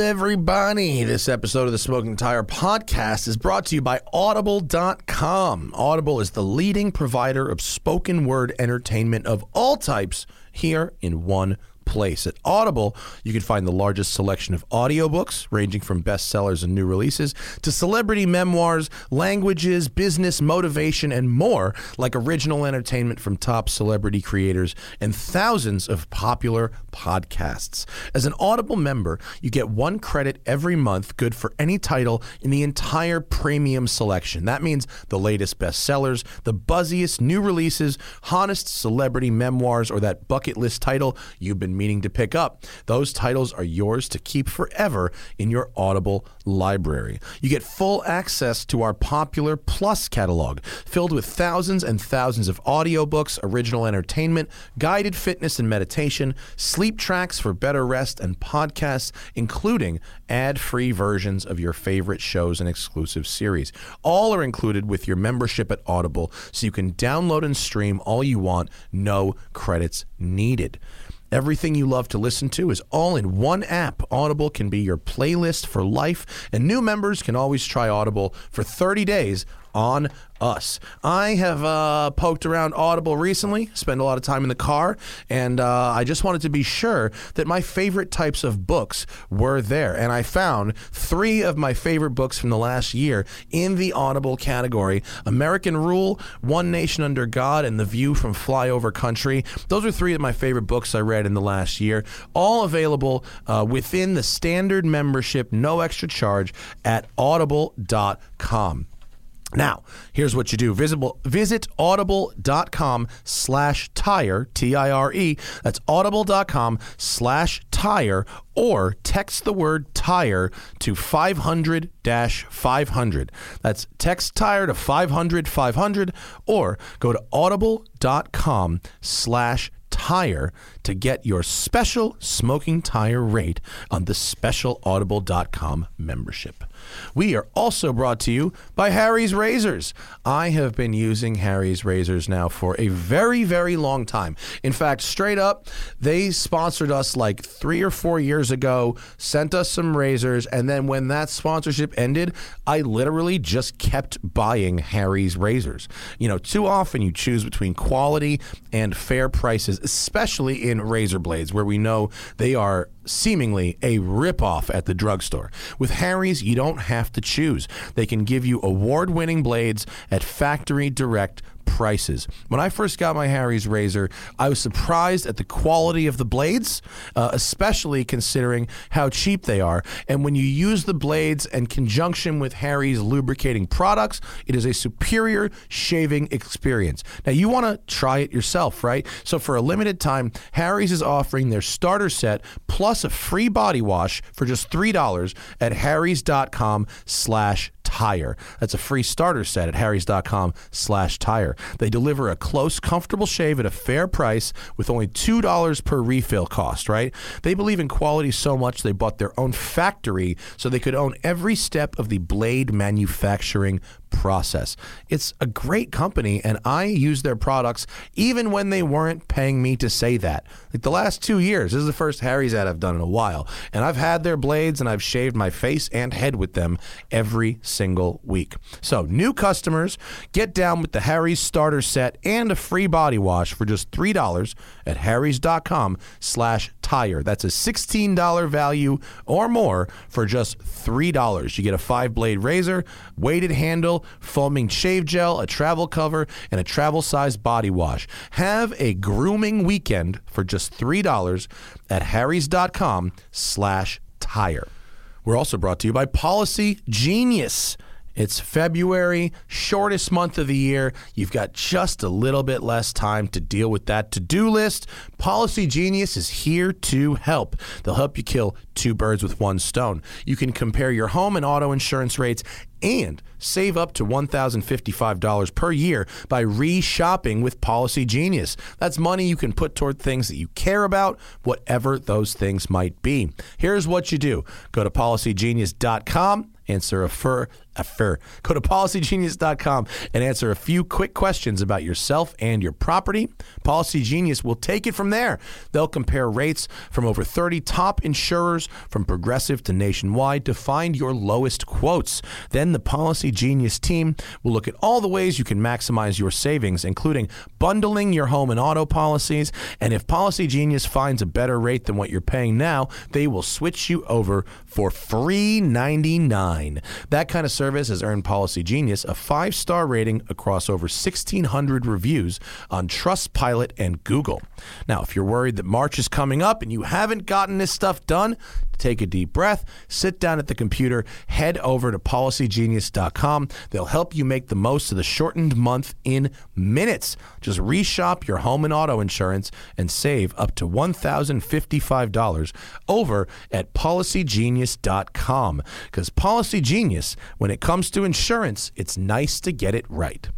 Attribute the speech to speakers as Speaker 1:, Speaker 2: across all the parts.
Speaker 1: everybody. This episode of the Smoking Tire podcast is brought to you by Audible.com. Audible is the leading provider of spoken word entertainment of all types here in one place. At Audible, you can find the largest selection of audiobooks, ranging from bestsellers and new releases to celebrity memoirs, languages, business, motivation, and more, like original entertainment from top celebrity creators and thousands of popular podcasts. As an Audible member, you get one credit every month, good for any title in the entire premium selection. That means the latest bestsellers, the buzziest new releases, honest celebrity memoirs, or that bucket list title you've been meaning to pick up. Those titles are yours to keep forever in your Audible library. You get full access to our popular Plus catalog, filled with thousands and thousands of audiobooks, original entertainment, guided fitness and meditation, sleep tracks for better rest, and podcasts, including ad free versions of your favorite shows and exclusive series. All are included with your membership at Audible, so you can download and stream all you want, no credits needed. Everything you love to listen to is all in one app. Audible can be your playlist for life, and new members can always try Audible for 30 days on us. I have uh, poked around Audible recently, spend a lot of time in the car, and uh, I just wanted to be sure that my favorite types of books were there. And I found three of my favorite books from the last year in the Audible category American Rule, One Nation Under God, and The View from Flyover Country. Those are three of my favorite books I read in the last year, all available uh, within the standard membership, no extra charge, at audible.com. Now, here's what you do. Visible, visit audible.com slash tire, T I R E. That's audible.com slash tire, or text the word tire to 500 500. That's text tire to 500 500, or go to audible.com slash tire to get your special smoking tire rate on the special audible.com membership. We are also brought to you by Harry's Razors. I have been using Harry's Razors now for a very, very long time. In fact, straight up, they sponsored us like three or four years ago, sent us some razors, and then when that sponsorship ended, I literally just kept buying Harry's Razors. You know, too often you choose between quality and fair prices, especially in razor blades, where we know they are seemingly a ripoff at the drugstore. With Harry's, you don't have to choose. They can give you award winning blades at factory direct prices. When I first got my Harry's razor, I was surprised at the quality of the blades, uh, especially considering how cheap they are. And when you use the blades in conjunction with Harry's lubricating products, it is a superior shaving experience. Now, you want to try it yourself, right? So, for a limited time, Harry's is offering their starter set plus a free body wash for just $3 at harrys.com slash tire. That's a free starter set at harrys.com slash tire. They deliver a close, comfortable shave at a fair price with only $2 per refill cost, right? They believe in quality so much they bought their own factory so they could own every step of the blade manufacturing process. It's a great company, and I use their products even when they weren't paying me to say that. Like the last two years, this is the first Harry's ad I've done in a while, and I've had their blades and I've shaved my face and head with them every single week. So, new customers, get down with the Harry's starter set and a free body wash for just $3 at harrys.com slash tire. That's a $16 value or more for just $3. You get a five blade razor, weighted handle, foaming shave gel, a travel cover, and a travel size body wash. Have a grooming weekend for just $3 at harrys.com slash tire. We're also brought to you by Policy Genius. It's February, shortest month of the year. You've got just a little bit less time to deal with that to do list. Policy Genius is here to help. They'll help you kill two birds with one stone. You can compare your home and auto insurance rates and save up to $1,055 per year by reshopping with Policy Genius. That's money you can put toward things that you care about, whatever those things might be. Here's what you do go to policygenius.com, answer a, fur, ever. Go to policygenius.com and answer a few quick questions about yourself and your property. Policy Genius will take it from there. They'll compare rates from over 30 top insurers, from progressive to nationwide, to find your lowest quotes. Then the Policy Genius team will look at all the ways you can maximize your savings, including bundling your home and auto policies. And if Policy Genius finds a better rate than what you're paying now, they will switch you over for free 99. That kind of service has earned Policy Genius a five star rating across over 1,600 reviews on Trustpilot and Google. Now, if you're worried that March is coming up and you haven't gotten this stuff done, take a deep breath, sit down at the computer, head over to policygenius.com. They'll help you make the most of the shortened month in minutes. Just reshop your home and auto insurance and save up to $1,055 over at policygenius.com. Because Policy Genius, when it comes to insurance, it's nice to get it right.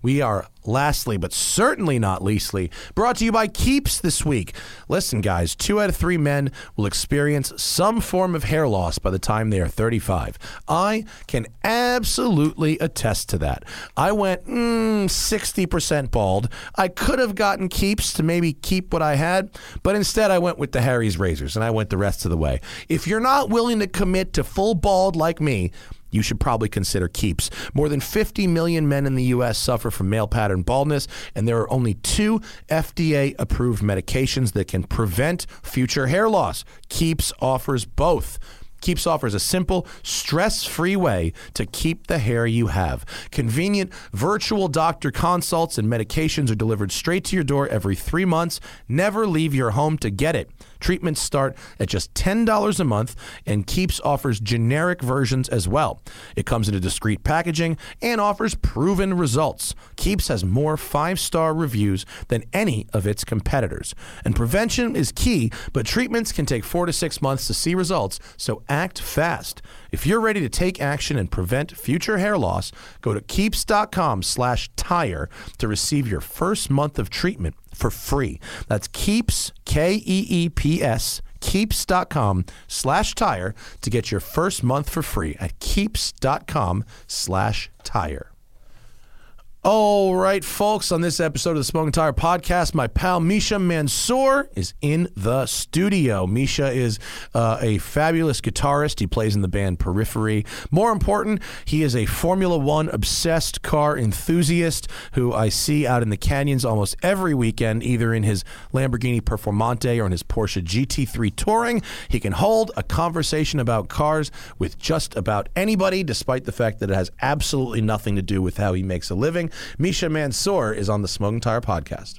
Speaker 1: We are lastly, but certainly not leastly, brought to you by Keeps this week. Listen, guys, two out of three men will experience some form of hair loss by the time they are 35. I can absolutely attest to that. I went mm, 60% bald. I could have gotten Keeps to maybe keep what I had, but instead I went with the Harry's razors and I went the rest of the way. If you're not willing to commit to full bald like me, you should probably consider keeps. More than 50 million men in the U.S. suffer from male pattern baldness, and there are only two FDA approved medications that can prevent future hair loss. Keeps offers both. Keeps offers a simple, stress free way to keep the hair you have. Convenient virtual doctor consults and medications are delivered straight to your door every three months. Never leave your home to get it. Treatments start at just $10 a month, and Keeps offers generic versions as well. It comes in a discreet packaging and offers proven results. Keeps has more five star reviews than any of its competitors. And prevention is key, but treatments can take four to six months to see results, so act fast. If you're ready to take action and prevent future hair loss, go to keeps.com slash tire to receive your first month of treatment for free. That's Keeps, K E E P S, keeps.com slash tire to get your first month for free at keeps.com slash tire. All right, folks, on this episode of the Smoking Tire Podcast, my pal Misha Mansour is in the studio. Misha is uh, a fabulous guitarist. He plays in the band Periphery. More important, he is a Formula One obsessed car enthusiast who I see out in the canyons almost every weekend, either in his Lamborghini Performante or in his Porsche GT3 Touring. He can hold a conversation about cars with just about anybody, despite the fact that it has absolutely nothing to do with how he makes a living. Misha Mansour is on the Smoking Tire podcast.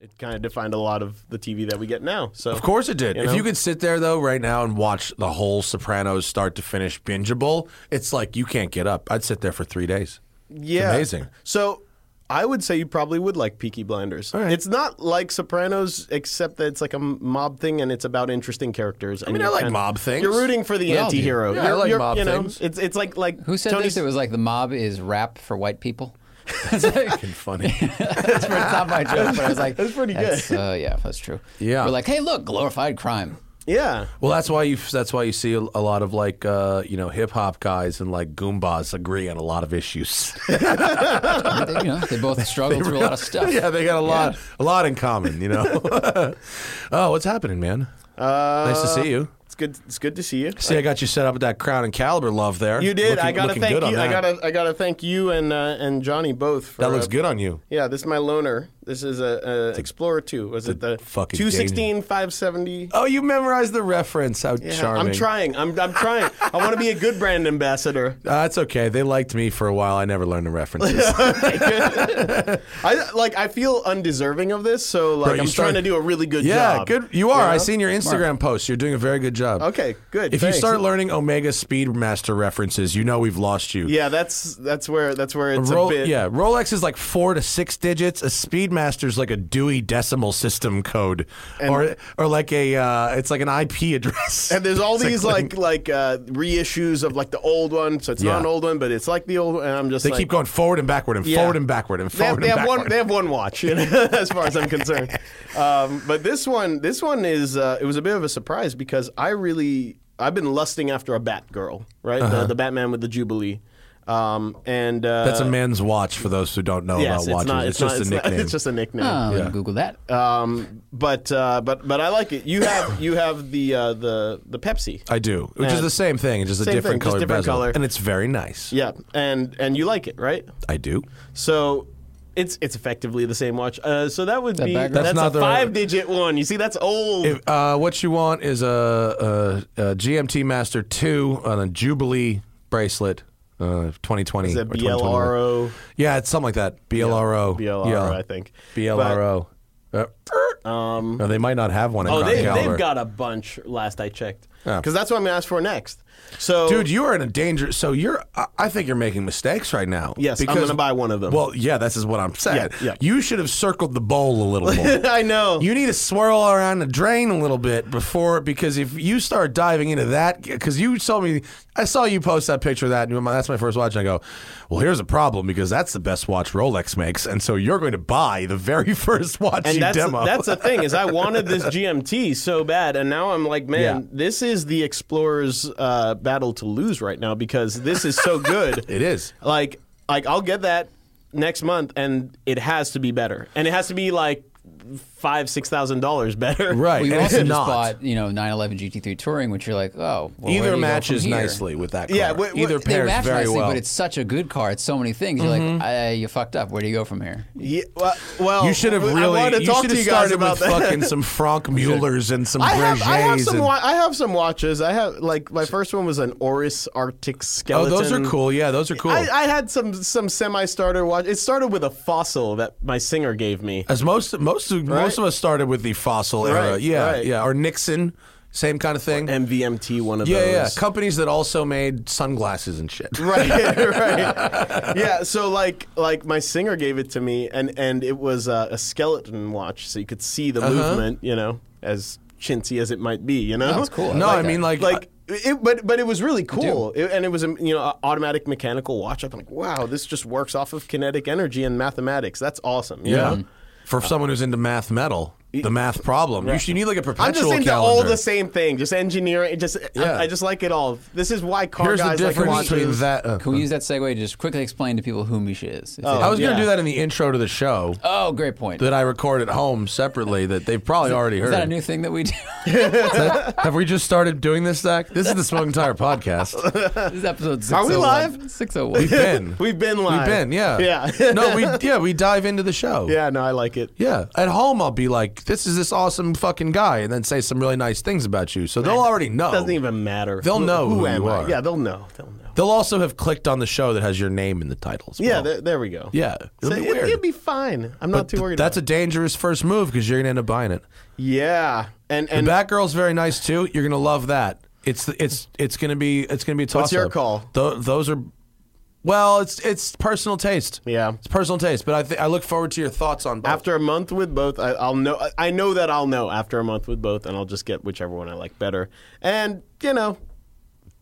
Speaker 2: It kind of defined a lot of the TV that we get now. So
Speaker 1: Of course it did.
Speaker 2: You
Speaker 1: if
Speaker 2: know?
Speaker 1: you could sit there though right now and watch the whole Sopranos start to finish bingeable, it's like you can't get up. I'd sit there for three days.
Speaker 2: yeah,
Speaker 1: amazing.
Speaker 2: So I would say you probably would like Peaky Blinders.
Speaker 1: right.
Speaker 2: It's not like Sopranos, except that it's like a m- mob thing and it's about interesting characters. I
Speaker 1: mean, I like mob things.
Speaker 2: You're rooting for the
Speaker 1: We all do.
Speaker 2: anti-hero.
Speaker 1: Yeah, I
Speaker 2: You're-
Speaker 1: like
Speaker 2: you're-
Speaker 1: mob
Speaker 2: you know,
Speaker 1: things.
Speaker 2: It's it's like like
Speaker 3: Who said
Speaker 2: Tony's,
Speaker 3: this? It was like the mob is rap for white people. It's like-
Speaker 1: Funny.
Speaker 3: that's where it's not my joke, but I was like,
Speaker 2: That's pretty good.
Speaker 3: uh, yeah, that's true.
Speaker 1: Yeah.
Speaker 3: we're like, hey, look, glorified crime.
Speaker 2: Yeah,
Speaker 1: well, that's why you that's why you see a, a lot of like uh, you know hip hop guys and like goombas agree on a lot of issues.
Speaker 3: They, you know, they both struggle through a lot of stuff.
Speaker 1: yeah, they got a lot a lot in common. You know. oh, what's happening, man?
Speaker 2: uh,
Speaker 1: nice to see you.
Speaker 2: It's good. It's good to see you.
Speaker 1: See, I got you set up with that Crown and Caliber love there.
Speaker 2: You did.
Speaker 1: Looking-
Speaker 2: I gotta
Speaker 1: looking
Speaker 2: thank
Speaker 1: good on
Speaker 2: you. I
Speaker 1: that.
Speaker 2: gotta I gotta thank you and uh, and Johnny both. For,
Speaker 1: That looks
Speaker 2: uh,
Speaker 1: good on you.
Speaker 2: Yeah, this is my loaner. This is a, a Explorer 2. Was it the
Speaker 1: fucking
Speaker 2: 216 570?
Speaker 1: Oh, you memorized the reference. How
Speaker 2: Yeah,
Speaker 1: charming.
Speaker 2: I'm trying. I'm, I'm trying. I want to be a good brand ambassador.
Speaker 1: Uh, that's okay. They liked me for a while. I never learned the references.
Speaker 2: I like. I feel undeserving of this, so like
Speaker 1: you
Speaker 2: I'm
Speaker 1: start-
Speaker 2: trying to do a really good
Speaker 1: yeah,
Speaker 2: job.
Speaker 1: good. You are.
Speaker 2: You
Speaker 1: I
Speaker 2: know?
Speaker 1: seen your Instagram posts. You're doing a very good job.
Speaker 2: Okay, good.
Speaker 1: If
Speaker 2: Thanks.
Speaker 1: you start learning Omega Speedmaster references, you know we've lost you.
Speaker 2: yeah, that's that's where that's where it's
Speaker 1: Ro-
Speaker 2: a bit.
Speaker 1: yeah, Rolex is like four to six digits. A Speedmaster's like a Dewey Decimal System code, or or like a uh, it's like an IP address.
Speaker 2: And there's all
Speaker 1: It's like
Speaker 2: these
Speaker 1: like-
Speaker 2: like like uh, reissues of like the old one, so it's
Speaker 1: Yeah.
Speaker 2: not an old one, but it's like the old. one, And I'm just
Speaker 1: they
Speaker 2: like,
Speaker 1: keep going forward and backward and
Speaker 2: Yeah.
Speaker 1: forward and backward and
Speaker 2: They have,
Speaker 1: forward
Speaker 2: they
Speaker 1: and
Speaker 2: have
Speaker 1: backward.
Speaker 2: one. They have one watch, you know, as far as I'm concerned. Um, but this one, this one is uh, it was a bit of a surprise because I really I've been lusting after a Batgirl, right? The, the Batman with the Jubilee. Um, and uh,
Speaker 1: Uh-huh. That's a man's watch for those who don't know
Speaker 2: yes,
Speaker 1: about watches.
Speaker 2: it's not.
Speaker 1: it's,
Speaker 2: not-
Speaker 1: just a
Speaker 2: it's not-
Speaker 1: nickname.
Speaker 2: it's just a nickname.
Speaker 3: Oh, I'm gonna Google that.
Speaker 2: Um, but uh, but but I like it. You have you have the uh, the the Pepsi.
Speaker 1: I do, which is
Speaker 2: Yeah.
Speaker 1: the same thing, it's just a
Speaker 2: Same
Speaker 1: different
Speaker 2: thing, just
Speaker 1: color
Speaker 2: different
Speaker 1: bezel,
Speaker 2: color.
Speaker 1: and it's very nice.
Speaker 2: Yeah, and and you like it, right?
Speaker 1: I do.
Speaker 2: So. It's it's effectively the same watch. Uh, so that would be
Speaker 3: Batgirl?
Speaker 2: that's,
Speaker 1: That's not
Speaker 2: a
Speaker 1: the-
Speaker 2: five digit one. You see, that's old.
Speaker 1: If, uh, what you want is a, a, a GMT Master Two on a Jubilee bracelet, uh, 2020
Speaker 2: Is
Speaker 1: or
Speaker 2: it
Speaker 1: 2021.
Speaker 2: BLRO?
Speaker 1: Yeah, it's something like that. BLRO.
Speaker 2: BLRO,
Speaker 1: yeah.
Speaker 2: I think.
Speaker 1: BLRO. Uh, um, they might not have one. In
Speaker 2: Oh,
Speaker 1: Crown
Speaker 2: they,
Speaker 1: Caliber.
Speaker 2: they've got a bunch. Last I checked,
Speaker 1: Yeah.
Speaker 2: because that's what I'm gonna ask for next. So,
Speaker 1: Dude, you are in a danger. So you're. I- I think you're making mistakes right now.
Speaker 2: Yes, I'm gonna buy one of them.
Speaker 1: Well, yeah, this is what I'm saying.
Speaker 2: Yeah, yeah.
Speaker 1: You should have circled the bowl a little more.
Speaker 2: I know.
Speaker 1: You need to swirl around the drain a little bit before, because if you start diving into that, because you told me, I saw you post that picture of that, and you were my- that's my first watch, and I go, well, here's a problem because that's the best watch Rolex makes, and so you're going to buy the very first watch
Speaker 2: and
Speaker 1: you
Speaker 2: that's
Speaker 1: demo.
Speaker 2: that's the thing is I wanted this GMT so bad, and now I'm like, man,
Speaker 1: Yeah.
Speaker 2: this is the Explorer's uh, battle to lose right now because this is so good.
Speaker 1: it is.
Speaker 2: Like, like I'll get that next month, and it has to be better, and it has to be like five, six thousand dollars better.
Speaker 1: Right.
Speaker 3: we
Speaker 1: and
Speaker 3: also
Speaker 1: it's
Speaker 3: just
Speaker 1: not.
Speaker 3: bought you know 911 GT3 Touring, which you're like, oh, well, where do you
Speaker 1: Either
Speaker 3: go
Speaker 1: matches
Speaker 3: from here?
Speaker 1: nicely with that car.
Speaker 2: Yeah, wh- wh-
Speaker 1: Either
Speaker 3: They
Speaker 1: pairs
Speaker 3: match
Speaker 1: very
Speaker 3: nicely,
Speaker 1: well. Mm-hmm.
Speaker 3: but it's such a good car. It's so many things. You're like, I, you fucked up. Where do you go from here?
Speaker 2: Yeah, well, well,
Speaker 1: You should have
Speaker 2: oh, I
Speaker 1: really.
Speaker 2: wanted to
Speaker 1: you
Speaker 2: talk
Speaker 1: should
Speaker 2: to
Speaker 1: have
Speaker 2: you guys
Speaker 1: started
Speaker 2: about
Speaker 1: with
Speaker 2: that.
Speaker 1: fucking some Franck Muellers and some
Speaker 2: I have, I have
Speaker 1: Breguets
Speaker 2: some
Speaker 1: and-
Speaker 2: wa- I have some watches. I have like my first one was an Oris Arctic
Speaker 1: oh,
Speaker 2: skeleton.
Speaker 1: those are cool. Yeah, those are cool.
Speaker 2: I, I had some some semi starter watch. It started with a fossil that my singer gave me.
Speaker 1: As most most of, most of us started with the fossil era.
Speaker 2: Right,
Speaker 1: Yeah,
Speaker 2: right.
Speaker 1: yeah, or Nixon, same kind of thing.
Speaker 2: MVMT, one of
Speaker 1: yeah,
Speaker 2: those.
Speaker 1: yeah, companies that also made sunglasses and shit.
Speaker 2: right right yeah so like like my singer gave it to me and and it was uh, a skeleton watch so you could see
Speaker 1: Uh-huh.
Speaker 2: the movement you know as chintzy as it might be you know
Speaker 3: That's cool. I
Speaker 1: no,
Speaker 3: like
Speaker 1: I
Speaker 3: that.
Speaker 1: mean like,
Speaker 2: like it, but but it was really cool, It- and it was a you know a automatic mechanical watch. I'm like, wow, this just works off of kinetic energy and mathematics. That's awesome. you
Speaker 1: yeah, Mm-hmm.
Speaker 2: know?
Speaker 1: for someone who's into math metal, the math problem. You should need like a perpetual
Speaker 2: I'm just into all
Speaker 1: calendar.
Speaker 2: the same thing, just engineering. It just
Speaker 1: Yeah.
Speaker 2: I, I just like it all. This is why car
Speaker 1: Here's the
Speaker 2: guys like
Speaker 1: difference
Speaker 2: watches.
Speaker 1: between that. uh,
Speaker 3: Can we use that segue to just quickly explain to people who Misha is? if they
Speaker 1: Oh. I
Speaker 3: don't-
Speaker 1: was gonna
Speaker 2: Yeah.
Speaker 1: do that in the intro to the show
Speaker 3: oh, great point.
Speaker 1: that I record at home separately that they've probably already heard.
Speaker 3: Is that a new thing that we do?
Speaker 1: Have we just started doing this, Zach? This is the Smoking Tire podcast.
Speaker 3: this oh is episode 601.
Speaker 2: Are we live?
Speaker 3: 601.
Speaker 1: We've been.
Speaker 2: We've been live.
Speaker 1: We've been, yeah.
Speaker 2: Yeah.
Speaker 1: no, we yeah, we dive into the show.
Speaker 2: yeah, no, I like it.
Speaker 1: Yeah. At home I'll be like, This is this awesome fucking guy and then say some really nice things about you. So they'll already know.
Speaker 2: Doesn't even matter.
Speaker 1: They'll know who
Speaker 2: am
Speaker 1: you
Speaker 2: I?
Speaker 1: are.
Speaker 2: Yeah, they'll know. They'll know.
Speaker 1: They'll also have clicked on the show that has your name in the title. as
Speaker 2: Yeah,
Speaker 1: well.
Speaker 2: there, there we go.
Speaker 1: yeah.
Speaker 2: So
Speaker 1: It'll be weird.
Speaker 2: it'll be fine. I'm not too worried.
Speaker 1: That's a
Speaker 2: about
Speaker 1: dangerous first move because you're gonna end up buying it.
Speaker 2: it. yeah, and and
Speaker 1: Batgirl's very nice too. You're gonna love that. It's it's it's gonna be it's gonna be a toss
Speaker 2: What's your call?
Speaker 1: those are, well, it's it's personal taste.
Speaker 2: Yeah.
Speaker 1: it's personal taste. But I th- I look forward to your thoughts on both.
Speaker 2: after a month with both, I, I'll know. I- I know that I'll know after a month with both, and I'll just get whichever one I like better. And you know,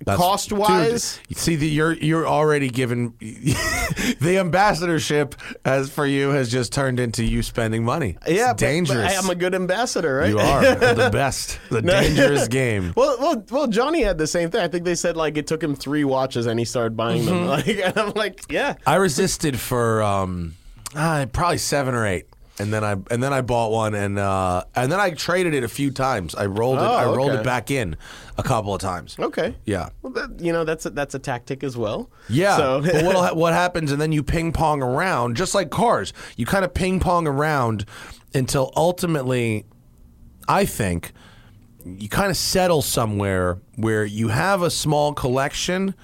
Speaker 2: cost wise,
Speaker 1: Dude, see that you're you're already given the ambassadorship as for you has just turned into you spending money. It's
Speaker 2: yeah, but- but
Speaker 1: dangerous.
Speaker 2: I am a good ambassador, right?
Speaker 1: you are the best. The dangerous game.
Speaker 2: Well, well, well. Johnny had the same thing. I think they said like it took him three watches, and he started buying
Speaker 1: Mm-hmm.
Speaker 2: them. Like, and I'm like, yeah,
Speaker 1: I resisted for um, ah, probably seven or eight, and then I and then I bought one, and uh, and then I traded it a few times. I rolled it.
Speaker 2: Oh,
Speaker 1: I rolled it
Speaker 2: okay.
Speaker 1: back in a couple of times.
Speaker 2: okay,
Speaker 1: Yeah.
Speaker 2: Well, that, you know that's a, that's a tactic as well.
Speaker 1: Yeah,
Speaker 2: So
Speaker 1: but what ha- what happens, and then you ping pong around, just like cars. You kind of ping pong around until ultimately, I think, you kind of settle somewhere where you have a small collection,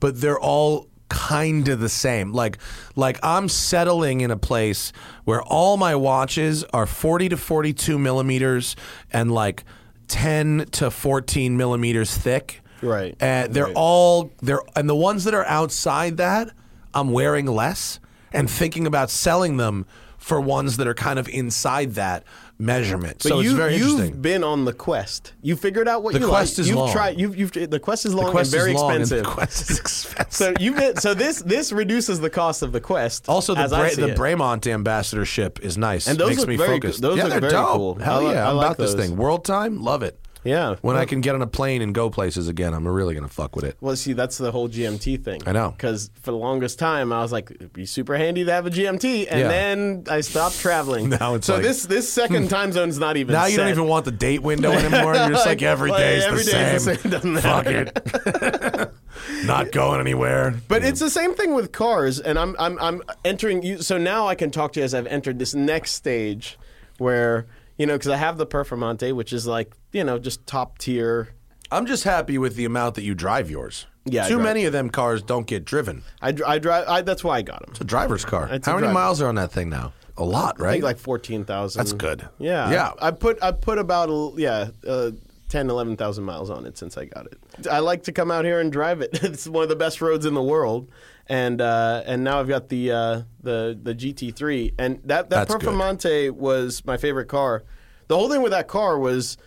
Speaker 1: but they're all kind of the same. Like like I'm settling in a place where all my watches are 40 to 42 millimeters and like 10 to 14 millimeters thick.
Speaker 2: Right.
Speaker 1: And they're all they're and the ones that are outside that, I'm wearing less and thinking about selling them for ones that are kind of inside that measurement.
Speaker 2: But
Speaker 1: so
Speaker 2: you,
Speaker 1: it's very interesting.
Speaker 2: you've been on the quest. You figured out what
Speaker 1: The
Speaker 2: you
Speaker 1: quest
Speaker 2: like.
Speaker 1: is
Speaker 2: you've
Speaker 1: long.
Speaker 2: tried. You've, you've the quest is long
Speaker 1: The quest
Speaker 2: and very
Speaker 1: is long and
Speaker 2: expensive.
Speaker 1: the quest is expensive.
Speaker 2: so you've been, so this this reduces the cost of the quest.
Speaker 1: Also, the
Speaker 2: as I
Speaker 1: Bra-
Speaker 2: see
Speaker 1: the
Speaker 2: it.
Speaker 1: Bramont ambassadorship is nice.
Speaker 2: And those
Speaker 1: Makes
Speaker 2: look
Speaker 1: me
Speaker 2: very
Speaker 1: focused.
Speaker 2: cool. Those
Speaker 1: yeah,
Speaker 2: look
Speaker 1: they're
Speaker 2: very
Speaker 1: dope.
Speaker 2: cool.
Speaker 1: Hell
Speaker 2: I li-
Speaker 1: yeah,
Speaker 2: I
Speaker 1: I'm
Speaker 2: like
Speaker 1: about this
Speaker 2: those.
Speaker 1: thing. World time, love it.
Speaker 2: Yeah.
Speaker 1: When I can get on a plane and go places again, I'm really gonna fuck with it.
Speaker 2: Well, see, that's the whole GMT thing.
Speaker 1: I know.
Speaker 2: Because for the longest time, I was like, it'd be super handy to have a GMT. And
Speaker 1: Yeah.
Speaker 2: then I stopped traveling.
Speaker 1: Now it's
Speaker 2: so
Speaker 1: like-
Speaker 2: this this second time zone's not even
Speaker 1: Now you don't
Speaker 2: set.
Speaker 1: even want the date window anymore. You're just like
Speaker 2: Like,
Speaker 1: every
Speaker 2: like,
Speaker 1: day's
Speaker 2: every
Speaker 1: the
Speaker 2: day
Speaker 1: same.
Speaker 2: is the same. Doesn't
Speaker 1: Fuck it. Not going anywhere.
Speaker 2: But it's the same thing with cars, and I'm I'm I'm entering you. So now I can talk to you as I've entered this next stage, where you know because I have the Performante, which is like you know just top tier.
Speaker 1: I'm just happy with the amount that you drive yours.
Speaker 2: Yeah, I
Speaker 1: Too
Speaker 2: drive-
Speaker 1: many of them cars don't get driven.
Speaker 2: I, dr- I drive. I, that's why I got them.
Speaker 1: It's a driver's car.
Speaker 2: It's a
Speaker 1: How many
Speaker 2: driver.
Speaker 1: miles are on that thing now? A lot, right?
Speaker 2: I think like fourteen thousand.
Speaker 1: That's good.
Speaker 2: Yeah.
Speaker 1: Yeah.
Speaker 2: I put I put about a- yeah. Uh, 10, 11,000 miles on it since I got it. I like to come out here and drive it. It's one of the best roads in the world, and uh, and now I've got the uh, the the GT3, and that that
Speaker 1: That's good.
Speaker 2: Performante was my favorite car. The whole thing with that car was,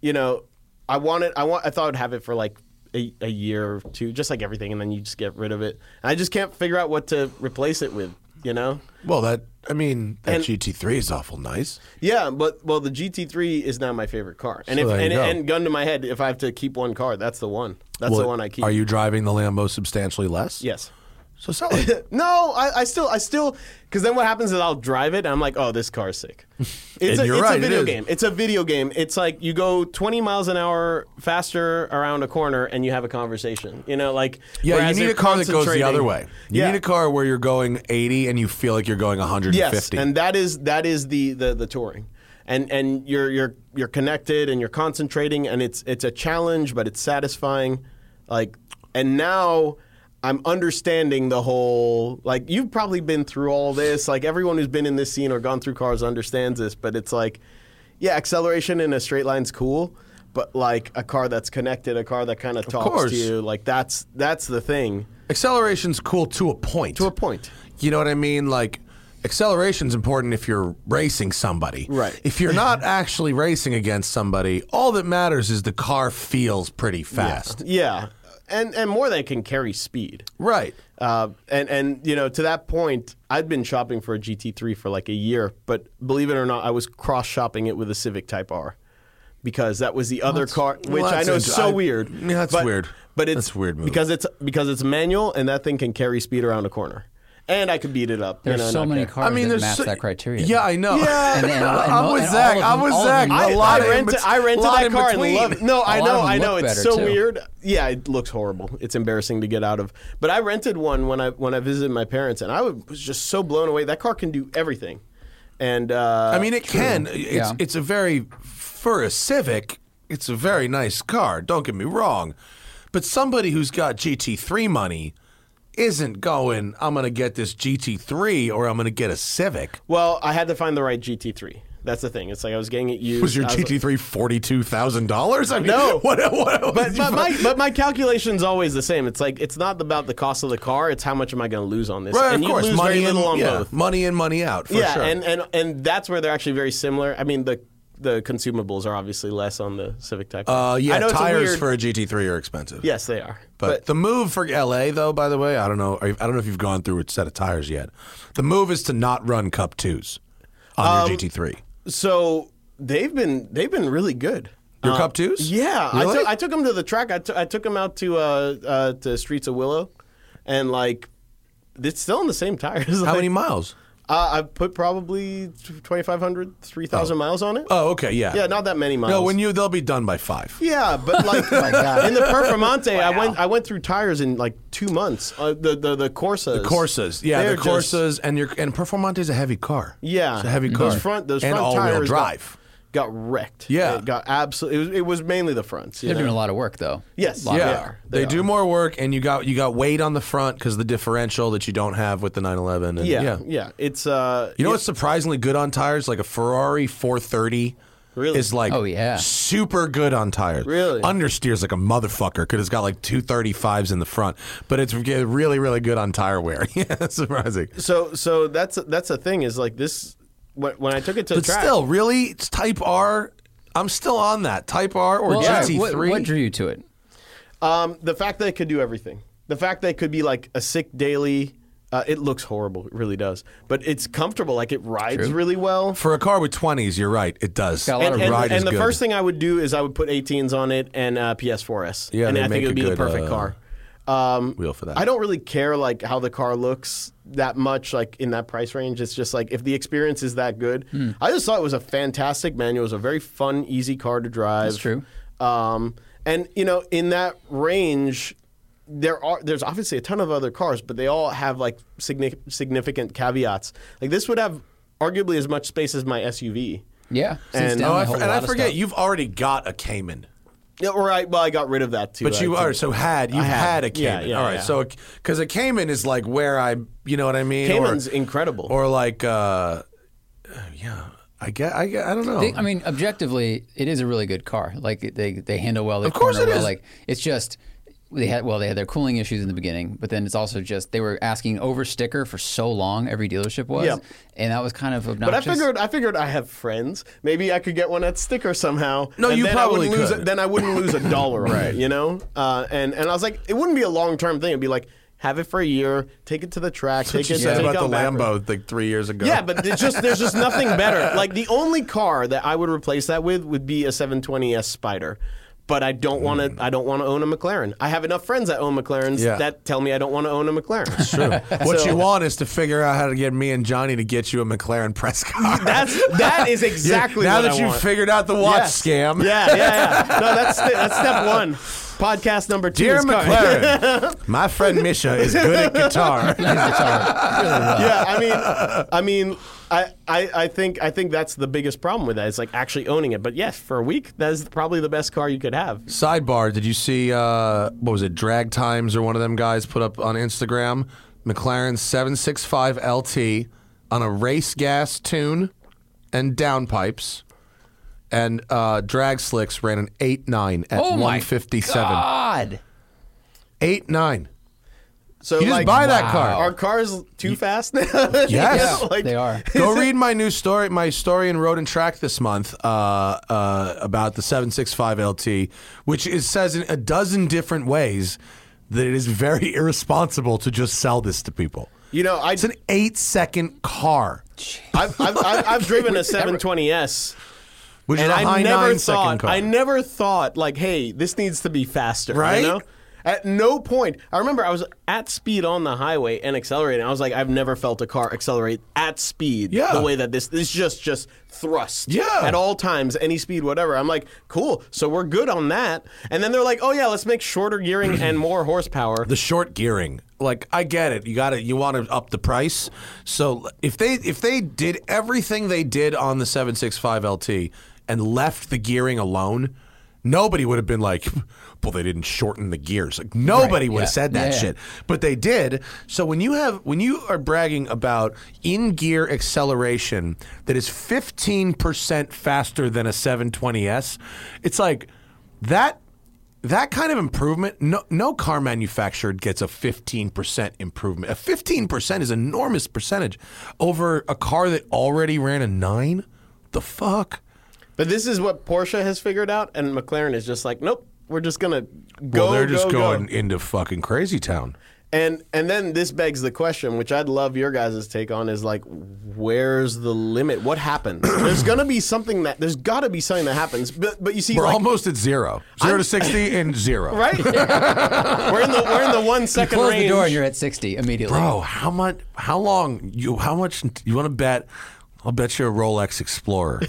Speaker 2: you know, I wanted I want I thought I'd have it for like a, a year or two, just like everything, and then you just get rid of it. And I just can't figure out what to replace it with, you know.
Speaker 1: well, that I mean, that
Speaker 2: And-
Speaker 1: GT3 is awful nice.
Speaker 2: Yeah, but well, the GT3 is now my favorite car, and
Speaker 1: So
Speaker 2: if
Speaker 1: there you
Speaker 2: and,
Speaker 1: go.
Speaker 2: and gun to my head, if I have to keep one car, that's the one. That's
Speaker 1: Well,
Speaker 2: the one I keep.
Speaker 1: Are you driving the Lambo substantially less?
Speaker 2: Yes.
Speaker 1: So sell it.
Speaker 2: No, I, I still, I still, because then what happens is I'll drive it, and I'm like, oh, this car's sick. It's,
Speaker 1: And
Speaker 2: a,
Speaker 1: you're
Speaker 2: it's
Speaker 1: right,
Speaker 2: a
Speaker 1: it
Speaker 2: video
Speaker 1: is.
Speaker 2: game. It's a video game. It's like you go 20 miles an hour faster around a corner, and you have a conversation. You know, like
Speaker 1: Yeah, you
Speaker 2: whereas
Speaker 1: need
Speaker 2: they're
Speaker 1: a car that goes the
Speaker 2: concentrating-
Speaker 1: other way. You
Speaker 2: yeah.
Speaker 1: need a car where you're going 80 and you feel like you're going 150.
Speaker 2: Yes, and that is that is the the, the touring. And, and you're you're you're connected and you're concentrating and it's it's a challenge but it's satisfying, like and now I'm understanding the whole like you've probably been through all this like everyone who's been in this scene or gone through cars understands this but it's like yeah acceleration in a straight line's cool but like a car that's connected a car that kind of talks
Speaker 1: course.
Speaker 2: to you like that's that's the thing
Speaker 1: Acceleration's cool to a point.
Speaker 2: to a point
Speaker 1: You know what I mean? Like, acceleration's important if you're racing somebody.
Speaker 2: Right.
Speaker 1: If you're not actually racing against somebody, all that matters is the car feels pretty fast.
Speaker 2: yeah and and more than it can carry speed
Speaker 1: Right.
Speaker 2: Uh, and and you know to that point, I'd been shopping for a GT3 for like a year, but believe it or not, I was cross shopping it with a Civic Type R because that was the other car, which I
Speaker 1: that's
Speaker 2: know is
Speaker 1: int-
Speaker 2: so
Speaker 1: I-
Speaker 2: weird.
Speaker 1: Yeah, that's
Speaker 2: but,
Speaker 1: weird.
Speaker 2: But it's
Speaker 1: That's a weird move.
Speaker 2: because it's because it's manual and that thing can carry speed around a corner, and I could beat it up.
Speaker 3: There
Speaker 2: you know,
Speaker 3: are so
Speaker 2: not
Speaker 3: many
Speaker 2: care.
Speaker 3: cars that
Speaker 1: there's
Speaker 3: match
Speaker 1: so-
Speaker 3: that criteria.
Speaker 1: Yeah, I know.
Speaker 2: Yeah.
Speaker 1: I'm
Speaker 2: And-
Speaker 3: and- and-
Speaker 1: with
Speaker 3: and all
Speaker 1: Zach.
Speaker 3: of
Speaker 1: I'm
Speaker 3: them-
Speaker 1: with
Speaker 3: all of
Speaker 1: Zach.
Speaker 3: them
Speaker 1: A
Speaker 3: look
Speaker 1: lot
Speaker 2: I,
Speaker 1: in
Speaker 2: rented,
Speaker 1: bet-
Speaker 2: I rented
Speaker 1: lot
Speaker 2: that
Speaker 1: in
Speaker 2: car and
Speaker 1: between.
Speaker 2: love it. No, I
Speaker 3: lot
Speaker 2: know,
Speaker 3: of them
Speaker 2: I know.
Speaker 3: look
Speaker 2: It's
Speaker 3: better,
Speaker 2: so
Speaker 3: too.
Speaker 2: weird. Yeah, it looks horrible. It's embarrassing to get out of. But I rented one when I when I visited my parents, and I was just so blown away. That car can do everything. And uh,
Speaker 1: I mean, it can. It's
Speaker 3: Yeah.
Speaker 1: it's a very for a Civic. It's a very nice car. Don't get me wrong, but somebody who's got GT3 money isn't going. I'm going to get this GT3 or I'm going to get a Civic.
Speaker 2: well, I had to find the right GT3. That's the thing. It's like I was getting it used.
Speaker 1: Was your
Speaker 2: I
Speaker 1: GT3 forty two thousand dollars? I mean,
Speaker 2: No.
Speaker 1: What? what,
Speaker 2: But, but my but my calculation's always the same. It's like it's not about the cost of the car. It's how much am I going to lose on this?
Speaker 1: right,
Speaker 2: and
Speaker 1: of
Speaker 2: you
Speaker 1: course,
Speaker 2: lose
Speaker 1: money
Speaker 2: very little
Speaker 1: in,
Speaker 2: on
Speaker 1: yeah,
Speaker 2: both.
Speaker 1: money in, money out. For
Speaker 2: yeah,
Speaker 1: sure.
Speaker 2: and, and and that's where they're actually very similar. I mean, the the consumables are obviously less on the Civic Type. R.
Speaker 1: uh, yeah,
Speaker 2: I know it's a
Speaker 1: tires
Speaker 2: weird-
Speaker 1: for a GT3 are expensive.
Speaker 2: yes, they are.
Speaker 1: But,
Speaker 2: But,
Speaker 1: the move for LA, though, by the way, I don't know. I don't know if you've gone through a set of tires yet. The move is to not run Cup Twos on
Speaker 2: Um,
Speaker 1: your GT3.
Speaker 2: so they've been they've been really good.
Speaker 1: Your
Speaker 2: Uh,
Speaker 1: Cup Twos?
Speaker 2: Yeah, I
Speaker 1: Really?
Speaker 2: took I took them to the track. I took I took them out to uh, uh to Streets of Willow, and like it's still in the same tires.
Speaker 1: How
Speaker 2: Like,
Speaker 1: many miles?
Speaker 2: Uh, I put probably 2,500, 3,000 miles on it.
Speaker 1: Oh, okay, yeah.
Speaker 2: yeah, not that many miles.
Speaker 1: no, when you they'll be done by five.
Speaker 2: Yeah, but like
Speaker 1: Oh
Speaker 3: God.
Speaker 2: in the Performante, I went I went through tires in like two months. Uh, the the the Corsas, the
Speaker 1: Corsas, yeah,
Speaker 2: They're
Speaker 1: the
Speaker 2: just-
Speaker 1: Corsas, and your and Performante is a heavy car.
Speaker 2: yeah,
Speaker 1: it's a heavy car.
Speaker 2: Those front those
Speaker 1: and
Speaker 2: front
Speaker 1: all-wheel
Speaker 2: tires
Speaker 1: drive.
Speaker 2: got, got wrecked.
Speaker 1: Yeah.
Speaker 2: it got absolutely. It was, it was mainly the fronts. you
Speaker 3: They're doing
Speaker 2: know?
Speaker 3: a lot of work, though.
Speaker 2: Yes,
Speaker 3: A lot of
Speaker 1: yeah,
Speaker 2: they
Speaker 3: work.
Speaker 2: are.
Speaker 1: they,
Speaker 2: They
Speaker 1: do more work, and you got you got weight on the front because the differential that you don't have with the 911. And,
Speaker 2: yeah, yeah,
Speaker 1: yeah,
Speaker 2: It's uh,
Speaker 1: You know what's surprisingly good on tires? Like a Ferrari 430
Speaker 2: Really?
Speaker 1: is like
Speaker 3: Oh, yeah.
Speaker 1: super good on tires.
Speaker 2: Really?
Speaker 1: Understeers like a motherfucker because it's got like 235s in the front, but it's re- really, really good on tire wear. yeah, it's surprising.
Speaker 2: so so that's that's the thing is like this. When, when I took it to
Speaker 1: But
Speaker 2: the track,
Speaker 1: still, really? It's Type R? I'm still on that. Type R or
Speaker 3: Well, yeah,
Speaker 1: GT3?
Speaker 3: What, what drew you to it?
Speaker 2: Um, the fact that it could do everything. The fact that it could be like a sick daily Uh, it looks horrible. It really does. But it's comfortable. Like it rides really well.
Speaker 1: For a car with 20s, you're right. It does.
Speaker 3: Got a lot
Speaker 2: And,
Speaker 3: of
Speaker 2: and,
Speaker 1: ride is
Speaker 2: and the
Speaker 1: good.
Speaker 2: first thing I would do is I would put 18s on it and uh, PS4s.
Speaker 1: Yeah,
Speaker 2: and
Speaker 1: they
Speaker 2: I think
Speaker 1: make
Speaker 2: it
Speaker 1: a
Speaker 2: would be the
Speaker 1: good,
Speaker 2: perfect
Speaker 1: uh,
Speaker 2: car. Um,
Speaker 1: wheel for that.
Speaker 2: I don't really care like how the car looks that much, like in that price range. It's just like if the experience is that good.
Speaker 1: Hmm.
Speaker 2: I just thought it was a fantastic manual. It was a very fun, easy car to drive.
Speaker 3: That's true.
Speaker 2: Um, and you know, in that range, there are there's obviously a ton of other cars, but they all have like signi- significant caveats. Like this would have arguably as much space as my SUV.
Speaker 3: Yeah. Since
Speaker 2: And-
Speaker 3: down
Speaker 1: Oh,
Speaker 3: a
Speaker 1: I,
Speaker 3: whole
Speaker 1: and I
Speaker 3: lot of
Speaker 1: forget,
Speaker 3: stuff.
Speaker 1: you've already got a Cayman.
Speaker 2: Yeah, or I well, I got rid of that too.
Speaker 1: But you
Speaker 2: I
Speaker 1: are
Speaker 2: took-
Speaker 1: so had you
Speaker 2: I
Speaker 1: had,
Speaker 2: had.
Speaker 1: a
Speaker 2: Yeah,
Speaker 1: Cayman.
Speaker 2: yeah,
Speaker 1: All right,
Speaker 2: yeah.
Speaker 1: so because a Cayman is like where I, you know what I mean?
Speaker 2: Cayman's
Speaker 1: or,
Speaker 2: incredible.
Speaker 1: or like, uh, yeah, I get, I get, I don't know.
Speaker 3: They- I mean, objectively, it is a really good car. Like they they handle well. They
Speaker 1: Of course
Speaker 3: corner
Speaker 1: it
Speaker 3: well.
Speaker 1: is.
Speaker 3: Like it's just they had well they had their cooling issues in the beginning, but then it's also just they were asking over sticker for so long. Every dealership was,
Speaker 2: Yeah.
Speaker 3: and that was kind of
Speaker 2: But
Speaker 3: obnoxious.
Speaker 2: I figured I figured I have friends. Maybe I could get one at sticker somehow.
Speaker 1: No,
Speaker 2: and
Speaker 1: you
Speaker 2: then
Speaker 1: probably
Speaker 2: I wouldn't Lose
Speaker 1: could.
Speaker 2: a, then I wouldn't lose a dollar on it, you know. Uh, and and I was like, it wouldn't be a long term thing. It'd be like have it for a year, take it to the track, take
Speaker 1: What you
Speaker 2: it.
Speaker 1: said
Speaker 2: take
Speaker 1: about
Speaker 2: it
Speaker 1: the
Speaker 2: back.
Speaker 1: Lambo like three years ago.
Speaker 2: Yeah, but there's just there's just nothing better. Like the only car that I would replace that with would be a 720s Spider. But I don't want to. I don't want to own a McLaren. I have enough friends that own McLarens
Speaker 1: Mm. Yeah.
Speaker 2: that tell me I don't want to own a McLaren.
Speaker 1: True. What
Speaker 2: So-
Speaker 1: you want is to figure out how to get me and Johnny to get you a McLaren press car.
Speaker 2: That's that is
Speaker 1: Yeah,
Speaker 2: exactly
Speaker 1: now
Speaker 2: what
Speaker 1: that
Speaker 2: I
Speaker 1: you've
Speaker 2: want.
Speaker 1: figured out the watch
Speaker 2: Yes.
Speaker 1: scam.
Speaker 2: Yeah, yeah, yeah. No, that's st- that's step one. Podcast number two.
Speaker 1: Dear
Speaker 2: is car-
Speaker 1: McLaren, my friend Misha is good at guitar.
Speaker 2: yeah, I mean, I mean, I, I, I think I think that's the biggest problem with that. It's like actually owning it. But yes, for a week, that is probably the best car you could have.
Speaker 1: Sidebar: Did you see uh, what was it? Drag Times or one of them guys put up on Instagram McLaren 765 LT on a race gas tune and downpipes, and uh, Drag Slicks ran an 8.9 at
Speaker 3: Oh my
Speaker 1: 157.
Speaker 3: God.
Speaker 1: 8.9.
Speaker 2: So
Speaker 1: You just
Speaker 2: like,
Speaker 1: buy that car.
Speaker 2: Are cars too fast now?
Speaker 1: Yes.
Speaker 2: You know, like-
Speaker 3: they are.
Speaker 1: Go read my new story, my story in Road and Track this month uh, uh, about the 765 LT, which is, says in a dozen different ways that it is very irresponsible to just sell this to people.
Speaker 2: You know, I
Speaker 1: It's an eight second car,
Speaker 2: I've, I've, I've, I've driven a 720s.
Speaker 1: which
Speaker 2: and
Speaker 1: is a high
Speaker 2: I never
Speaker 1: nine second
Speaker 2: thought
Speaker 1: car.
Speaker 2: I never thought like, hey, this needs to be faster,
Speaker 1: Right?
Speaker 2: You know? At no point, I remember I was at speed on the highway and accelerating. I was like, I've never felt a car accelerate at speed
Speaker 1: Yeah.
Speaker 2: the way that this this just just thrust
Speaker 1: Yeah.
Speaker 2: at all times, any speed, whatever. I'm like, cool, so we're good on that. And then they're like, oh yeah, let's make shorter gearing and more horsepower.
Speaker 1: the short gearing. Like I get it. You got to you want to up the price. So if they if they did everything they did on the 765 LT and left the gearing alone, nobody would have been like, "Well, they didn't shorten the gears." Like nobody would have
Speaker 3: yeah.
Speaker 1: said that
Speaker 3: Yeah, yeah.
Speaker 1: shit. But they did. So when you have when you are bragging about in-gear acceleration that is 15% faster than a 720S, it's like that that kind of improvement, no, no car manufacturer gets a 15% improvement. A 15% is enormous percentage over a car that already ran a 9? The fuck?
Speaker 2: But this is what Porsche has figured out, and McLaren is just like, nope, we're just gonna go.
Speaker 1: well, they're just
Speaker 2: go, go.
Speaker 1: going into fucking crazy town.
Speaker 2: And and then this begs the question, which I'd love your guys' take on, is like, where's the limit? What happens? there's gonna be something that there's got to be something that happens. But but you see,
Speaker 1: We're
Speaker 2: like,
Speaker 1: almost at zero. 0 to 60 and 0.
Speaker 2: right? we're in the we're in the one second
Speaker 3: Close
Speaker 2: range.
Speaker 3: the door and you're at 60 immediately.
Speaker 1: Bro, how much how long you how much you want to bet I'll bet you a Rolex Explorer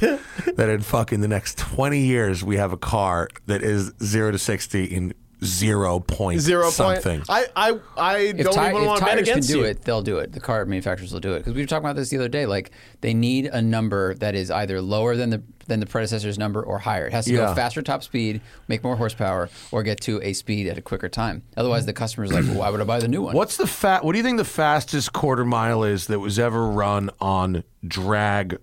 Speaker 1: that in fucking the next 20 years we have a car that is 0 to 60 in 0 point
Speaker 2: Zero point.
Speaker 1: something.
Speaker 2: I I I
Speaker 3: if,
Speaker 2: don't
Speaker 3: ti-
Speaker 2: even
Speaker 3: if
Speaker 2: want to bet
Speaker 3: tires can
Speaker 2: against
Speaker 3: do
Speaker 2: you.
Speaker 3: it, they'll do it. The car manufacturers will do it because we were talking about this the other day. Like they need a number that is either lower than the than the predecessor's number or higher. It has to
Speaker 1: Yeah.
Speaker 3: go faster top speed, make more horsepower, or get to a speed at a quicker time. Otherwise, the customer's like, well, "Why would I buy the new one?"
Speaker 1: What's the fat? What do you think the fastest quarter mile is that was ever run on drag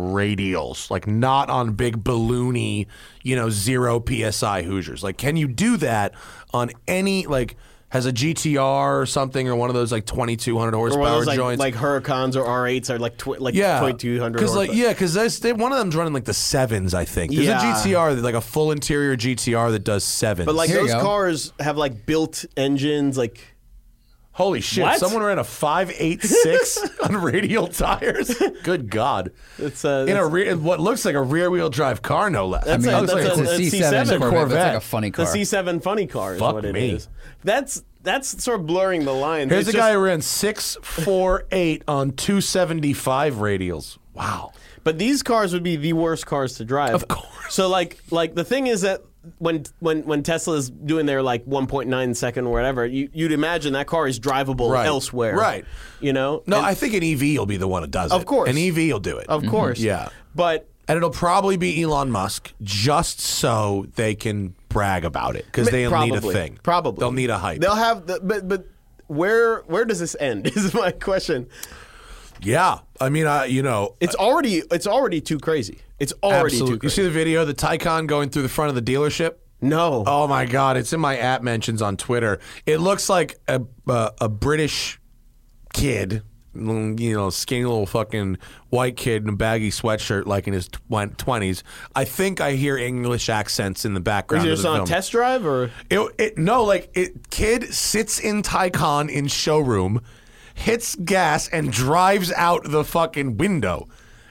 Speaker 1: radials, like not on big balloony, you know, zero psi Hoosiers? Like, can you do that on any like? Has a GTR or something, or one of those like twenty two hundred
Speaker 2: Or
Speaker 1: horsepower
Speaker 2: one of those like,
Speaker 1: joints?
Speaker 2: like Huracans or R8s are like tw- like
Speaker 1: yeah,
Speaker 2: twenty two hundred.
Speaker 1: Because like yeah, because one of them's running like the sevens, I think. There's
Speaker 2: Yeah.
Speaker 1: a GTR, that- like a full interior GTR that does sevens.
Speaker 2: but like
Speaker 3: Here you
Speaker 2: those
Speaker 3: go.
Speaker 2: cars have like built engines, like
Speaker 1: Holy shit!
Speaker 2: What?
Speaker 1: Someone ran a five eight six on radial tires. Good God!
Speaker 2: It's, uh,
Speaker 1: in a
Speaker 2: that's-
Speaker 1: rear, in what looks like a rear wheel drive car, no less.
Speaker 2: That's
Speaker 3: I mean,
Speaker 2: a-
Speaker 3: it's,
Speaker 2: that's
Speaker 3: like,
Speaker 2: a-
Speaker 3: it's a
Speaker 2: a
Speaker 3: C
Speaker 2: C7
Speaker 3: seven Corvette. It's like
Speaker 1: Corvette.
Speaker 3: a funny
Speaker 2: The
Speaker 3: car.
Speaker 2: C7 funny car is
Speaker 1: Fuck
Speaker 2: what it
Speaker 1: me.
Speaker 2: is. That's that's sort of blurring the lines.
Speaker 1: Here's
Speaker 2: It's
Speaker 1: a guy
Speaker 2: just-
Speaker 1: who ran six four eight on two seventy five radials. Wow.
Speaker 2: But these cars would be the worst cars to drive.
Speaker 1: Of course.
Speaker 2: So like like the thing is that when when when Tesla's doing their like 1.9 second or whatever, you, you'd imagine that car is drivable
Speaker 1: Right.
Speaker 2: elsewhere.
Speaker 1: Right.
Speaker 2: You know.
Speaker 1: No,
Speaker 2: And-
Speaker 1: I think an EV will be the one that does it.
Speaker 2: Of course.
Speaker 1: an EV will do it.
Speaker 2: of course.
Speaker 1: Yeah.
Speaker 2: But
Speaker 1: and it'll probably be Elon Musk, just so they can brag about it because they'll
Speaker 2: probably,
Speaker 1: need a thing.
Speaker 2: Probably
Speaker 1: they'll need a hype.
Speaker 2: They'll have the but but where where does this end is my question.
Speaker 1: yeah, I mean, I you know,
Speaker 2: It's already it's already too crazy. It's already
Speaker 1: absolutely.
Speaker 2: too
Speaker 1: You
Speaker 2: crazy.
Speaker 1: see the video of the Taycan going through the front of the dealership.
Speaker 2: no.
Speaker 1: Oh my God! It's in my app mentions on Twitter. It looks like a uh, a British kid, mm, you know, skinny little fucking white kid in a baggy sweatshirt, like in his twenties. I think I hear English accents in the
Speaker 2: is
Speaker 1: background.
Speaker 2: it
Speaker 1: of
Speaker 2: just
Speaker 1: the
Speaker 2: on
Speaker 1: film.
Speaker 2: test drive or
Speaker 1: It, it no, like it. Kid sits in Tycon in showroom, hits gas and drives out the fucking window.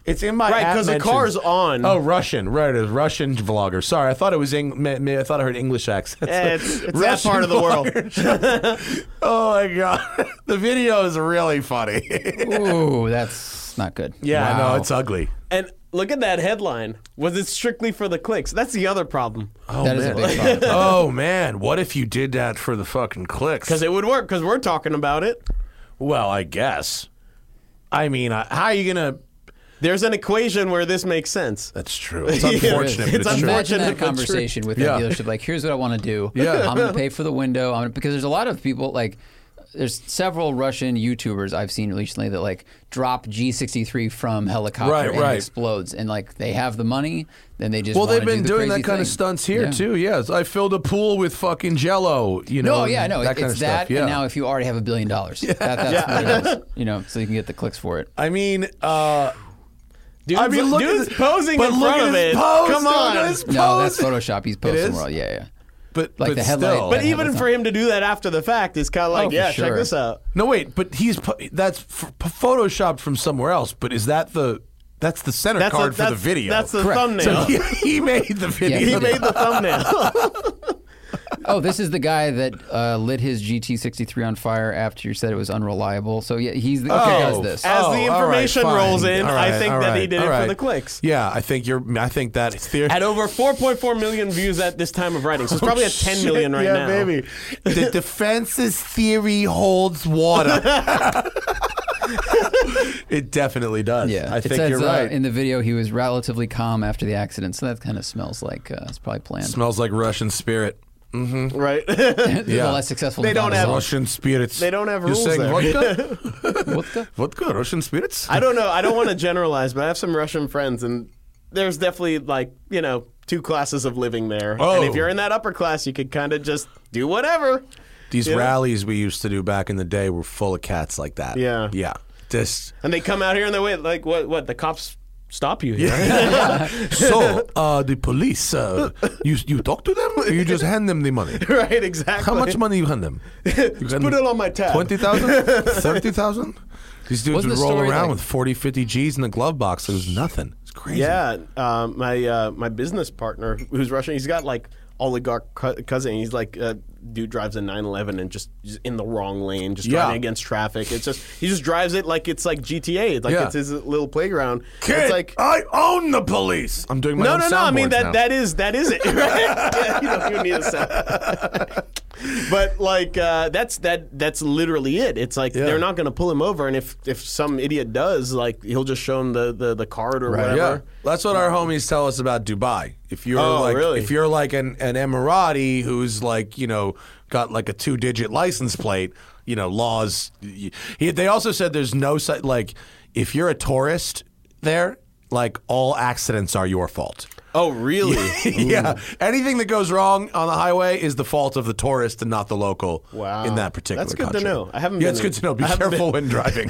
Speaker 1: It's in my
Speaker 2: Right,
Speaker 1: app
Speaker 2: 'cause the
Speaker 1: mentions-
Speaker 2: car's on.
Speaker 1: Oh, Russian, right? It's Russian vlogger. Sorry, I thought it was. Eng- ma- ma- I thought I heard English accents.
Speaker 2: Eh, it's- it's that part of the world.
Speaker 1: world. oh my god, the video is really funny.
Speaker 3: Ooh, that's not good.
Speaker 1: yeah,
Speaker 3: Wow.
Speaker 1: no, it's ugly.
Speaker 2: and look at that headline. Was it strictly for the clicks? That's the other problem.
Speaker 1: Oh
Speaker 3: That is a
Speaker 1: man.
Speaker 3: big problem.
Speaker 1: oh man, what if you did that for the fucking clicks?
Speaker 2: Because it would work because we're talking about it.
Speaker 1: Well, I guess. I mean, I, how are you gonna?
Speaker 2: There's an equation where this makes sense.
Speaker 1: That's true. It's
Speaker 2: Yeah,
Speaker 1: unfortunate. but
Speaker 2: it's
Speaker 1: it's true.
Speaker 2: unfortunate.
Speaker 3: Imagine that
Speaker 2: but true.
Speaker 3: conversation with that
Speaker 1: Yeah.
Speaker 3: dealership. Like, here's what I want to do.
Speaker 1: Yeah.
Speaker 3: I'm going to pay for the window. I'm gonna, because there's a lot of people like. There's several Russian YouTubers I've seen recently that like drop G63 from helicopter
Speaker 1: Right,
Speaker 3: and
Speaker 1: right.
Speaker 3: it explodes, and like they have the money, then they just
Speaker 1: Well, they've
Speaker 3: wanna do
Speaker 1: been
Speaker 3: the
Speaker 1: doing
Speaker 3: crazy
Speaker 1: that kind of
Speaker 3: thing.
Speaker 1: stunts here
Speaker 3: Yeah.
Speaker 1: too. Yes, I filled a pool with fucking Jello. You know.
Speaker 3: No, yeah,
Speaker 1: and
Speaker 3: no,
Speaker 1: That
Speaker 3: it's
Speaker 1: kind of
Speaker 3: that.
Speaker 1: stuff. Yeah.
Speaker 3: And now, if you already have a billion dollars, that, that's what it is. You know, so you can get the clicks for it.
Speaker 1: I mean, uh,
Speaker 2: Dude's,
Speaker 1: I mean, look
Speaker 2: dude's
Speaker 1: at this,
Speaker 2: posing
Speaker 1: but
Speaker 2: in
Speaker 1: look
Speaker 2: front
Speaker 1: at
Speaker 2: of
Speaker 1: his
Speaker 2: it.
Speaker 1: Pose,
Speaker 2: Come
Speaker 1: look at
Speaker 2: on.
Speaker 1: his
Speaker 3: No,
Speaker 1: pose.
Speaker 3: that's Photoshop. He's posting
Speaker 1: is?
Speaker 3: world. Yeah, yeah.
Speaker 1: But
Speaker 3: Like
Speaker 1: but
Speaker 3: the headlight.
Speaker 1: still,
Speaker 2: But
Speaker 3: Yeah,
Speaker 2: even
Speaker 3: that's
Speaker 2: for
Speaker 3: not-
Speaker 2: him to do that after the fact is kind of
Speaker 1: Oh,
Speaker 2: like,
Speaker 3: for
Speaker 2: yeah, check
Speaker 3: sure.
Speaker 2: this out.
Speaker 1: no, wait. But he's po- that's f- photoshopped from somewhere else. But is that the that's the center
Speaker 2: That's the-
Speaker 1: card for the
Speaker 2: that's-
Speaker 1: video?
Speaker 2: That's the
Speaker 3: Correct.
Speaker 1: so
Speaker 2: thumbnail.
Speaker 1: he, he made the video.
Speaker 3: Yeah,
Speaker 2: he made the thumbnail.
Speaker 3: Oh, this is the guy that uh, lit his GT63 on fire after you said it was unreliable. So yeah, he's the, okay,
Speaker 1: Oh,
Speaker 3: does this.
Speaker 2: as the
Speaker 1: all
Speaker 2: information
Speaker 1: fine.
Speaker 2: rolls in,
Speaker 1: All
Speaker 2: I think
Speaker 1: all
Speaker 2: that he did it
Speaker 1: all
Speaker 2: for the clicks.
Speaker 1: Yeah, I think you're. I think that theory.
Speaker 2: At over 4.4 million views at this time of writing, so it's probably at
Speaker 1: Oh,
Speaker 2: 10 million right now.
Speaker 1: The defense's theory holds water. it definitely does.
Speaker 3: yeah,
Speaker 1: I
Speaker 3: It
Speaker 1: think
Speaker 3: says,
Speaker 1: you're
Speaker 3: uh,
Speaker 1: right.
Speaker 3: in the video, he was relatively calm after the accident, so that kind of smells like uh, it's probably planned.
Speaker 1: Smells like Russian spirit.
Speaker 2: Right.
Speaker 3: The less successful.
Speaker 2: They don't
Speaker 3: Nevada
Speaker 2: have-
Speaker 3: song.
Speaker 1: Russian spirits.
Speaker 2: They don't have
Speaker 1: You're
Speaker 2: rules
Speaker 1: saying
Speaker 2: there.
Speaker 1: vodka?
Speaker 3: Vodka?
Speaker 1: vodka, Russian spirits?
Speaker 2: I don't know. I don't want to generalize, but I have some Russian friends, and there's definitely like you know two classes of living there.
Speaker 1: Oh.
Speaker 2: And if you're in that upper class, you could kind of just do whatever.
Speaker 1: These
Speaker 2: Yeah.
Speaker 1: rallies we used to do back in the day were full of cats like that.
Speaker 2: Yeah.
Speaker 1: Yeah. Just
Speaker 2: And they come out here and they wait like what? What the cops stop you here?
Speaker 1: so uh, the police, uh, you you talk to them, or you just hand them the money.
Speaker 2: right. Exactly.
Speaker 1: How much money you hand them? You hand
Speaker 2: Put it on my tab.
Speaker 1: 20,000? 30,000? These dudes
Speaker 3: Wasn't
Speaker 1: would
Speaker 3: the
Speaker 1: roll
Speaker 3: story
Speaker 1: around
Speaker 3: like-
Speaker 1: with 40, 50 G's in the glove box. It was nothing. It's crazy.
Speaker 2: Yeah, uh, my uh, my business partner who's Russian, he's got like oligarch cu- cousin. He's like uh, dude drives a 911 and just, just in the wrong lane, just
Speaker 1: Yeah.
Speaker 2: driving against traffic. It's just he just drives it like it's like GTA, It's like
Speaker 1: Yeah.
Speaker 2: it's his little playground.
Speaker 1: Kid,
Speaker 2: it's like
Speaker 1: I own the police. I'm doing my
Speaker 2: no,
Speaker 1: own
Speaker 2: no, no. I mean
Speaker 1: soundboards
Speaker 2: that
Speaker 1: now.
Speaker 2: that is that is it. Right? yeah, you don't even need a sound. but like uh, that's that that's literally it. It's like
Speaker 1: Yeah.
Speaker 2: they're not going to pull him over, and if if some idiot does, like he'll just show him the the, the card or whatever.
Speaker 1: Yeah, that's what our homies tell us about Dubai. If you're
Speaker 2: Oh,
Speaker 1: like,
Speaker 2: really?
Speaker 1: if you're like an, an Emirati who's like, you know, got like a two digit license plate, you know, laws. y- He, they also said there's no si- like, if you're a tourist there, like all accidents are your fault.
Speaker 2: Oh, really?
Speaker 1: yeah,
Speaker 2: Mm-hmm.
Speaker 1: anything that goes wrong on the highway is the fault of the tourist and not the local.
Speaker 2: Wow.
Speaker 1: in that particular.
Speaker 2: That's good to
Speaker 1: country.
Speaker 2: know. I haven't
Speaker 1: Yeah,
Speaker 2: been
Speaker 1: it's
Speaker 2: in-
Speaker 1: good to know. Be
Speaker 2: I haven't
Speaker 1: careful when driving.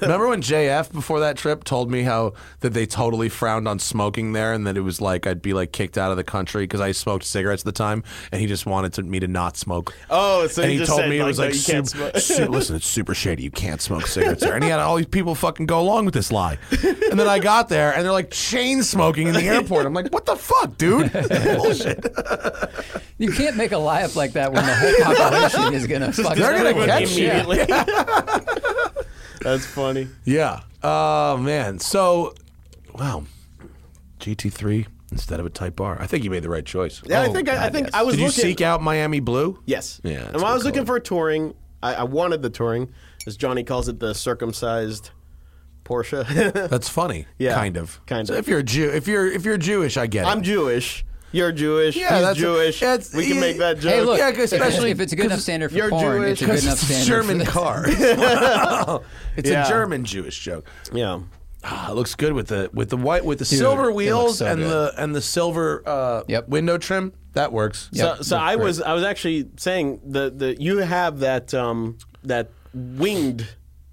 Speaker 1: Remember when JF before that trip told me how that they totally frowned on smoking there, and that it was like I'd be like kicked out of the country because I smoked cigarettes at the time, and he just wanted to, me to not smoke.
Speaker 2: Oh, so
Speaker 1: and
Speaker 2: he
Speaker 1: he,
Speaker 2: just
Speaker 1: told
Speaker 2: said,
Speaker 1: me it was like,
Speaker 2: like, no, you can't
Speaker 1: sup-
Speaker 2: smoke.
Speaker 1: su- listen, it's super shady. You can't smoke cigarettes there, and he had all these people fucking go along with this lie. And then I got there, and they're like chain smoking in the airport. I'm like, what the fuck, dude? Bullshit.
Speaker 3: You can't make a lie up like that when the whole population is gonna fucking.
Speaker 1: They're gonna
Speaker 2: Everyone
Speaker 1: catch you.
Speaker 3: Yeah.
Speaker 2: immediately. That's funny.
Speaker 1: Yeah. Oh man. So, wow. GT3 instead of a Type R. I think you made the right choice.
Speaker 2: Yeah, I
Speaker 3: Oh,
Speaker 2: think I, I
Speaker 3: God,
Speaker 2: think
Speaker 3: yes.
Speaker 2: I was
Speaker 1: Did you
Speaker 2: looking.
Speaker 1: seek out Miami Blue?
Speaker 2: yes.
Speaker 1: Yeah,
Speaker 2: And
Speaker 1: it's
Speaker 2: when I
Speaker 1: good
Speaker 2: was looking
Speaker 1: color.
Speaker 2: for a touring, I, I wanted the touring, as Johnny calls it, the circumcised Porsche.
Speaker 1: That's funny.
Speaker 2: Yeah,
Speaker 1: Kind of.
Speaker 2: kind
Speaker 1: So
Speaker 2: of.
Speaker 1: if you're a Jew, if you're if you're Jewish, I get it.
Speaker 2: I'm Jewish. You're Jewish.
Speaker 1: Yeah,
Speaker 2: He's
Speaker 1: that's-
Speaker 2: Jewish.
Speaker 1: that's-
Speaker 2: we can
Speaker 1: yeah.
Speaker 2: make that joke.
Speaker 3: Hey, look!
Speaker 1: Yeah, 'cause
Speaker 3: if,
Speaker 1: especially
Speaker 3: if it's a good enough standard for
Speaker 2: you're
Speaker 3: porn,
Speaker 2: Jewish.
Speaker 3: it's a good
Speaker 1: 'Cause
Speaker 3: enough
Speaker 1: it's a
Speaker 3: standard
Speaker 1: German
Speaker 3: for this.
Speaker 1: car. it's
Speaker 2: Yeah.
Speaker 1: a German Jewish joke.
Speaker 2: Yeah.
Speaker 1: Ah, it looks good with the with the white with the silver
Speaker 3: it looks
Speaker 1: wheels
Speaker 3: so
Speaker 1: and
Speaker 3: good.
Speaker 1: the and the silver uh,
Speaker 3: Yep.
Speaker 1: window trim. That works.
Speaker 3: Yep.
Speaker 2: So, so I was I was actually saying the, the you have that um, that winged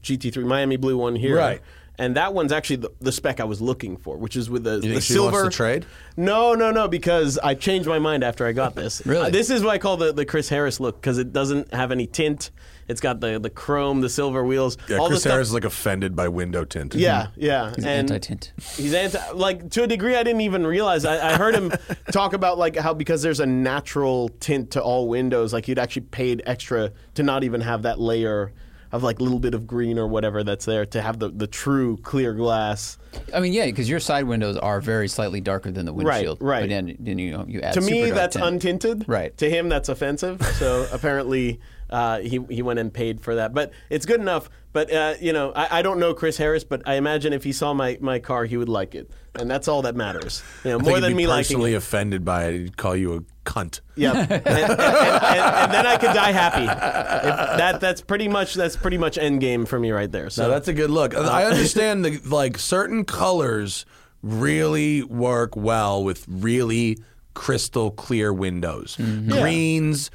Speaker 2: GT3 Miami blue one here,
Speaker 1: Right.
Speaker 2: And that one's actually the, the spec I was looking for, which is with the, the
Speaker 1: think she
Speaker 2: silver
Speaker 1: wants to trade?
Speaker 2: No, no, no, because I changed my mind after I got this.
Speaker 3: Really?
Speaker 2: this is what I call the, the Chris Harris look because it doesn't have any tint. It's got the, the chrome, the silver wheels,
Speaker 1: Yeah,
Speaker 2: all
Speaker 1: Chris
Speaker 2: the stuff.
Speaker 1: Harris is like offended by window tint.
Speaker 2: Yeah, yeah. He's
Speaker 3: anti-tint.
Speaker 2: He's anti. Like to a degree, I didn't even realize. I, I heard him talk about like how because there's a natural tint to all windows, like you'd actually paid extra to not even have that layer of like little bit of green or whatever that's there to have the, the true clear glass.
Speaker 3: I mean, yeah, because your side windows are very slightly darker than the windshield.
Speaker 2: right.
Speaker 3: But then, then you know, you add
Speaker 2: To me,
Speaker 3: super dark
Speaker 2: that's
Speaker 3: tint.
Speaker 2: untinted.
Speaker 3: Right.
Speaker 2: To him, that's offensive. So apparently, uh, he he went and paid for that. But it's good enough. But uh, you know, I, I don't know Chris Harris, but I imagine if he saw my, my car, he would like it, and that's all that matters. You know,
Speaker 1: I think
Speaker 2: more
Speaker 1: he'd
Speaker 2: than
Speaker 1: be
Speaker 2: me liking.
Speaker 1: personally
Speaker 2: it.
Speaker 1: offended by it. He'd call you a cunt.
Speaker 2: Yeah, and, and, and, and then I could die happy. If that that's pretty much that's pretty much end game for me right there. So
Speaker 1: Now, that's a good look. I understand the like certain colors really work well with really crystal clear windows.
Speaker 3: Mm-hmm.
Speaker 1: Greens,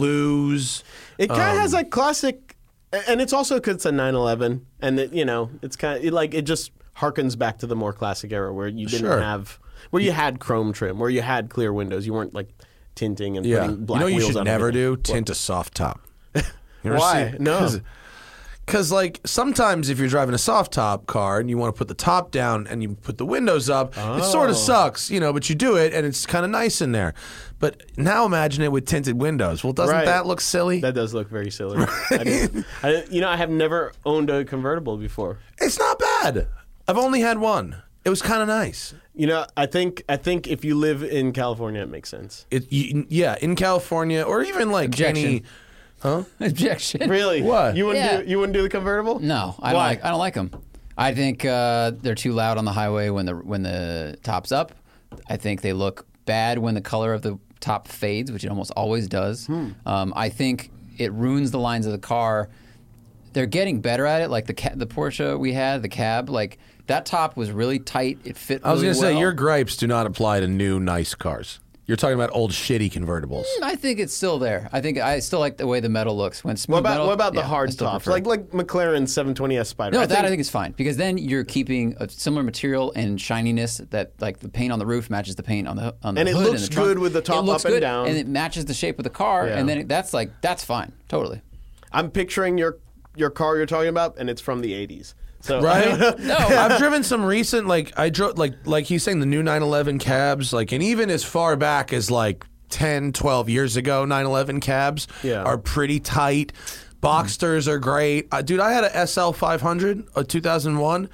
Speaker 1: blues.
Speaker 2: it kind of has
Speaker 1: Um,
Speaker 2: like classic, a- and it's also 'cause it's a 911, and it, you know it's kind of it, like it just harkens back to the more classic era where you didn't
Speaker 1: Sure.
Speaker 2: have where you had chrome trim, where you had clear windows, you weren't like tinting and
Speaker 1: Yeah. You
Speaker 2: putting black
Speaker 1: know what you
Speaker 2: wheels
Speaker 1: should
Speaker 2: on
Speaker 1: never
Speaker 2: everything.
Speaker 1: do? Tint a soft top. You ever
Speaker 2: Why?
Speaker 1: see-
Speaker 2: No.
Speaker 1: Because, like, sometimes if you're driving a soft top car and you want to put the top down and you put the windows up, it sort of sucks, you know, but you do it and it's kind of nice in there. But now imagine it with tinted windows. Well, doesn't
Speaker 2: Right.
Speaker 1: that look silly?
Speaker 2: That does look very silly. I didn't- I didn't- you know, I have never owned a convertible before.
Speaker 1: It's not bad. I've only had one. It was kind of nice.
Speaker 2: You know, I think I think if you live in California, it makes sense.
Speaker 1: It, you, yeah, in California or even like
Speaker 3: Objection.
Speaker 1: any.
Speaker 3: Objection.
Speaker 2: Really?
Speaker 1: What?
Speaker 2: You wouldn't
Speaker 3: Yeah.
Speaker 2: do you wouldn't do the convertible?
Speaker 3: No, I don't
Speaker 2: Why?
Speaker 3: like. I don't like them. I think uh, they're too loud on the highway when the when the top's up. I think they look bad when the color of the top fades, which it almost always does.
Speaker 2: Hmm.
Speaker 3: Um, I think it ruins the lines of the car. They're getting better at it. Like the ca- the Porsche we had, the cab, like that top was really tight. It fit.
Speaker 1: I was going
Speaker 3: really
Speaker 1: to say,
Speaker 3: well.
Speaker 1: your gripes do not apply to new, nice cars. You're talking about old, shitty convertibles.
Speaker 3: I think it's still there. I think I still like the way the metal looks when smooth
Speaker 2: What about
Speaker 3: metal-
Speaker 2: what about the
Speaker 3: yeah, I
Speaker 2: hard
Speaker 3: still
Speaker 2: tops?
Speaker 3: prefer it.
Speaker 2: Like like McLaren's 720S Spider.
Speaker 3: No, that I think is fine because then you're keeping a similar material and shininess that like the paint on the roof matches the paint on the on the
Speaker 2: And it
Speaker 3: hood
Speaker 2: looks
Speaker 3: and the trunk.
Speaker 2: good with the top
Speaker 3: it looks
Speaker 2: up and
Speaker 3: good,
Speaker 2: down.
Speaker 3: and it matches the shape of the car,
Speaker 2: Yeah.
Speaker 3: and then it, that's like that's fine, totally.
Speaker 2: I'm picturing your your car you're talking about, and it's from the 80s. So
Speaker 1: Right?
Speaker 3: No.
Speaker 1: I've driven some recent, like I drove, like like he's saying, the new 911 cabs, like, and even as far back as like 10, 12 years ago, 911 cabs
Speaker 2: Yeah.
Speaker 1: are pretty tight. Boxsters are great, uh, dude. I had a SL 500, a 2001,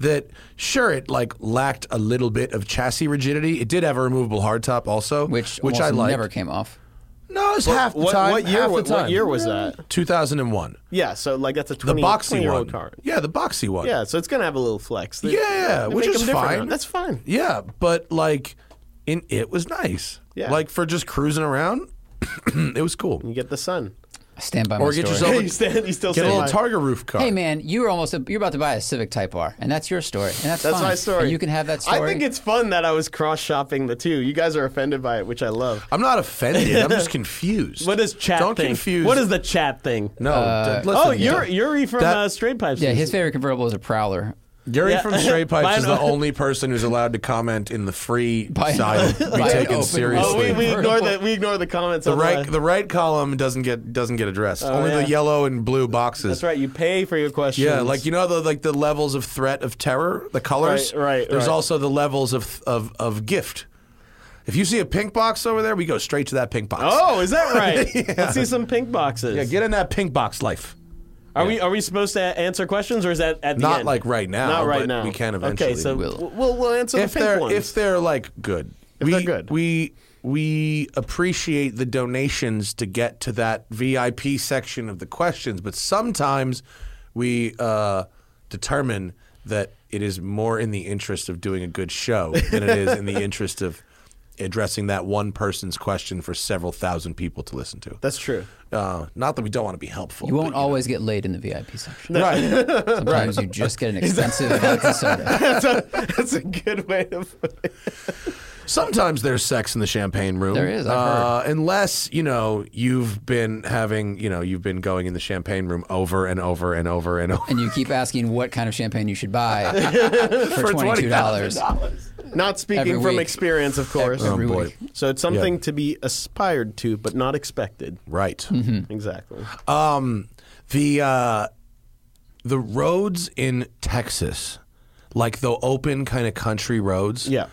Speaker 1: that sure it like lacked a little bit of chassis rigidity. It did have a removable hardtop also,
Speaker 3: Which
Speaker 1: which I
Speaker 3: almost
Speaker 1: liked.
Speaker 3: never came off.
Speaker 1: No, it's half the
Speaker 2: what-
Speaker 1: time.
Speaker 2: what year-
Speaker 1: half the
Speaker 2: what- what
Speaker 1: time.
Speaker 2: year was that?
Speaker 1: 2001.
Speaker 2: yeah, so like that's a
Speaker 1: The
Speaker 2: 20,
Speaker 1: boxy
Speaker 2: 20 -year-old
Speaker 1: one.
Speaker 2: car.
Speaker 1: Yeah, the boxy one.
Speaker 2: Yeah, so it's gonna have a little flex. They-
Speaker 1: Yeah,
Speaker 2: they
Speaker 1: which
Speaker 2: make
Speaker 1: is
Speaker 2: 'em different
Speaker 1: fine.
Speaker 2: now. That's fine.
Speaker 1: Yeah, but like, in it was nice.
Speaker 2: Yeah.
Speaker 1: Like for just cruising around, it was cool.
Speaker 2: You get the sun.
Speaker 3: I stand by my
Speaker 1: Or get
Speaker 3: story.
Speaker 1: yourself
Speaker 2: you stand, you still
Speaker 1: Get a
Speaker 2: stand
Speaker 1: little
Speaker 2: by-
Speaker 1: Targa roof car.
Speaker 3: Hey man, you were almost you're about to buy a Civic Type R, and that's your story, and that's
Speaker 2: That's
Speaker 3: fine.
Speaker 2: my story.
Speaker 3: And you can have that story.
Speaker 2: I think it's fun that I was cross shopping the two. You guys are offended by it, which I love.
Speaker 1: I'm not offended. I'm just confused.
Speaker 2: What is chat
Speaker 1: Don't
Speaker 2: think?
Speaker 1: confuse.
Speaker 2: What is the chat thing?
Speaker 1: No. d- listen,
Speaker 2: oh, Yuri,
Speaker 1: don't-
Speaker 2: Yuri from
Speaker 1: That-
Speaker 2: uh, Straight Pipes.
Speaker 3: yeah, his favorite convertible is a Prowler.
Speaker 1: Yuri
Speaker 2: Yeah.
Speaker 1: from Straight Pipes is
Speaker 2: Mine-
Speaker 1: the only person who's allowed to comment in the free
Speaker 3: By-
Speaker 1: side
Speaker 3: by
Speaker 1: be
Speaker 3: an
Speaker 1: taken
Speaker 3: open-
Speaker 1: seriously.
Speaker 2: Oh, we, we ignore
Speaker 3: Convertible.
Speaker 2: the we ignore the comments.
Speaker 1: the
Speaker 2: on
Speaker 1: right
Speaker 2: the-
Speaker 1: the right column doesn't get doesn't get addressed. Only
Speaker 2: Oh, yeah.
Speaker 1: the yellow and blue boxes.
Speaker 2: That's right. You pay for your questions.
Speaker 1: Yeah, like you know the like the levels of threat of terror, the colors.
Speaker 2: Right, right,
Speaker 1: There's
Speaker 2: right.
Speaker 1: also the levels of of of gift. If you see a pink box over there, we go straight to that pink box.
Speaker 2: Oh, is that right? Let's see some pink boxes.
Speaker 1: yeah, get in that pink box life.
Speaker 2: are we are we supposed to answer questions or is that at the
Speaker 1: Not
Speaker 2: end?
Speaker 1: like right now,
Speaker 2: Not right
Speaker 1: but
Speaker 2: now.
Speaker 1: we can
Speaker 2: Okay,
Speaker 1: eventually.
Speaker 2: so
Speaker 3: Will.
Speaker 2: w- we'll we'll answer
Speaker 1: If
Speaker 2: the pink
Speaker 1: they're
Speaker 2: ones.
Speaker 1: if they're like good,
Speaker 2: If
Speaker 1: we,
Speaker 2: they're good.
Speaker 1: we we appreciate the donations to get to that VIP section of the questions, but sometimes we uh, determine that it is more in the interest of doing a good show than it is in the interest of addressing that one person's question for several thousand people to listen to.
Speaker 2: That's true.
Speaker 1: Uh, not that we don't want to be helpful.
Speaker 3: You won't
Speaker 1: but,
Speaker 3: always get laid in the VIP section.
Speaker 1: right.
Speaker 3: Sometimes you just get an expensive vodka soda.
Speaker 2: That's a, that's a good way to put it.
Speaker 1: Sometimes there's sex in the champagne room.
Speaker 3: There is, I've
Speaker 1: uh, Unless, you know, you've been having, you know, you've been going in the champagne room over and over and over and over.
Speaker 3: And you keep asking what kind of champagne you should buy for twenty-two dollars.
Speaker 2: Not
Speaker 3: Every
Speaker 2: speaking from
Speaker 3: week.
Speaker 2: experience, of course.
Speaker 3: Every
Speaker 1: Oh, boy.
Speaker 3: week.
Speaker 2: So it's something to be aspired to, but not expected.
Speaker 1: Right.
Speaker 3: Mm-hmm. Hmm.
Speaker 2: Exactly.
Speaker 1: Um, the uh, the roads in Texas, like the open kind of country roads.
Speaker 2: Yeah.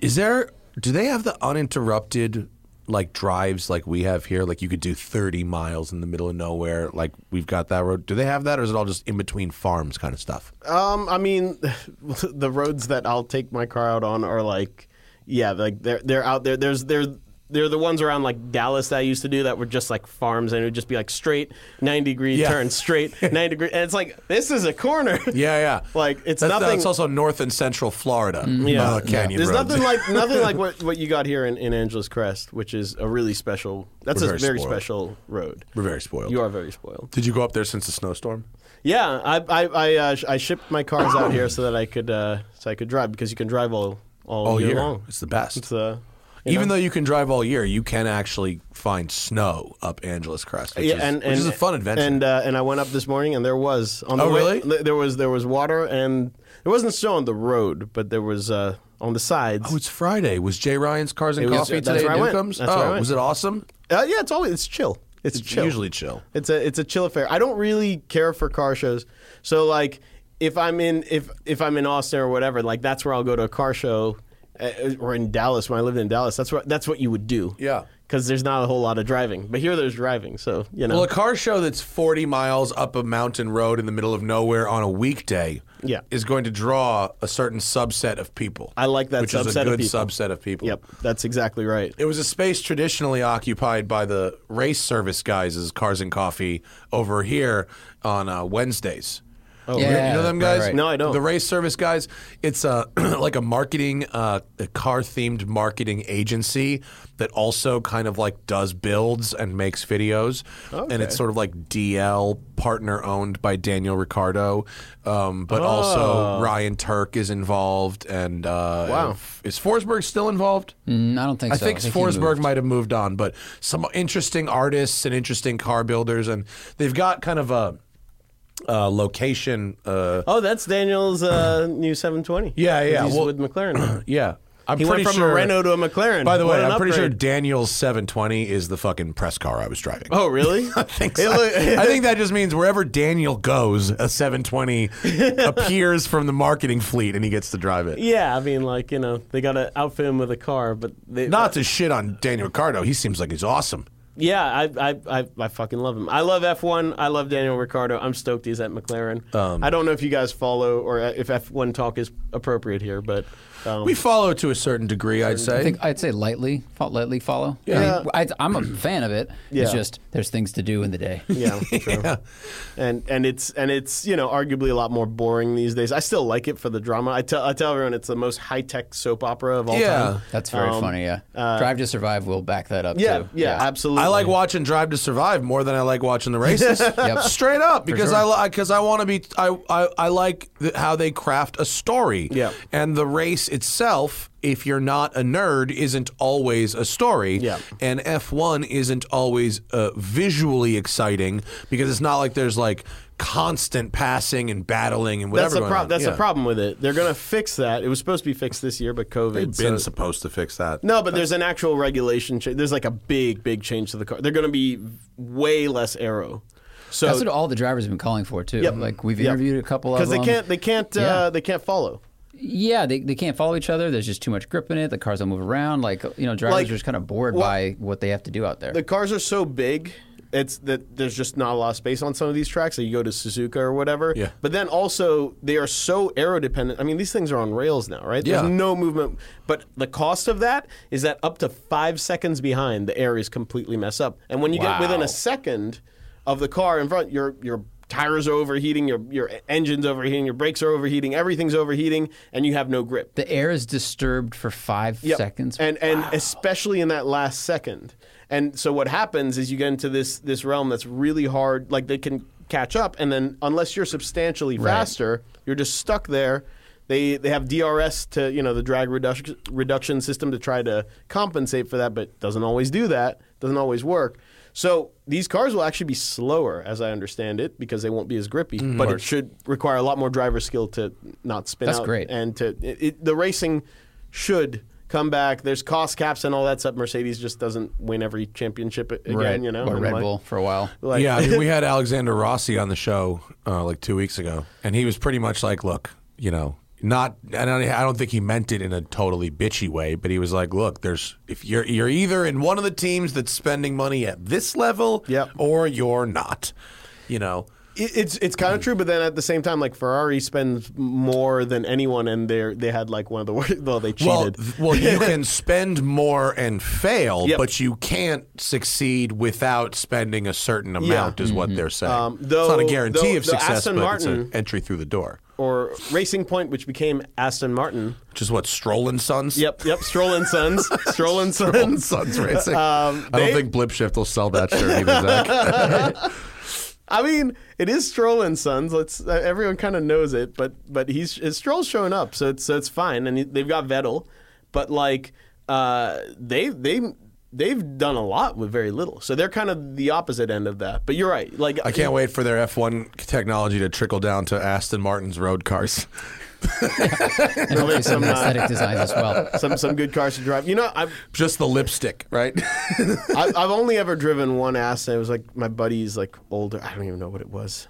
Speaker 1: Is there? Do they have the uninterrupted like drives like we have here? Like you could do thirty miles in the middle of nowhere. Like we've got that road. Do they have that, or is it all just in between farms kind of stuff?
Speaker 2: Um, I mean, the roads that I'll take my car out on are like, yeah, like they're they're out there. There's they're they're the ones around like Dallas that I used to do that were just like farms and it would just be like straight ninety degree
Speaker 1: Yeah.
Speaker 2: turn, straight ninety degree, and it's like this is a corner.
Speaker 1: Yeah, yeah.
Speaker 2: Like, it's
Speaker 1: that's,
Speaker 2: nothing-
Speaker 1: It's also North and Central Florida.
Speaker 2: Yeah,
Speaker 1: uh, Canyon
Speaker 2: There's
Speaker 1: roads.
Speaker 2: nothing like nothing like what, what you got here in, in Angeles Crest, which is a really special. That's
Speaker 1: We're very
Speaker 2: a very
Speaker 1: spoiled.
Speaker 2: special road.
Speaker 1: We're very spoiled.
Speaker 2: You are very spoiled.
Speaker 1: Did you go up there since the snowstorm?
Speaker 2: Yeah, I I I, uh, sh- I shipped my cars out here so that I could uh, so I could drive because you can drive all all,
Speaker 1: All
Speaker 2: year,
Speaker 1: year,
Speaker 2: long.
Speaker 1: it's the best.
Speaker 2: It's, uh, you
Speaker 1: Even
Speaker 2: know?
Speaker 1: though you can drive all year, you can actually find snow up Angeles Crest, which,
Speaker 2: yeah,
Speaker 1: is,
Speaker 2: and,
Speaker 1: which is a
Speaker 2: and-
Speaker 1: fun adventure.
Speaker 2: And uh, and I went up this morning and there was on the
Speaker 1: Oh,
Speaker 2: way,
Speaker 1: really?
Speaker 2: th- there was there was water and there wasn't snow on the road, but there was uh, on the sides.
Speaker 1: oh, it's Friday. Was Jay Ryan's Cars and
Speaker 2: It was-
Speaker 1: Coffee
Speaker 2: that's
Speaker 1: today
Speaker 2: where
Speaker 1: at
Speaker 2: I went.
Speaker 1: Newcomb's?
Speaker 2: That's
Speaker 1: oh,
Speaker 2: where I went.
Speaker 1: was it awesome?
Speaker 2: uh, yeah, it's always it's chill. It's, chill.
Speaker 1: usually chill.
Speaker 2: It's a it's a chill affair. I don't really care for car shows. So like if I'm in if if I'm in Austin or whatever, like that's where I'll go to a car show. uh, Or in Dallas when I lived in Dallas, that's what that's what you would do.
Speaker 1: Yeah.
Speaker 2: because there's not a whole lot of driving, but here there's driving. So you know,
Speaker 1: Well, a car show that's 40 miles up a mountain road in the middle of nowhere on a weekday
Speaker 2: Yeah.
Speaker 1: is going to draw a certain subset of people.
Speaker 2: I like that
Speaker 1: which is
Speaker 2: subset
Speaker 1: a
Speaker 2: of
Speaker 1: good
Speaker 2: people.
Speaker 1: subset of people.
Speaker 2: yep, that's exactly right.
Speaker 1: It was a space traditionally occupied by the race service guys as Cars and Coffee over here on uh, Wednesdays. Oh,
Speaker 3: Yeah,
Speaker 1: you know them
Speaker 3: right,
Speaker 1: guys?
Speaker 3: right.
Speaker 2: No, I don't.
Speaker 1: The race service guys. It's a like a marketing, uh, a car-themed marketing agency that also kind of like does builds and makes videos, and it's sort of like DL partner owned by Daniel Ricardo, um, but also Ryan Turk is involved, and uh,
Speaker 2: Wow.
Speaker 1: f- is Forsberg still involved?
Speaker 3: Mm, I don't think
Speaker 1: I
Speaker 3: so.
Speaker 1: think
Speaker 3: he
Speaker 1: Forsberg
Speaker 3: moved.
Speaker 1: might have moved on, but some interesting artists and interesting car builders, and they've got kind of a, a location. Uh,
Speaker 2: Oh, that's Daniel's uh, new 720.
Speaker 1: Yeah, yeah,
Speaker 2: He's
Speaker 1: well-
Speaker 2: with McLaren. now.
Speaker 1: yeah, I'm
Speaker 2: he went
Speaker 1: pretty
Speaker 2: from
Speaker 1: sure.
Speaker 2: a Renault to a McLaren.
Speaker 1: by the way,
Speaker 2: What an
Speaker 1: I'm pretty sure
Speaker 2: upgrade.
Speaker 1: Daniel's 720 is the fucking press car I was driving.
Speaker 2: Oh, really? I
Speaker 1: Thanks. I think that just means wherever Daniel goes, a 720 appears from the marketing fleet, and he gets to drive it.
Speaker 2: Yeah, I mean, like you know, they got to outfit him with a car, but they,
Speaker 1: Not to shit on Daniel Ricardo, he seems like he's awesome.
Speaker 2: Yeah, I, I, I, I fucking love him. I love F1. I love Daniel Ricciardo. I'm stoked
Speaker 1: Um,
Speaker 2: he's at McLaren. I don't know if you guys follow or if F1 talk is appropriate here, but um,
Speaker 1: we follow to a certain degree, I'd say.
Speaker 3: I think I'd say lightly, fo- lightly follow.
Speaker 1: Yeah.
Speaker 3: I am a fan of it.
Speaker 2: Yeah.
Speaker 3: It's just there's things to do in the day.
Speaker 2: Yeah, true. and and it's and it's you know arguably a lot more boring these days. I still like it for the drama. I tell I tell everyone it's the most high tech soap opera of all
Speaker 1: Yeah.
Speaker 2: time.
Speaker 3: That's very funny. Yeah, Drive to Survive will back that up.
Speaker 2: Um, uh, Yeah,
Speaker 3: too.
Speaker 2: yeah, absolutely.
Speaker 1: I like watching Drive to Survive more than I like watching the races. Straight up, because
Speaker 3: sure.
Speaker 1: I because I want to be I I, I like th- how they craft a story.
Speaker 2: Yeah.
Speaker 1: and the race itself, if you're not a nerd, isn't always a story.
Speaker 2: Yeah.
Speaker 1: and F1 isn't always uh, visually exciting because it's not like there's like constant passing and battling and whatever.
Speaker 2: that's the
Speaker 1: going
Speaker 2: problem.
Speaker 1: on.
Speaker 2: That's
Speaker 1: yeah.
Speaker 2: the problem with it. They're gonna fix that. It was supposed to be fixed this year, but COVID.
Speaker 1: They've
Speaker 2: so-
Speaker 1: been supposed to fix that.
Speaker 2: No, but there's an actual regulation change. There's like a big, big change to the car. They're going to be way less aero. So
Speaker 3: That's what all the drivers have been calling for too.
Speaker 2: Yep.
Speaker 3: Like we've
Speaker 2: Yep.
Speaker 3: interviewed a couple of them.
Speaker 2: because they can't, they can't,
Speaker 3: Yeah.
Speaker 2: uh, they can't follow.
Speaker 3: Yeah, they, they can't follow each other. There's just too much grip in it. The cars don't move around. Like you know, drivers
Speaker 2: Like,
Speaker 3: are just kind of bored
Speaker 2: what-
Speaker 3: by what they have to do out there.
Speaker 2: The cars are so big. It's that there's just not a lot of space on some of these tracks. So you go to Suzuka or whatever.
Speaker 1: Yeah.
Speaker 2: But then also they are so aero dependent. I mean, these things are on rails now, right?
Speaker 1: Yeah.
Speaker 2: There's no movement. But the cost of that is that up to five seconds behind, the air is completely messed up. And when you get within
Speaker 3: Wow.
Speaker 2: a second of the car in front, your your tires are overheating, your your e-, engine's overheating, your brakes are overheating, everything's overheating, and you have no grip.
Speaker 3: The air is disturbed for five
Speaker 2: Yep.
Speaker 3: seconds.
Speaker 2: and and especially in that last second. And so what happens is you get into this this realm that's really hard. Like they can catch up, and then unless you're substantially faster, you're just stuck there. They they have DRS to you know the drag reduction reduction system to try to compensate for that, but doesn't always do that. Doesn't always work. So these cars will actually be slower, as I understand it, because they won't be as grippy. but it should require a lot more driver skill to not spin
Speaker 3: Mm-hmm. That's
Speaker 2: out
Speaker 3: great.
Speaker 2: and to it, it, the racing should come back. There's cost caps and all that stuff. Mercedes just doesn't win every championship a- again,
Speaker 3: Right.
Speaker 2: you know.
Speaker 3: or
Speaker 2: and
Speaker 3: Red
Speaker 2: like-
Speaker 3: Bull for a while.
Speaker 2: like-
Speaker 1: yeah, I mean, we had Alexander Rossi on the show uh, like two weeks ago, and he was pretty much like, "Look, you know, not." And I I don't think he meant it in a totally bitchy way, but he was like, "Look, there's if you're you're either in one of the teams that's spending money at this level,
Speaker 2: Yep.
Speaker 1: or you're not." You know,
Speaker 2: It- it's it's kind of true, but then at the same time, like Ferrari spends more than anyone, and they are they had like one of the worst. Well, they cheated.
Speaker 1: well, th- well, you can spend more and fail,
Speaker 2: Yep.
Speaker 1: but you can't succeed without spending a certain amount, is what they're saying.
Speaker 2: Um,
Speaker 1: it's not a
Speaker 2: though-
Speaker 1: guarantee
Speaker 2: though-
Speaker 1: of
Speaker 2: though
Speaker 1: success,
Speaker 2: Aston
Speaker 1: but it's
Speaker 2: Martin-
Speaker 1: an entry through the door.
Speaker 2: or Racing Point, which became Aston Martin.
Speaker 1: Which is what Stroll and Sons.
Speaker 2: Yep, yep. Stroll and Sons. Stroll and
Speaker 1: Golden
Speaker 2: Sons.
Speaker 1: Suns Racing. I
Speaker 2: Um, they-
Speaker 1: don't think Blip Shift will sell that shirt either, Zach.
Speaker 2: I mean, it is Stroll and Sons. Let's uh, everyone kind of knows it, but but he's is Stroll's showing up, so it's so it's fine, and he- they've got Vettel, but like uh, they they they've done a lot with very little, so they're kind of the opposite end of that. But you're right, like
Speaker 1: I can't wait for their F1 technology to trickle down to Aston Martin's road cars.
Speaker 3: And hopefully some
Speaker 2: some, uh,
Speaker 3: aesthetic designs as well.
Speaker 2: some some good cars to drive. You know, I've
Speaker 1: Just the lipstick, right?
Speaker 2: I've, I've only ever driven one Aston. It was like my buddy's like older. I don't even know what it was,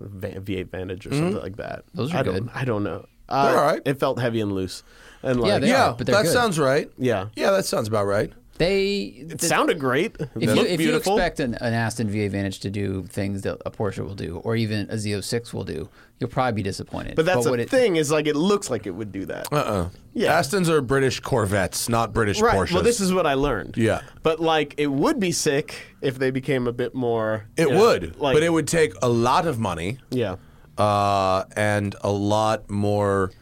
Speaker 2: Va- V8 Vantage or something like that.
Speaker 3: Mm-hmm. Those are
Speaker 2: I don't,
Speaker 3: good.
Speaker 2: I don't know. Uh,
Speaker 1: They're all right.
Speaker 2: It felt heavy and loose, and like
Speaker 3: Yeah, they
Speaker 1: yeah,
Speaker 3: are, but they're
Speaker 1: that
Speaker 3: good.
Speaker 1: sounds right.
Speaker 2: Yeah.
Speaker 1: Yeah, that sounds about right.
Speaker 3: They
Speaker 2: It sounded great. It
Speaker 3: if, you,
Speaker 2: looked
Speaker 3: if you
Speaker 2: beautiful.
Speaker 3: expect an, an Aston V Advantage to do things that a Porsche will do, or even a Z06 will do, you'll probably be disappointed.
Speaker 2: but that's
Speaker 3: what
Speaker 2: the
Speaker 3: it-
Speaker 2: thing is like it looks like it would do that.
Speaker 1: Uh-uh.
Speaker 2: Yeah.
Speaker 1: Astons are British Corvettes, not British
Speaker 2: right.
Speaker 1: Porsches.
Speaker 2: Well, this is what I learned.
Speaker 1: Yeah.
Speaker 2: But like it would be sick if they became a bit more.
Speaker 1: it
Speaker 2: you know,
Speaker 1: would,
Speaker 2: Like,
Speaker 1: but it would take a lot of money
Speaker 2: Yeah.
Speaker 1: uh, and a lot more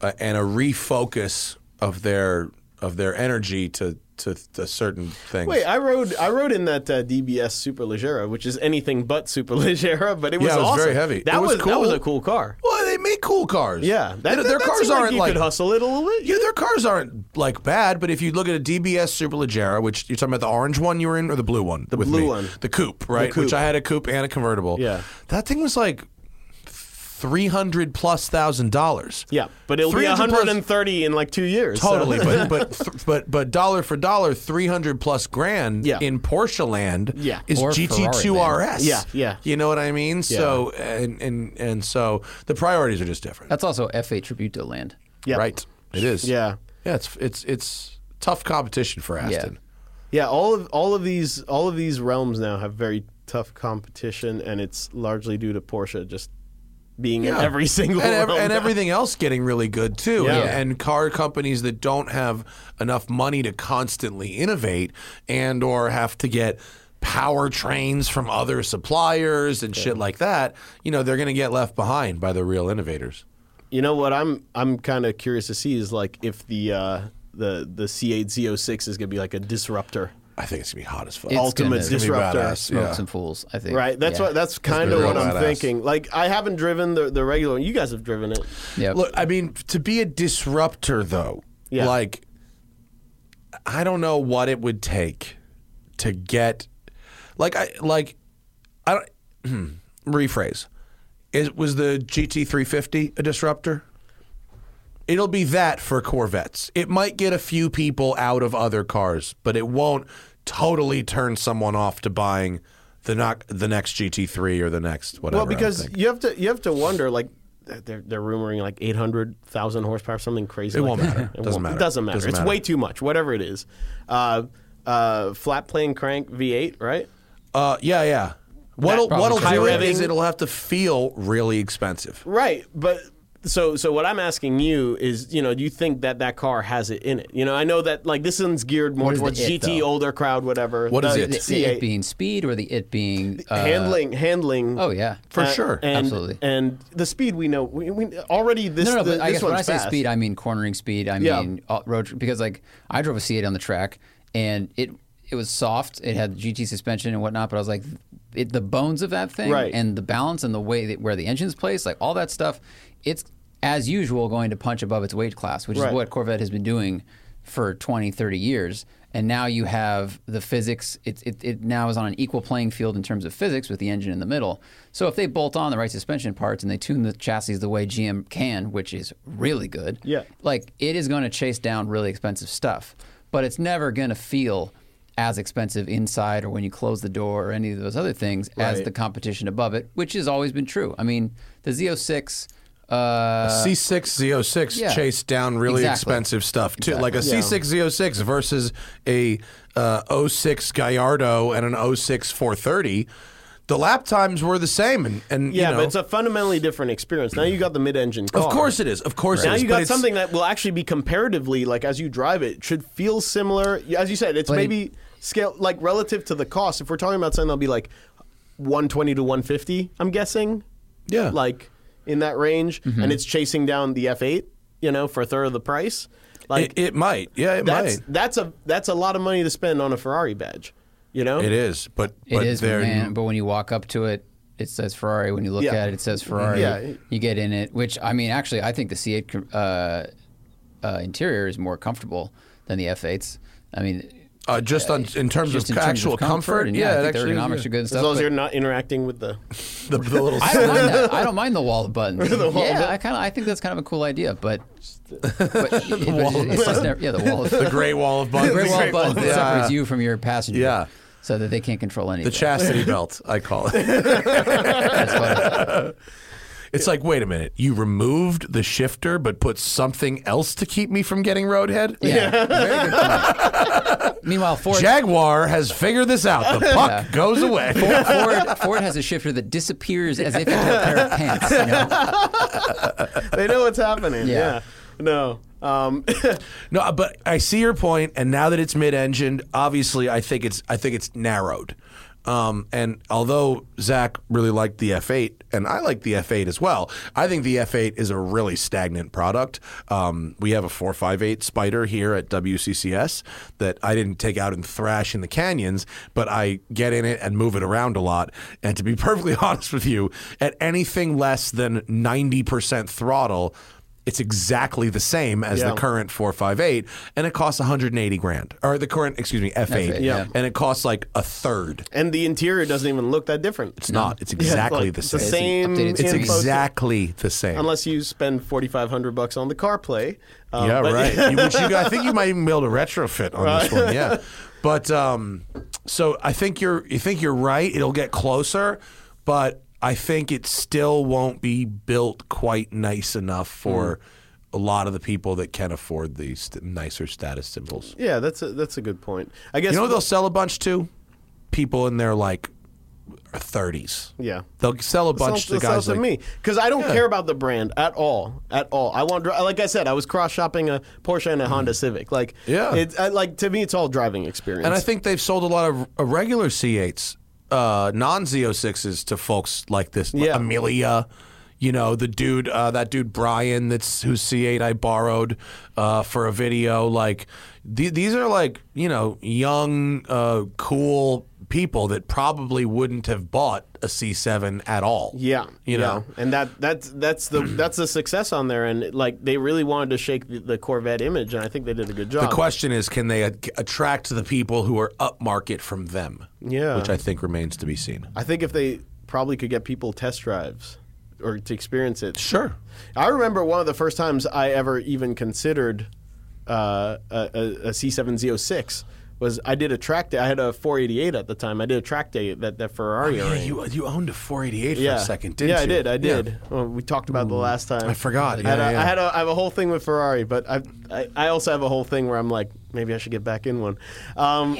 Speaker 1: uh, and a refocus of their of their energy to to, to certain things.
Speaker 2: Wait, I rode I rode in that uh, DBS Superleggera, which is anything but Superleggera, but it was
Speaker 1: Yeah, it was
Speaker 2: awesome.
Speaker 1: very heavy.
Speaker 2: That
Speaker 1: It was
Speaker 2: that was
Speaker 1: cool.
Speaker 2: a cool car.
Speaker 1: Well, they make cool cars.
Speaker 2: Yeah,
Speaker 1: They- their cars
Speaker 2: seemed like
Speaker 1: aren't
Speaker 2: you
Speaker 1: like,
Speaker 2: could hustle it a little bit.
Speaker 1: yeah, their cars aren't like bad. But if you look at a DBS Superleggera, which you're talking about the orange one you were in or the blue one, the
Speaker 2: blue one.
Speaker 1: the coupe, right? Which
Speaker 2: coupe.
Speaker 1: I had a coupe and a convertible.
Speaker 2: Yeah.
Speaker 1: that thing was like three hundred plus thousand dollars.
Speaker 2: Yeah, but it'll be
Speaker 1: 300 plus-
Speaker 2: 130 in like two years. so-
Speaker 1: Totally, but but th- but but dollar for dollar, three hundred plus grand
Speaker 2: Yeah.
Speaker 1: in Porsche land
Speaker 2: Yeah.
Speaker 1: is
Speaker 3: Or
Speaker 1: GT2
Speaker 3: Ferrari
Speaker 1: RS.
Speaker 2: Yeah, yeah.
Speaker 1: You know what I mean? So and and and so the priorities are just different.
Speaker 3: That's also F8 Tributo land.
Speaker 2: Yeah.
Speaker 1: Right. It is.
Speaker 2: Yeah.
Speaker 1: Yeah. It's it's it's tough competition for Aston.
Speaker 2: Yeah, all of all of these all of these realms now have very tough competition, and it's largely due to Porsche just being in every single
Speaker 1: and, ev-
Speaker 2: realm
Speaker 1: and
Speaker 2: now.
Speaker 1: everything else getting really good too.
Speaker 2: Yeah.
Speaker 1: And, and car companies that don't have enough money to constantly innovate and or have to get powertrains from other suppliers and shit like that, you know, they're going to get left behind by the real innovators.
Speaker 2: You know what I'm I'm kind of curious to see is like if the uh, the the C8 Z06 is gonna be like a disruptor,
Speaker 1: I think it's going to be hot as fuck.
Speaker 3: It's
Speaker 2: ultimate
Speaker 3: gonna- It's
Speaker 1: gonna be
Speaker 2: disruptor.
Speaker 1: badass.
Speaker 3: smoke
Speaker 1: Yeah.
Speaker 3: some fools. I think.
Speaker 2: Right, that's
Speaker 3: Yeah.
Speaker 2: what that's kind of
Speaker 1: real
Speaker 2: what I'm
Speaker 1: badass.
Speaker 2: thinking. Like I haven't driven the the regular one. You guys have driven it.
Speaker 3: Yep.
Speaker 1: Look, I mean, to be a disruptor, though,
Speaker 2: Yeah.
Speaker 1: like, I don't know what it would take to get, like, I like, I don't hmm, rephrase. Is was the GT350 a disruptor? It'll be that for Corvettes. It might get a few people out of other cars, but it won't totally turn someone off to buying the not the next GT3 or the next whatever.
Speaker 2: Well,
Speaker 1: I would
Speaker 2: because
Speaker 1: think.
Speaker 2: you have to you have to wonder like they're they're rumoring like 800,000 horsepower something crazy.
Speaker 1: It
Speaker 2: like
Speaker 1: won't
Speaker 2: that.
Speaker 1: matter. Doesn't matter.
Speaker 2: It doesn't matter.
Speaker 1: Doesn't
Speaker 2: it's
Speaker 1: matter.
Speaker 2: way too much. Whatever it is, uh, uh, flat plane crank V8, right?
Speaker 1: Uh, yeah, yeah. What'll
Speaker 3: probably
Speaker 1: what'll
Speaker 2: high
Speaker 1: do it
Speaker 2: revving.
Speaker 1: is it'll have to feel really expensive.
Speaker 2: Right, but so so what I'm asking you is, you know, do you think that that car has it in it? You know, I know that like this one's geared more
Speaker 3: What is the
Speaker 2: towards
Speaker 3: it,
Speaker 2: GT
Speaker 3: though?
Speaker 2: older crowd, whatever.
Speaker 1: What is
Speaker 2: The
Speaker 1: it?
Speaker 3: the, the
Speaker 2: C8.
Speaker 3: it being speed or the it being uh,
Speaker 2: handling, handling.
Speaker 3: Oh yeah.
Speaker 1: For sure.
Speaker 2: and,
Speaker 3: Absolutely.
Speaker 2: And the speed we know, we, we already this.
Speaker 3: No, no, no,
Speaker 2: the,
Speaker 3: but I
Speaker 2: this
Speaker 3: guess when I
Speaker 2: one's
Speaker 3: say
Speaker 2: fast.
Speaker 3: speed, I mean cornering speed. I
Speaker 2: Yeah.
Speaker 3: mean all- road tr- because like I drove a C8 on the track and it it was soft. It had GT suspension and whatnot, but I was like, it, the bones of that thing
Speaker 2: Right.
Speaker 3: and the balance and the way that where the engine's placed, like all that stuff, it's as usual going to punch above its weight class, which
Speaker 2: Right.
Speaker 3: is what Corvette has been doing for 20, 30 years. And now you have the physics. It, it, it now is on an equal playing field in terms of physics with the engine in the middle. So if they bolt on the right suspension parts and they tune the chassis the way GM can, which is really good,
Speaker 2: Yeah.
Speaker 3: like it is going to chase down really expensive stuff, but it's never going to feel as expensive inside or when you close the door or any of those other things as
Speaker 2: Right.
Speaker 3: the competition above it, which has always been true. I mean, the Z06. Uh,
Speaker 1: C6 Z06
Speaker 3: yeah.
Speaker 1: chased down really
Speaker 3: Exactly.
Speaker 1: expensive stuff too, like a
Speaker 2: Yeah.
Speaker 1: C6 Z06 versus a uh, 06 Gallardo and an 06 430. The lap times were the same, and, and
Speaker 2: yeah,
Speaker 1: you know,
Speaker 2: but it's a fundamentally different experience. Now you got the mid-engine car.
Speaker 1: of course it is. Of course it
Speaker 2: Now
Speaker 1: is,
Speaker 2: you
Speaker 1: but
Speaker 2: got
Speaker 1: it's-
Speaker 2: something that will actually be comparatively like as you drive it should feel similar. As you said, it's
Speaker 3: it-
Speaker 2: maybe scale like relative to the cost. If we're talking about something that'll be like 120 to 150, I'm guessing.
Speaker 1: Yeah. Mm-hmm.
Speaker 2: Like in that range and it's chasing down the F8, you know, for a third of the price. Like
Speaker 1: It, it might. Yeah, it
Speaker 2: that's
Speaker 1: might.
Speaker 2: that's a that's a lot of money to spend on a Ferrari badge, you know?
Speaker 1: It is, but
Speaker 3: It
Speaker 1: but
Speaker 3: is, but
Speaker 1: they're-
Speaker 3: man. But when you walk up to it, it says Ferrari. When you look
Speaker 2: Yeah.
Speaker 3: at it, it says Ferrari.
Speaker 2: Yeah.
Speaker 3: You get in it, which I mean, actually, I think the C8 uh, uh, interior is more comfortable than the F8s. I mean,
Speaker 1: uh, just on, in terms
Speaker 3: just
Speaker 1: of
Speaker 3: in terms
Speaker 1: actual
Speaker 3: of comfort, and yeah, I
Speaker 1: it
Speaker 3: think their
Speaker 1: actually is,
Speaker 3: ergonomics
Speaker 1: yeah.
Speaker 3: are good and
Speaker 2: As
Speaker 3: stuff.
Speaker 2: long as
Speaker 3: but
Speaker 2: you're not interacting with the
Speaker 1: The, the little
Speaker 3: I don't mind that. I don't mind the wall of buttons.
Speaker 2: wall
Speaker 3: yeah,
Speaker 2: of
Speaker 3: I kind of I think that's kind of a cool idea, but, but it-
Speaker 1: wall of
Speaker 3: it's just never, yeah, the wall of
Speaker 1: the Great Wall of
Speaker 3: the
Speaker 1: Buttons.
Speaker 3: great wall of buttons that
Speaker 1: Yeah.
Speaker 3: separates you from your passenger.
Speaker 1: Yeah.
Speaker 3: So that they can't control anything.
Speaker 1: The chastity belt, I call it.
Speaker 3: That's funny.
Speaker 1: It's like, wait a minute, you removed the shifter but put something else to keep me from getting roadhead?
Speaker 3: Yeah. Very good point. Meanwhile, Ford,
Speaker 1: Jaguar has figured this out. The puck goes away.
Speaker 3: Ford, Ford Ford has a shifter that disappears as if it were a pair of pants. You know?
Speaker 2: they know what's happening.
Speaker 3: Yeah.
Speaker 2: Yeah. No. Um,
Speaker 1: No, but I see your point, and now that it's mid-engined, obviously, I think it's I think it's narrowed. Um, and although Zach really liked the F8, and I like the F8 as well, I think the F8 is a really stagnant product. Um, we have a 458 Spider here at WCCS that I didn't take out and thrash in the canyons, but I get in it and move it around a lot. And to be perfectly honest with you, at anything less than 90% throttle, it's exactly the same as the
Speaker 2: Yeah.
Speaker 1: current 458 and it costs 180 grand or the current excuse me f8,
Speaker 3: F8, yeah.
Speaker 1: and it costs like a third
Speaker 2: and the interior doesn't even look that different.
Speaker 1: it's not it's exactly
Speaker 2: like
Speaker 1: the
Speaker 2: the
Speaker 1: same
Speaker 2: same
Speaker 3: updated
Speaker 1: it's
Speaker 3: info-
Speaker 1: exactly the same
Speaker 2: unless you spend forty five hundred bucks on the CarPlay. Um,
Speaker 1: yeah
Speaker 2: but-
Speaker 1: right You- which you, i think you might even be able to retrofit on this one yeah but um so i think you're you think you're right it'll get closer but i think it still won't be built quite nice enough for
Speaker 2: Hmm.
Speaker 1: a lot of the people that can afford these st- nicer status symbols
Speaker 2: Yeah, that's a that's a good point. I guess
Speaker 1: You know what they'll sell a bunch to? People in their like 30s.
Speaker 2: Yeah.
Speaker 1: They'll sell a bunch
Speaker 2: Sell-
Speaker 1: to
Speaker 2: sell
Speaker 1: guys
Speaker 2: to
Speaker 1: like
Speaker 2: me because I don't care about the brand at all, at all. I want, dri- like I said, I was cross shopping a Porsche and a Honda Civic. Like,
Speaker 1: Mm. Yeah.
Speaker 2: it's I, like to me, it's all driving experience.
Speaker 1: And I think they've sold a lot of uh, regular C8s, uh, non Z06s to folks like this, like
Speaker 2: Yeah.
Speaker 1: Amelia. You know the dude, uh, that dude Brian, that's whose C8 I borrowed uh, for a video. Like th- these are like you know young, uh, cool people that probably wouldn't have bought a C7 at all.
Speaker 2: Yeah,
Speaker 1: you
Speaker 2: yeah.
Speaker 1: know.
Speaker 2: and that that's that's the that's the success on there, and like they really wanted to shake the, the Corvette image, and I think they did a good job.
Speaker 1: The question is, can they a- attract the people who are upmarket from them?
Speaker 2: Yeah.
Speaker 1: which I think remains to be seen.
Speaker 2: I think if they probably could get people test drives or to experience it.
Speaker 1: Sure.
Speaker 2: I remember one of the first times I ever even considered uh, a, a, a C7 Z06 was I did a track day. I had a 488 at the time. I did a track day that that Ferrari.
Speaker 1: Yeah,
Speaker 2: ran.
Speaker 1: you you owned a 488 for a second, didn't
Speaker 2: yeah,
Speaker 1: you?
Speaker 2: I did. I
Speaker 1: Yeah.
Speaker 2: did. Well, we talked about the last time.
Speaker 1: I forgot.
Speaker 2: I, had
Speaker 1: Yeah,
Speaker 2: a,
Speaker 1: yeah.
Speaker 2: I had a, I have a whole thing with Ferrari, but I, I I also have a whole thing where I'm like, maybe I should get back in one. Um,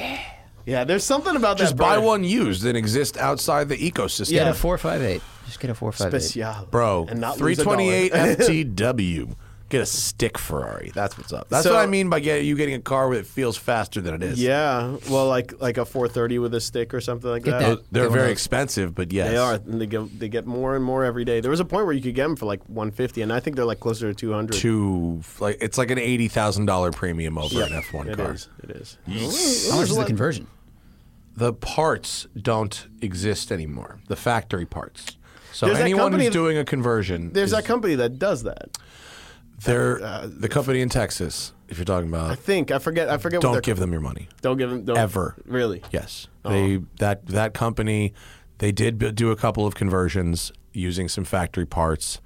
Speaker 2: yeah. There's something about
Speaker 1: Just
Speaker 2: that.
Speaker 1: buy
Speaker 2: brand.
Speaker 1: one used and exist outside the ecosystem.
Speaker 3: Get
Speaker 2: Yeah.
Speaker 3: a four five eight. Just get a four five eight.
Speaker 2: Special.
Speaker 1: Bro,
Speaker 2: And not lose a dollar.
Speaker 1: 328 FTW. Get a stick Ferrari. That's what's up. That's
Speaker 2: So-
Speaker 1: what I mean by get, you getting a car where it feels faster than it is.
Speaker 2: Yeah. Well, like like a 430 with a stick or something like
Speaker 3: Get
Speaker 1: Those-
Speaker 3: that.
Speaker 1: They're
Speaker 3: Get one of
Speaker 1: very
Speaker 3: those.
Speaker 1: expensive, but yes.
Speaker 2: They are. And they get they get more and more every day. There was a point where you could get them for like 150, and I think they're like closer to 200.
Speaker 1: Two, like, it's like an $80,000 premium over an F1
Speaker 2: It
Speaker 1: car.
Speaker 2: is. It is.
Speaker 3: How much is the conversion?
Speaker 1: The parts don't exist anymore, the factory parts. So
Speaker 2: There's that
Speaker 1: anyone
Speaker 2: company-
Speaker 1: who's doing a conversion,
Speaker 2: There's
Speaker 1: is,
Speaker 2: that company that does that.
Speaker 1: they're, the company in Texas, if you're talking
Speaker 2: I
Speaker 1: about,
Speaker 2: think I forget. I forget.
Speaker 1: don't
Speaker 2: what they're-
Speaker 1: give them your money.
Speaker 2: Don't give them don't,
Speaker 1: Ever.
Speaker 2: Really?
Speaker 1: Yes, they that that company, they did b- do a couple of conversions using some factory parts.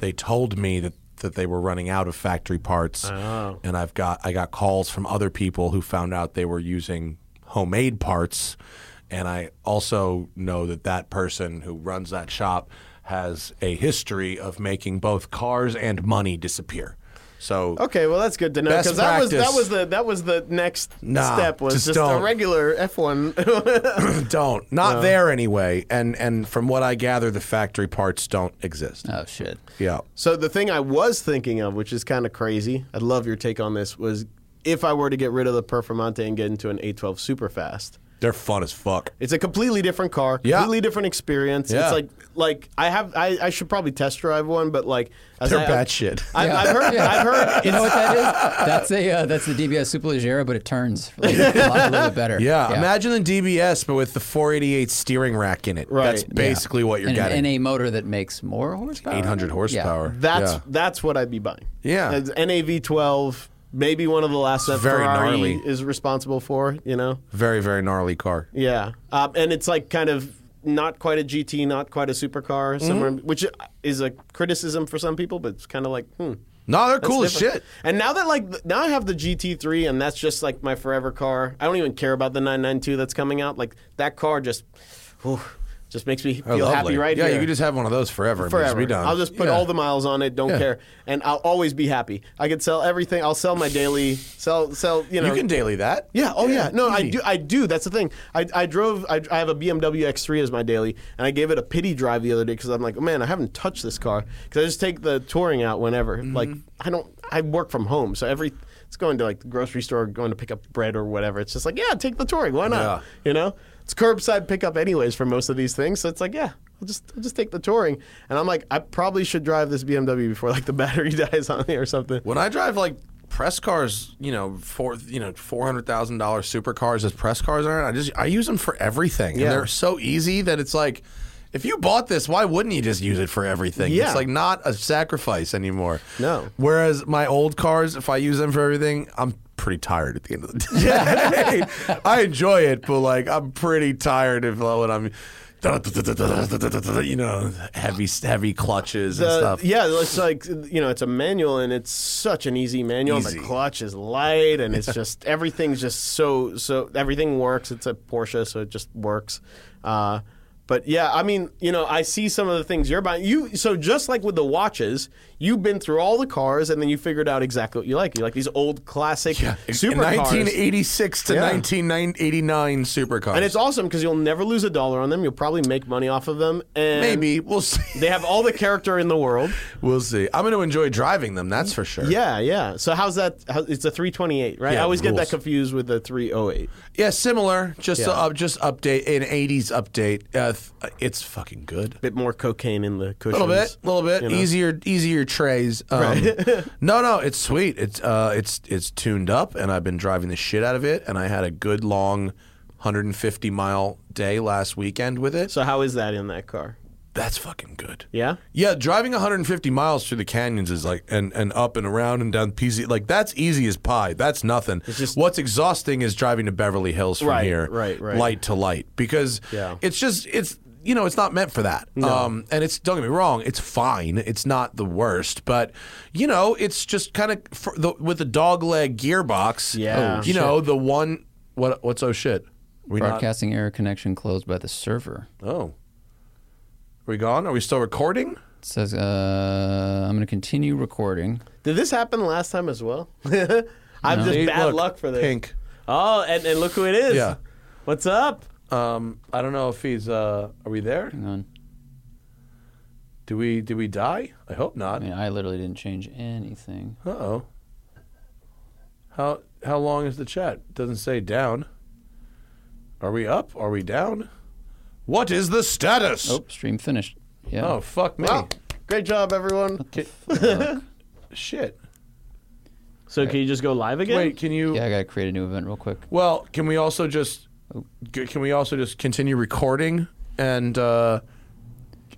Speaker 1: They told me that that they were running out of factory parts, and I've got I got calls from other people who found out they were using homemade parts, and I also know that that person who runs that shop has a history of making both cars and money disappear. So
Speaker 2: Okay, well that's good to know
Speaker 1: Best
Speaker 2: because that was that
Speaker 1: practice.
Speaker 2: was the that was the next
Speaker 1: Nah,
Speaker 2: step was
Speaker 1: just
Speaker 2: just, a
Speaker 1: don't.
Speaker 2: regular F one.
Speaker 1: don't not there anyway, and and from what I gather, the factory parts don't exist.
Speaker 3: Oh shit.
Speaker 1: Yeah.
Speaker 2: so the thing I was thinking of, which is kind of crazy, I'd love your take on this. Was if I were to get rid of the Performante and get into an A12 Superfast.
Speaker 1: They're fun as fuck.
Speaker 2: It's a completely different car,
Speaker 1: Yeah.
Speaker 2: completely different experience.
Speaker 1: Yeah.
Speaker 2: It's like like I have I, I should probably test drive one, but like as
Speaker 1: They're
Speaker 2: I,
Speaker 1: bad shit.
Speaker 2: I've, I've heard
Speaker 3: Yeah.
Speaker 2: I've heard
Speaker 3: You know what that is? That's a uh, that's the DBS Superleggera, but it turns like, a, lot, a little bit better.
Speaker 1: Yeah, imagine the DBS but with the 488 steering rack in it.
Speaker 2: Right.
Speaker 1: That's basically what you're
Speaker 3: and,
Speaker 1: getting.
Speaker 3: and a motor that makes more horsepower.
Speaker 1: 800 horsepower.
Speaker 2: That's
Speaker 1: Yeah.
Speaker 2: that's what I'd be buying.
Speaker 1: Yeah.
Speaker 2: As NAV twelve, maybe one of the last that
Speaker 1: Very
Speaker 2: Ferrari
Speaker 1: gnarly.
Speaker 2: is responsible for. You know,
Speaker 1: very very gnarly car.
Speaker 2: yeah, uh, and it's like kind of not quite a GT, not quite a supercar,
Speaker 1: Mm-hmm.
Speaker 2: somewhere, which is a criticism for some people, but it's kind of like hmm.
Speaker 1: No, they're
Speaker 2: that's
Speaker 1: cool as
Speaker 2: different.
Speaker 1: shit.
Speaker 2: And now that like th- now I have the GT3, and that's just like my forever car. I don't even care about the 992 that's coming out. Like that car just, whew, just makes me
Speaker 1: They're
Speaker 2: feel happy
Speaker 1: Oh, lovely.
Speaker 2: right
Speaker 1: yeah,
Speaker 2: here
Speaker 1: you could just have one of those forever. and just
Speaker 2: forever.
Speaker 1: be done.
Speaker 2: I'll just put
Speaker 1: Yeah.
Speaker 2: all the miles on it. Don't care, and I'll always be happy. I could sell everything. I'll sell my daily. Sell, sell. You know.
Speaker 1: You can daily that.
Speaker 2: yeah. Oh yeah. No, I
Speaker 1: easy.
Speaker 2: do. I do. That's the thing. I, I drove. I, I have a BMW X3 as my daily, and I gave it a pity drive the other day because I'm like, oh, man, I haven't touched this car because I just take the touring out whenever.
Speaker 1: Mm-hmm.
Speaker 2: Like I don't. I work from home, so every it's going to like the grocery store, going to pick up bread or whatever. It's just like, yeah, take the touring. Why not?
Speaker 1: Yeah.
Speaker 2: You know, it's curbside pickup anyways for most of these things. So it's like, yeah, I'll just I'll just take the touring. And I'm like, I probably should drive this BMW before like the battery dies on me or something.
Speaker 1: When I drive like press cars, you know, for you know, four hundred thousand dollar supercars as press cars are, I just I use them for everything.
Speaker 2: Yeah.
Speaker 1: And they're so easy that it's like if you bought this, why wouldn't you just use it for everything?
Speaker 2: Yeah.
Speaker 1: It's like not a sacrifice anymore.
Speaker 2: No.
Speaker 1: Whereas my old cars, if I use them for everything, I'm pretty tired at the end of the day. I enjoy it, but like I'm pretty tired of uh, when I'm you know, heavy, heavy clutches and
Speaker 2: The-
Speaker 1: stuff.
Speaker 2: yeah, it's like you know, it's a manual and it's such an easy manual. and
Speaker 1: Easy.
Speaker 2: The clutch is light and it's just everything's just so so everything works. It's a Porsche, so it just works. Uh, But yeah, I mean, you know, I see some of the things you're buying. You so just like with the watches, you've been through all the cars, and then you figured out exactly what you like. You like these old classic
Speaker 1: In
Speaker 2: supercars,
Speaker 1: 1986 to
Speaker 2: Yeah.
Speaker 1: 1989 supercars.
Speaker 2: and it's awesome because you'll never lose a dollar on them. You'll probably make money off of them, and
Speaker 1: maybe we'll see.
Speaker 2: they have all the character in the world.
Speaker 1: We'll see. I'm going to enjoy driving them. That's for sure.
Speaker 2: Yeah, yeah. So how's that? How, it's a 328, right?
Speaker 1: Yeah,
Speaker 2: I always get
Speaker 1: rules.
Speaker 2: that confused with the 308.
Speaker 1: Yeah, similar. Just a, uh, just update an 80s update. Uh, th- it's fucking good.
Speaker 2: Bit more cocaine in the
Speaker 1: A
Speaker 2: cushions.
Speaker 1: little bit, a little bit
Speaker 2: you know?
Speaker 1: easier, easier trays. Um, no, no, it's sweet. It's uh, it's it's tuned up, and I've been driving the shit out of it. And I had a good long, 150 mile day last weekend with it.
Speaker 2: So how is that in that car?
Speaker 1: That's fucking good.
Speaker 2: Yeah.
Speaker 1: Yeah, driving 150 miles through the canyons is like and and up and around and down PZ like that's easy as pie. That's nothing.
Speaker 2: just-
Speaker 1: What's exhausting is driving to Beverly Hills from
Speaker 2: Right,
Speaker 1: here,
Speaker 2: right, right.
Speaker 1: light to light, because
Speaker 2: Yeah.
Speaker 1: it's just it's you know it's not meant for that. Um, and it's don't get me wrong, it's fine. It's not the worst, but you know it's just kind of for the, with the dog leg gearbox.
Speaker 2: Yeah. Oh,
Speaker 1: you know the one what what's oh shit. We not-
Speaker 3: Broadcasting error connection closed by the server.
Speaker 1: oh, are we gone? Are we still recording?
Speaker 3: It says uh, I'm going to continue recording.
Speaker 2: Did this happen last time as well? I'm just
Speaker 1: See,
Speaker 2: bad
Speaker 1: look,
Speaker 2: luck for this.
Speaker 1: Pink.
Speaker 2: Oh, and, and look who it is.
Speaker 1: Yeah.
Speaker 2: What's up?
Speaker 1: Um, I don't know if he's. Uh, are we there?
Speaker 3: Hang on.
Speaker 1: Do we? Do we die? I hope not.
Speaker 3: I mean, I literally didn't change anything.
Speaker 1: Uh oh. How how long is the chat? Doesn't say down. Are we up? Are we down? What is the status?
Speaker 3: Oh, stream finished. Yeah.
Speaker 1: Oh, fuck me.
Speaker 2: Wow. Great job, everyone.
Speaker 3: Fuck.
Speaker 1: Shit.
Speaker 2: So can you just go live again?
Speaker 1: Wait, can you?
Speaker 3: yeah, I got to create a new event real quick.
Speaker 1: Well, can we also just g- can we also just continue recording and uh,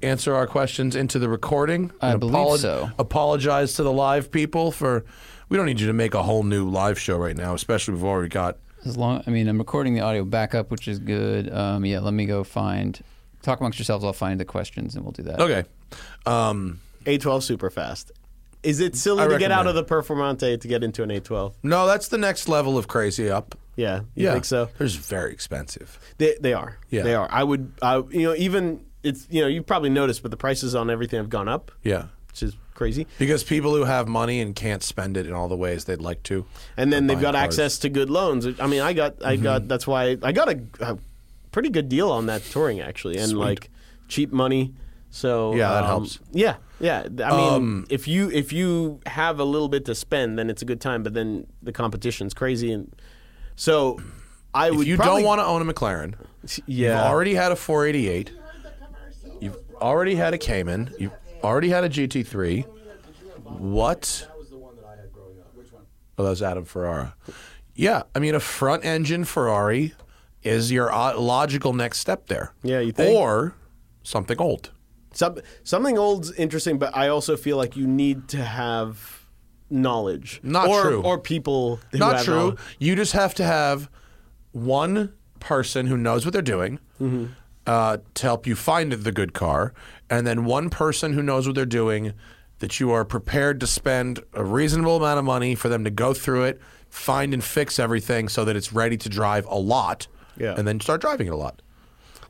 Speaker 1: answer our questions into the recording?
Speaker 3: I
Speaker 1: And
Speaker 3: believe so.
Speaker 1: Apologize to the live people for we don't need you to make a whole new live show right now, especially we've already got.
Speaker 3: As long, I mean, I'm recording the audio backup, which is good. Um, yeah, let me go find. Talk amongst yourselves. I'll find the questions, and we'll do that.
Speaker 1: Okay, um,
Speaker 2: A12 super fast. Is it silly
Speaker 1: I
Speaker 2: to get out of
Speaker 1: recommend
Speaker 2: the Performante to get into an A12?
Speaker 1: no, that's the next level of crazy up.
Speaker 2: Yeah, you think so?
Speaker 1: They're just very expensive.
Speaker 2: They, they are.
Speaker 1: Yeah.
Speaker 2: They are. I would, I, you know, even, it's, you know, you probably noticed, but the prices on everything have gone up,
Speaker 1: Yeah,
Speaker 2: which is crazy.
Speaker 1: because people who have money and can't spend it in all the ways they'd like to,
Speaker 2: and then
Speaker 1: are
Speaker 2: they've
Speaker 1: buying
Speaker 2: got
Speaker 1: cars. Mm-hmm.
Speaker 2: access to good loans. I mean, I got, I got. That's why I got a, a pretty good deal on that touring actually, and like cheap money. So
Speaker 1: Yeah, that
Speaker 2: um,
Speaker 1: helps. Um,
Speaker 2: Yeah, yeah. I mean, if you if you have a little bit to spend, then it's a good time. But then the competition's crazy, and so I
Speaker 1: If
Speaker 2: would.
Speaker 1: you
Speaker 2: probably-
Speaker 1: don't want to own a McLaren,
Speaker 2: yeah,
Speaker 1: You've already had a 488. You've already had a Cayman. You've already had a GT3. What? Oh, that was Adam Ferrara. Yeah, I mean, a front engine Ferrari is your uh, logical next step there.
Speaker 2: Yeah, you think?
Speaker 1: Or something old.
Speaker 2: Some, something old's interesting, but I also feel like you need to have knowledge.
Speaker 1: Not
Speaker 2: or,
Speaker 1: true.
Speaker 2: Or people. who
Speaker 1: Not
Speaker 2: have
Speaker 1: true.
Speaker 2: knowledge.
Speaker 1: You just have to have one person who knows what they're doing
Speaker 2: Mm-hmm.
Speaker 1: uh, to help you find the good car, and then one person who knows what they're doing that you are prepared to spend a reasonable amount of money for them to go through it, find and fix everything so that it's ready to drive a lot,
Speaker 2: Yeah.
Speaker 1: and then start driving it a lot.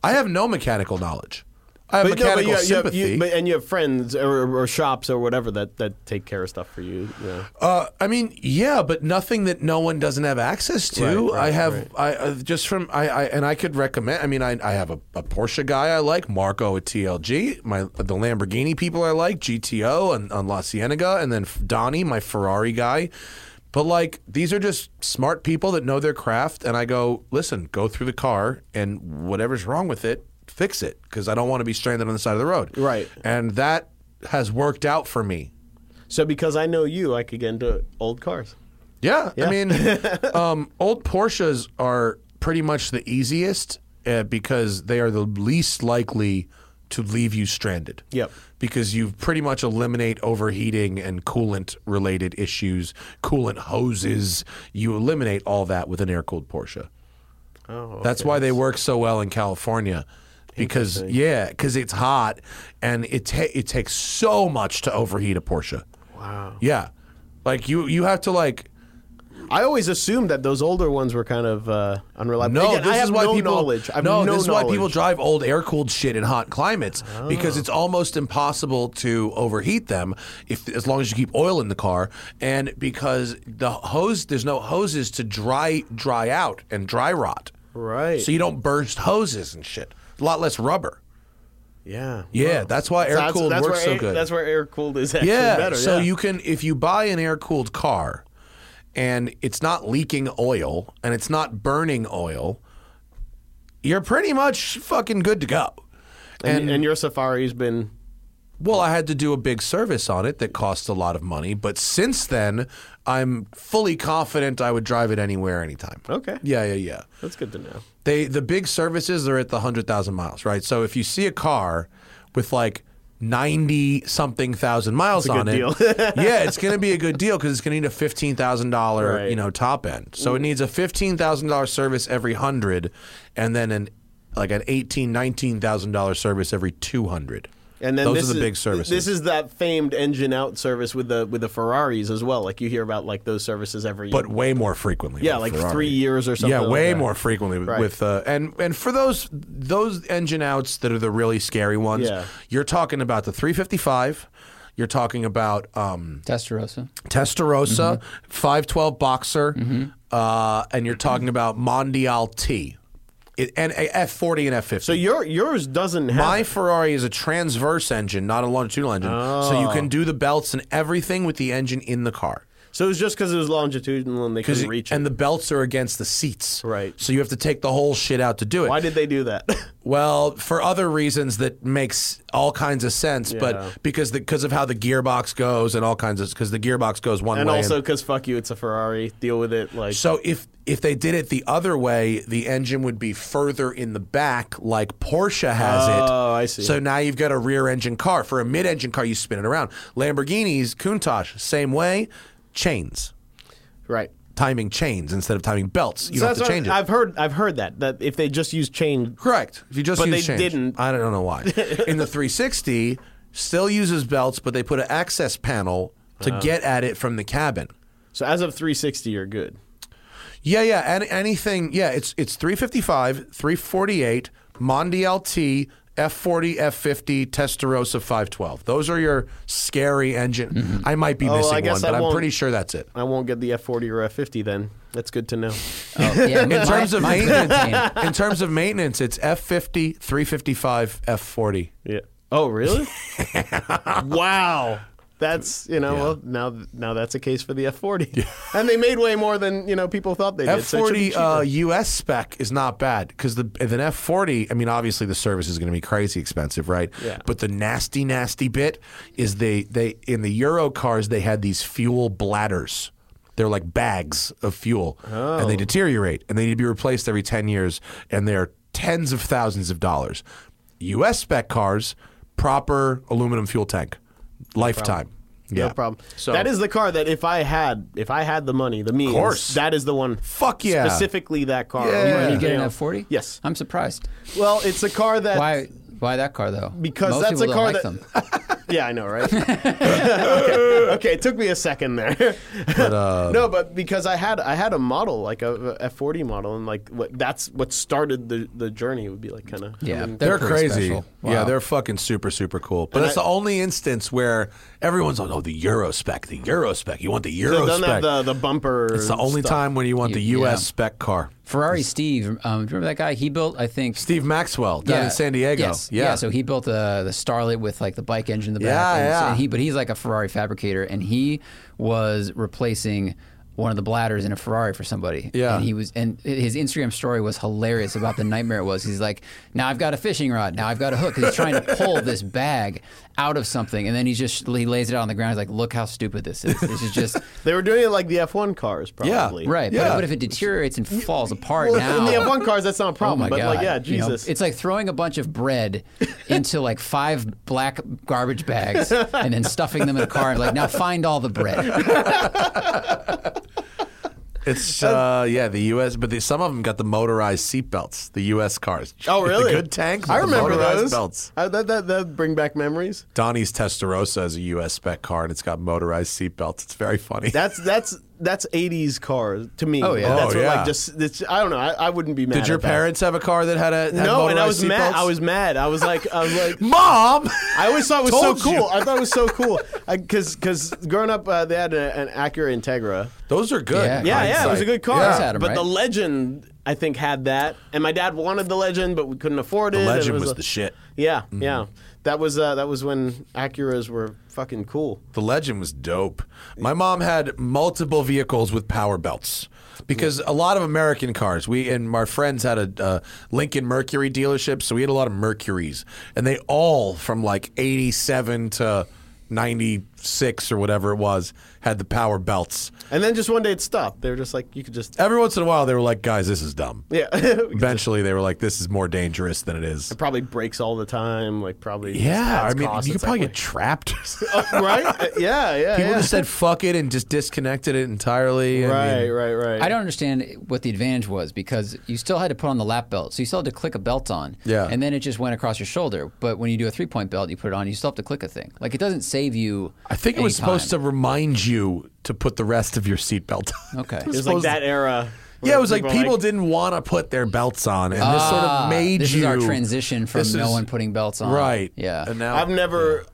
Speaker 1: I have no mechanical knowledge. I have
Speaker 2: But no, but
Speaker 1: mechanical
Speaker 2: you- you have-
Speaker 1: sympathy.
Speaker 2: you- but- and you have friends or, or shops or whatever that, that take care of stuff for you. Yeah.
Speaker 1: Uh, I mean, yeah, but nothing that no one doesn't have access to.
Speaker 2: Right, right,
Speaker 1: I have, I uh, just from I, I and I could recommend. I mean, I, I have a, a Porsche guy I like, Marco at TLG. My the Lamborghini people I like, GTO and on La Cienega, and then F- Donnie, my Ferrari guy. But like, these are just smart people that know their craft, and I go, listen, go through the car, and whatever's wrong with it, fix it, because I don't want to be stranded on the side of the road.
Speaker 2: Right.
Speaker 1: and that has worked out for me.
Speaker 2: So because I know you, I could get into old cars.
Speaker 1: Yeah, I
Speaker 2: Yeah.
Speaker 1: mean, um, old Porsches are pretty much the easiest uh, because they are the least likely to leave you stranded.
Speaker 2: Yep.
Speaker 1: Because you pretty much eliminate overheating and coolant related issues, coolant hoses. You eliminate all that with an air cooled Porsche.
Speaker 2: Oh,
Speaker 1: That's why they work so well in California. Because yeah, because it's hot and it ta- it takes so much to overheat a Porsche.
Speaker 2: wow.
Speaker 1: Yeah, like you you have to like
Speaker 2: I always assumed that those older ones were kind of uh, unreliable.
Speaker 1: No,
Speaker 2: Again,
Speaker 1: this
Speaker 2: I have
Speaker 1: is why
Speaker 2: no
Speaker 1: people.
Speaker 2: knowledge. I have
Speaker 1: no,
Speaker 2: no
Speaker 1: this is why people
Speaker 2: knowledge. Ah.
Speaker 1: drive old air cooled shit in hot climates because it's almost impossible to overheat them if as long as you keep oil in the car and because the hose there's no hoses to dry dry out and dry rot.
Speaker 2: Right.
Speaker 1: So you don't burst hoses and shit. A lot less rubber.
Speaker 2: yeah.
Speaker 1: Yeah, that's why air cooled
Speaker 2: that's
Speaker 1: works
Speaker 2: where
Speaker 1: so
Speaker 2: air-
Speaker 1: good.
Speaker 2: That's where air cooled is actually
Speaker 1: yeah.
Speaker 2: better.
Speaker 1: so
Speaker 2: yeah.
Speaker 1: you can if you buy an air cooled car and it's not leaking oil and it's not burning oil, you're pretty much fucking good to go.
Speaker 2: and, and, your safari's been
Speaker 1: Well, I had to do a big service on it that cost a lot of money, but since then, I'm fully confident I would drive it anywhere, anytime.
Speaker 2: okay.
Speaker 1: Yeah, yeah, yeah.
Speaker 2: That's good to know.
Speaker 1: They the big services are at the hundred thousand miles, right? So if you see a car with like ninety something thousand miles
Speaker 2: a
Speaker 1: on
Speaker 2: good
Speaker 1: it,
Speaker 2: deal.
Speaker 1: yeah, it's going to be a good deal because it's going to need a fifteen thousand dollar
Speaker 2: Right.
Speaker 1: you know top end. So it needs a fifteen thousand dollar service every hundred, and then an like an eighteen nineteen thousand dollar service every two hundred.
Speaker 2: And then
Speaker 1: those
Speaker 2: this
Speaker 1: are the
Speaker 2: is,
Speaker 1: big services.
Speaker 2: This is that famed engine out service with the with the Ferraris as well. Like you hear about like those services every
Speaker 1: but way more frequently.
Speaker 2: yeah,
Speaker 1: with
Speaker 2: like
Speaker 1: Ferrari.
Speaker 2: three years or something.
Speaker 1: Yeah,
Speaker 2: like
Speaker 1: way
Speaker 2: that.
Speaker 1: more frequently with-
Speaker 2: Right.
Speaker 1: with uh, and and for those those engine outs that are the really scary ones,
Speaker 2: Yeah.
Speaker 1: you're talking about the 355. You're talking about um,
Speaker 3: Testarossa.
Speaker 1: Testarossa,
Speaker 2: Mm-hmm.
Speaker 1: 512 Boxer, uh, and you're talking about Mondial T, It- and a F40 and F50.
Speaker 2: So your yours doesn't have
Speaker 1: my Ferrari is a transverse engine, not a longitudinal engine, so you
Speaker 2: Oh.
Speaker 1: can do the belts and everything with the engine in the car.
Speaker 2: So it was just because it was longitudinal and they
Speaker 1: 'Cause
Speaker 2: couldn't
Speaker 1: you-
Speaker 2: reach
Speaker 1: and
Speaker 2: it.
Speaker 1: the belts are against the seats,
Speaker 2: Right.
Speaker 1: So you have to take the whole shit out to do it.
Speaker 2: Why did they do that?
Speaker 1: Well, for other reasons that makes all kinds of sense,
Speaker 2: Yeah.
Speaker 1: but because because of how the gearbox goes and all kinds of because the gearbox goes one
Speaker 2: and
Speaker 1: way.
Speaker 2: also because fuck you, it's a Ferrari. Deal with it. Like
Speaker 1: so if if they did it the other way, the engine would be further in the back, like Porsche has it.
Speaker 2: Oh, I see.
Speaker 1: So now you've got a rear engine car. For a mid engine car, you spin it around. Lamborghinis, Countach, same way, chains,
Speaker 2: right.
Speaker 1: timing chains instead of timing belts. You
Speaker 2: So
Speaker 1: don't
Speaker 2: that's
Speaker 1: have to
Speaker 2: what-
Speaker 1: change it.
Speaker 2: I've heard I've heard that that if they just use chain.
Speaker 1: Correct. If you just
Speaker 2: But
Speaker 1: use
Speaker 2: they
Speaker 1: change.
Speaker 2: didn't.
Speaker 1: I don't know why. In the 360, still uses belts, but they put an access panel to
Speaker 2: Uh-huh.
Speaker 1: get at it from the cabin.
Speaker 2: So as of 360, you're good.
Speaker 1: Yeah, yeah. And anything. Yeah, it's it's 355, 348, Mondial T, F40, F50, Testarossa 512. Those are your scary engine. I might be
Speaker 2: well, Mm-hmm. Oh, I
Speaker 1: missing
Speaker 2: guess
Speaker 1: one,
Speaker 2: I
Speaker 1: but I'm
Speaker 2: won't-
Speaker 1: pretty sure that's it.
Speaker 2: I won't get the F40 or F50 then. That's good to know.
Speaker 3: Oh, yeah,
Speaker 1: In terms of
Speaker 3: my
Speaker 1: maintenance, in terms of maintenance, it's F50, 355, F40.
Speaker 2: Yeah. Oh, really? wow. That's you know well, now now that's a case for the F40, and they made way more than you know people thought they did.
Speaker 1: F
Speaker 2: so it should be
Speaker 1: forty uh,
Speaker 2: cheaper.
Speaker 1: US spec is not bad because the if an F forty. I mean, obviously the service is going to be crazy expensive, right?
Speaker 2: Yeah.
Speaker 1: But the nasty, nasty bit is they they in the Euro cars they had these fuel bladders. They're like bags of fuel, and
Speaker 2: Oh.
Speaker 1: they deteriorate, and they need to be replaced every ten years, and they're tens of thousands of dollars. U.S. spec cars, proper aluminum fuel tank, lifetime.
Speaker 2: no
Speaker 1: Yeah.
Speaker 2: problem.
Speaker 1: So-
Speaker 2: that is the car that if I had if I had the money, the means,
Speaker 1: course.
Speaker 2: that is the one.
Speaker 1: Fuck yeah.
Speaker 2: Specifically that car.
Speaker 1: Yeah.
Speaker 2: over
Speaker 1: You
Speaker 3: you get an
Speaker 2: anything
Speaker 3: F forty?
Speaker 2: Yes.
Speaker 3: I'm surprised.
Speaker 2: else. Well, it's a car that
Speaker 3: Why? Why that car though?
Speaker 2: Because
Speaker 3: Most
Speaker 2: that's
Speaker 3: people
Speaker 2: a
Speaker 3: don't
Speaker 2: car
Speaker 3: like
Speaker 2: that-
Speaker 3: them.
Speaker 2: Yeah, I know, right? okay. okay, it took me a second there.
Speaker 1: uh,
Speaker 2: no, but because I had I had a model like a F forty model, and like what, that's what started the, the journey. Would be like kind of
Speaker 3: Yeah,
Speaker 1: They're,
Speaker 3: pretty
Speaker 1: crazy.
Speaker 3: special.
Speaker 1: Yeah,
Speaker 3: Wow.
Speaker 1: they're fucking super, super cool. But it's the only instance where everyone's like, oh, the Euro spec, the Euro spec. You want the Euro
Speaker 2: It doesn't
Speaker 1: spec.
Speaker 2: have the, the bumper.
Speaker 1: it's the only time when you want the
Speaker 3: You-
Speaker 1: U.S.
Speaker 3: yeah.
Speaker 1: spec car.
Speaker 3: Ferrari Steve. Um, do you remember that guy? He built, I think.
Speaker 1: Steve Maxwell down in San Diego.
Speaker 3: Yes.
Speaker 1: Yeah.
Speaker 3: Yeah. So he built uh, the the Starlet with like the bike engine in the back.
Speaker 1: Yeah,
Speaker 3: and so
Speaker 1: yeah.
Speaker 3: he, but he's like a Ferrari fabricator, and he was replacing one of the bladders in a Ferrari for somebody.
Speaker 1: Yeah.
Speaker 3: And he was, and his Instagram story was hilarious about the nightmare it was. He's like, now I've got a fishing rod, now I've got a hook. 'Cause He's trying to pull this bag out of something, and then he just he lays it out on the ground. He's like, look how stupid this is. This is just.
Speaker 2: They were doing it like the F one cars, probably.
Speaker 3: Right,
Speaker 1: Yeah.
Speaker 3: but, but if it deteriorates and falls apart now, Oh
Speaker 2: Well, in the F one cars, that's not a problem. but like, yeah,
Speaker 3: You know,
Speaker 2: Jesus.
Speaker 3: it's like throwing a bunch of bread into like five black garbage bags and then stuffing them in a car and like, now find all the bread.
Speaker 1: It's,
Speaker 2: Oh.
Speaker 1: uh, yeah, the U.S., but the, some of them got the motorized seatbelts, the U.S. cars.
Speaker 2: oh, really?
Speaker 1: The good tanks.
Speaker 2: I
Speaker 1: with the
Speaker 2: remember
Speaker 1: motorized
Speaker 2: those.
Speaker 1: belts.
Speaker 2: I, that, that that bring back memories.
Speaker 1: Donnie's Testarossa is a U.S. spec car, and it's got motorized seatbelts. It's very funny.
Speaker 2: That's that's that's '80s cars to me.
Speaker 3: Oh, yeah.
Speaker 2: that's
Speaker 1: Oh,
Speaker 2: what,
Speaker 1: yeah.
Speaker 2: like just it's, I don't know. I, I wouldn't be mad.
Speaker 1: Did your
Speaker 2: at that.
Speaker 1: parents have a car that had a had
Speaker 2: No, and
Speaker 1: motorized
Speaker 2: I was
Speaker 1: seatbelts?
Speaker 2: mad. I was mad. I was like, I was like,
Speaker 1: mom.
Speaker 2: I always thought it was so
Speaker 1: Told
Speaker 2: cool.
Speaker 1: you.
Speaker 2: I thought it was so cool because because growing up uh, they had a, an Acura Integra.
Speaker 1: Those are good.
Speaker 3: Yeah.
Speaker 2: Yeah, yeah, it was
Speaker 1: Hindsight.
Speaker 2: a good car.
Speaker 3: Yeah. Adam,
Speaker 2: but
Speaker 3: right?
Speaker 2: the Legend, I think, had that, and my dad wanted the Legend, but we couldn't afford it.
Speaker 1: The
Speaker 2: and it
Speaker 1: legend was
Speaker 2: a-
Speaker 1: the Mm-hmm. shit.
Speaker 2: Yeah, yeah. That was uh, that was when Acuras were fucking cool.
Speaker 1: The legend was dope. My mom had multiple vehicles with power belts because a lot of American cars. We and our friends had a uh, Lincoln Mercury dealership, so we had a lot of Mercuries, and they all from like '87 to '96 or whatever it was had the power belts.
Speaker 2: And then just one day it stopped. They were just like, you could just
Speaker 1: Every once in a while, they were like, "Guys, this is dumb."
Speaker 2: yeah.
Speaker 1: Eventually, they were like, "This is more dangerous than it is."
Speaker 2: probably breaks all the time. Like probably
Speaker 1: Yeah, I
Speaker 2: adds
Speaker 1: mean,
Speaker 2: cost.
Speaker 1: you could
Speaker 2: It's
Speaker 1: probably
Speaker 2: like,
Speaker 1: get trapped.
Speaker 2: like- right. Uh, Yeah, yeah.
Speaker 1: People
Speaker 2: yeah.
Speaker 1: just said "fuck it" and just disconnected it entirely. I
Speaker 2: right,
Speaker 1: mean-
Speaker 2: right, right.
Speaker 3: I don't understand what the advantage was because you still had to put on the lap belt, so you still had to click a belt on.
Speaker 1: Yeah.
Speaker 3: And then it just went across your shoulder. But when you do a three point belt, you put it on, you still have to click a thing. Like it doesn't save you.
Speaker 1: I think it was supposed to remind you to put the rest of your seatbelt on.
Speaker 3: Okay.
Speaker 2: It was like
Speaker 1: Suppose-
Speaker 2: that era. where
Speaker 1: Yeah, it was like
Speaker 2: were
Speaker 1: people didn't want to put their belts on, and this sort
Speaker 3: Ah,
Speaker 1: of made
Speaker 3: this
Speaker 1: you.
Speaker 3: is our transition from
Speaker 1: This
Speaker 3: no
Speaker 1: is-
Speaker 3: one putting belts on.
Speaker 1: Right.
Speaker 3: Yeah.
Speaker 1: And now
Speaker 2: I've never,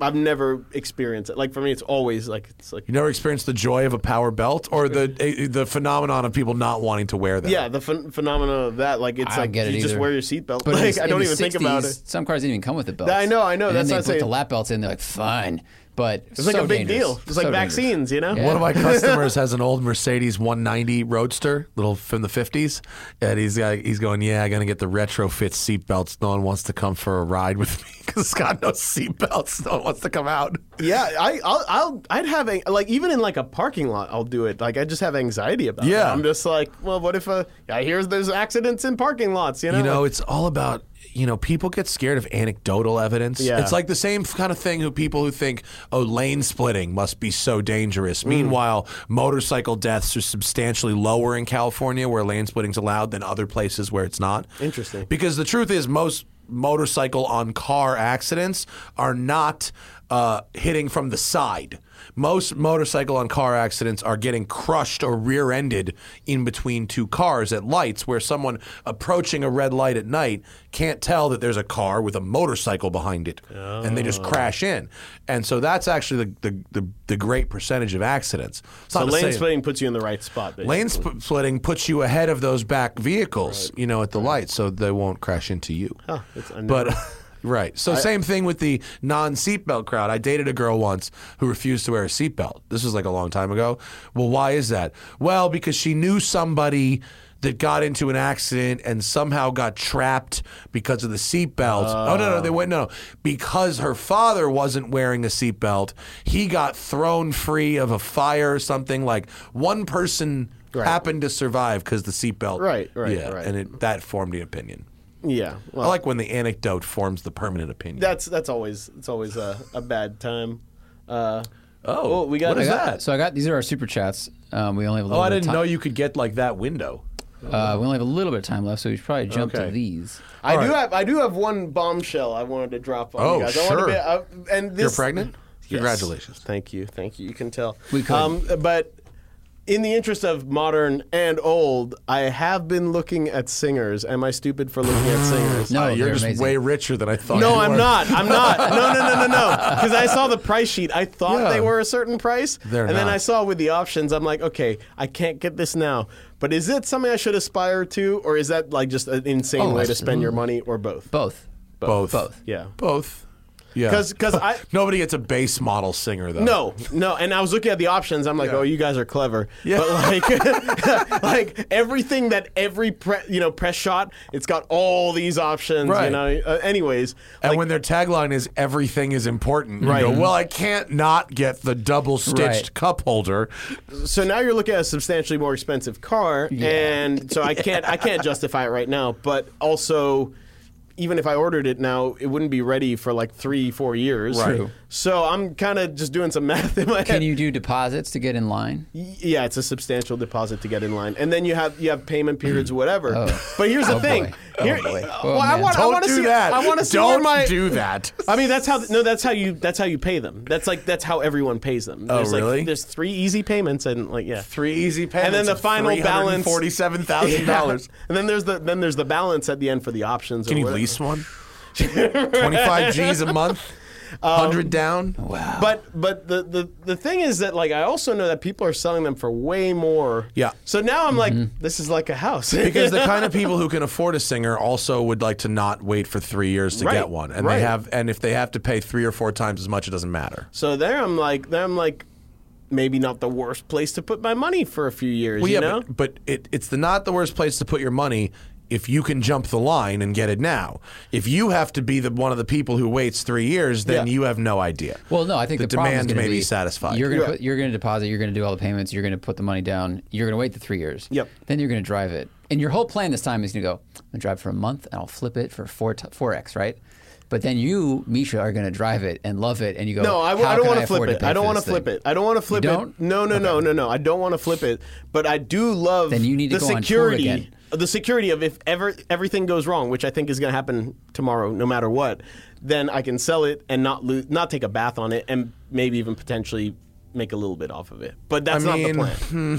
Speaker 2: I've never experienced it. Like for me, it's always like it's like
Speaker 1: you never experienced the joy of a power belt or the eh, the phenomenon of people not wanting to wear them.
Speaker 2: yeah, the phen phenomenon of that. Like it's
Speaker 3: I
Speaker 2: like
Speaker 3: get it
Speaker 2: you just
Speaker 3: either.
Speaker 2: wear your seatbelt.
Speaker 3: But in
Speaker 2: Like
Speaker 3: the-
Speaker 2: I
Speaker 3: in
Speaker 2: don't
Speaker 3: the
Speaker 2: even think about it.
Speaker 3: 60s, Some cars didn't even come with the belts.
Speaker 2: Yeah, I know, I know,
Speaker 3: And
Speaker 2: that's
Speaker 3: then
Speaker 2: what I'm
Speaker 3: they put the
Speaker 2: saying.
Speaker 3: lap belts in. They're like, fine, but
Speaker 2: It's like a big deal. It's like vaccines, you know.
Speaker 3: Yeah.
Speaker 1: One of my customers has an old Mercedes 190 Roadster, little from the 50s, and he's like, he's going, "Yeah, I'm gonna get the retrofit seatbelts. No one wants to come for a ride with me because it's got no seatbelts. No one wants to come out."
Speaker 2: Yeah, I, I'll, I'll, I'd have a, like even in like a parking lot, I'll do it. Like I just have anxiety about.
Speaker 1: Yeah.
Speaker 2: it. I'm just like, well, what if uh, I hear there's accidents in parking lots? You know,
Speaker 1: You know,
Speaker 2: Like,
Speaker 1: it's all about you know people get scared of anecdotal evidence.
Speaker 2: Yeah.
Speaker 1: It's like the same kind of thing who people who think oh lane splitting must be so dangerous.
Speaker 2: Mm.
Speaker 1: Meanwhile, motorcycle deaths are substantially lower in California where lane splitting's allowed than other places where it's not.
Speaker 2: Interesting.
Speaker 1: Because the truth is most motorcycle on car accidents are not uh, hitting from the side. Most motorcycle on car accidents are getting crushed or rear ended in between two cars at lights, where someone approaching a red light at night can't tell that there's a car with a motorcycle behind it and they just crash in. And so that's actually the, the, the, the great percentage of accidents. It's
Speaker 2: so
Speaker 1: not to
Speaker 2: lane
Speaker 1: say-
Speaker 2: splitting puts you in the right spot. Basically.
Speaker 1: Lane sp- splitting puts you ahead of those back vehicles, you know, at the lights, so they won't crash into you.
Speaker 2: Huh, that's unknown.
Speaker 1: but right, so same thing with the non-seatbelt crowd. I dated a girl once who refused to wear a seatbelt. This was like a long time ago. Well, why is that? Well, because she knew somebody that got into an accident and somehow got trapped because of the seatbelt. oh no, no, they went no, because her father wasn't wearing a seatbelt. He got thrown free of a fire or something. Like one person. Happened to survive because the seatbelt.
Speaker 2: Right, right,
Speaker 1: yeah,
Speaker 2: right.
Speaker 1: and it, that formed the opinion.
Speaker 2: yeah, well,
Speaker 1: I like when the anecdote forms the permanent opinion.
Speaker 2: that's that's always it's always a, a bad time. Uh,
Speaker 1: Oh,
Speaker 2: we got
Speaker 1: what is
Speaker 2: I got-
Speaker 1: that?
Speaker 3: So I got these are our super chats. Um, we only have a
Speaker 1: oh,
Speaker 3: little.
Speaker 1: I
Speaker 3: bit
Speaker 1: didn't
Speaker 3: of
Speaker 1: know you could get like that window.
Speaker 3: time. Uh, we only have a little bit of time left, so we should probably jump
Speaker 1: Okay.
Speaker 3: to these.
Speaker 2: I
Speaker 1: All
Speaker 2: do
Speaker 1: right.
Speaker 2: have I do have one bombshell I wanted to drop on
Speaker 1: Oh,
Speaker 2: you guys. I wanna
Speaker 1: sure.
Speaker 2: be, I, and this,
Speaker 1: You're pregnant.
Speaker 2: Yes.
Speaker 1: Congratulations.
Speaker 2: Thank you, thank you. You can tell. Um,
Speaker 3: We could.
Speaker 2: but in the interest of modern and old, I have been looking at singers. Am I stupid for looking at singers?
Speaker 3: No,
Speaker 1: Uh, you're
Speaker 3: Oh, they're
Speaker 1: just
Speaker 3: amazing.
Speaker 1: way richer than I thought.
Speaker 2: No,
Speaker 1: you
Speaker 2: I'm
Speaker 1: were.
Speaker 2: not. I'm not. No, no, no, no, no. Because I saw the price sheet. I thought
Speaker 1: Yeah.
Speaker 2: they were a certain price.
Speaker 1: They're
Speaker 2: and then
Speaker 1: not.
Speaker 2: I saw with the options, I'm like, okay, I can't get this now. But is it something I should aspire to, or is that like just an insane
Speaker 3: Oh,
Speaker 2: way to spend your money, or both?
Speaker 3: Both.
Speaker 1: Both.
Speaker 3: Both.
Speaker 2: Yeah.
Speaker 1: Both. Yeah.
Speaker 2: Because because I
Speaker 1: nobody gets a base model singer though.
Speaker 2: no no, and I was looking at the options. I'm like,
Speaker 1: Yeah.
Speaker 2: oh, you guys are clever.
Speaker 1: Yeah.
Speaker 2: But like like everything that every pre, you know press shot, it's got all these options.
Speaker 1: Right.
Speaker 2: You know. Uh, anyways,
Speaker 1: And
Speaker 2: like,
Speaker 1: when their tagline is "Everything is important,"
Speaker 2: Right.
Speaker 1: you go, "Well, I can't not get the double-stitched
Speaker 3: Right.
Speaker 1: cup holder."
Speaker 2: so now you're looking at a substantially more expensive car, and so I can't I can't justify it right now. But also, even if I ordered it now, it wouldn't be ready for like three four years.
Speaker 1: Right. True.
Speaker 2: So I'm kind of just doing some math in my head.
Speaker 3: Can you do deposits to get in line?
Speaker 2: Yeah, it's a substantial deposit to get in line, and then you have you have payment periods, whatever. But here's the
Speaker 3: Oh,
Speaker 2: thing.
Speaker 3: boy. Oh,
Speaker 2: Here-
Speaker 3: boy.
Speaker 2: well,
Speaker 3: Oh,
Speaker 2: I
Speaker 3: man.
Speaker 2: want
Speaker 1: Don't
Speaker 2: to
Speaker 1: do
Speaker 2: see.
Speaker 1: that.
Speaker 2: I want to see where
Speaker 1: Don't
Speaker 2: my.
Speaker 1: do that.
Speaker 2: I mean, that's how no, that's how you that's how you pay them. That's like that's how everyone pays them.
Speaker 1: Oh,
Speaker 2: there's
Speaker 1: really?
Speaker 2: Like, there's three easy payments, and like yeah.
Speaker 1: Three easy payments.
Speaker 2: And then the final balance
Speaker 1: forty-seven thousand dollars.
Speaker 2: And then there's the then there's the balance at the end for the options.
Speaker 1: Can
Speaker 2: or
Speaker 1: you
Speaker 2: whatever.
Speaker 1: lease one? Twenty-five G's a month,
Speaker 2: Um,
Speaker 1: hundred down.
Speaker 3: Wow.
Speaker 2: But but the, the the thing is that like I also know that people are selling them for way more.
Speaker 1: Yeah.
Speaker 2: So now I'm
Speaker 3: Mm-hmm.
Speaker 2: like, this is like a house.
Speaker 1: Because the kind of people who can afford a singer also would like to not wait for three years to
Speaker 2: Right,
Speaker 1: get one, and
Speaker 2: right.
Speaker 1: they have, and if they have to pay three or four times as much, it doesn't matter.
Speaker 2: So there, I'm like, there, I'm like, maybe not the worst place to put my money for a few years.
Speaker 1: Well,
Speaker 2: you
Speaker 1: yeah,
Speaker 2: know,
Speaker 1: but, but it, it's the not the worst place to put your money if you can jump the line and get it now. If you have to be the one of the people who waits three years, then
Speaker 2: Yeah.
Speaker 1: you have no idea.
Speaker 3: Well, no, I think
Speaker 1: The
Speaker 3: the, problem
Speaker 1: demand
Speaker 3: is gonna
Speaker 1: may be satisfied.
Speaker 3: You're gonna
Speaker 2: Yeah.
Speaker 3: put, you're gonna deposit. You're gonna do all the payments. You're gonna put the money down. You're gonna wait the three years.
Speaker 2: Yep.
Speaker 3: Then you're gonna drive it, and your whole plan this time is gonna go. I'm gonna drive for a month, and I'll flip it for four t- four x, right? But then you, Misha, are gonna drive it and love it, and you go.
Speaker 2: no, I,
Speaker 3: "How
Speaker 2: I don't
Speaker 3: can
Speaker 2: want to
Speaker 3: afford
Speaker 2: flip it.
Speaker 3: pay
Speaker 2: I don't
Speaker 3: for
Speaker 2: want to
Speaker 3: this
Speaker 2: flip
Speaker 3: thing?"
Speaker 2: it. I don't want to flip
Speaker 3: don't?
Speaker 2: it. No, no, no, no, no. I don't want to flip it. But I do love.
Speaker 3: Then you need to
Speaker 2: the
Speaker 3: go on tour
Speaker 2: security.
Speaker 3: again.
Speaker 2: The security of if ever everything goes wrong, which I think is going to happen tomorrow, no matter what, then I can sell it and not lose, not take a bath on it, and maybe even potentially make a little bit off of it. But that's
Speaker 1: I mean,
Speaker 2: not the plan.
Speaker 3: hmm.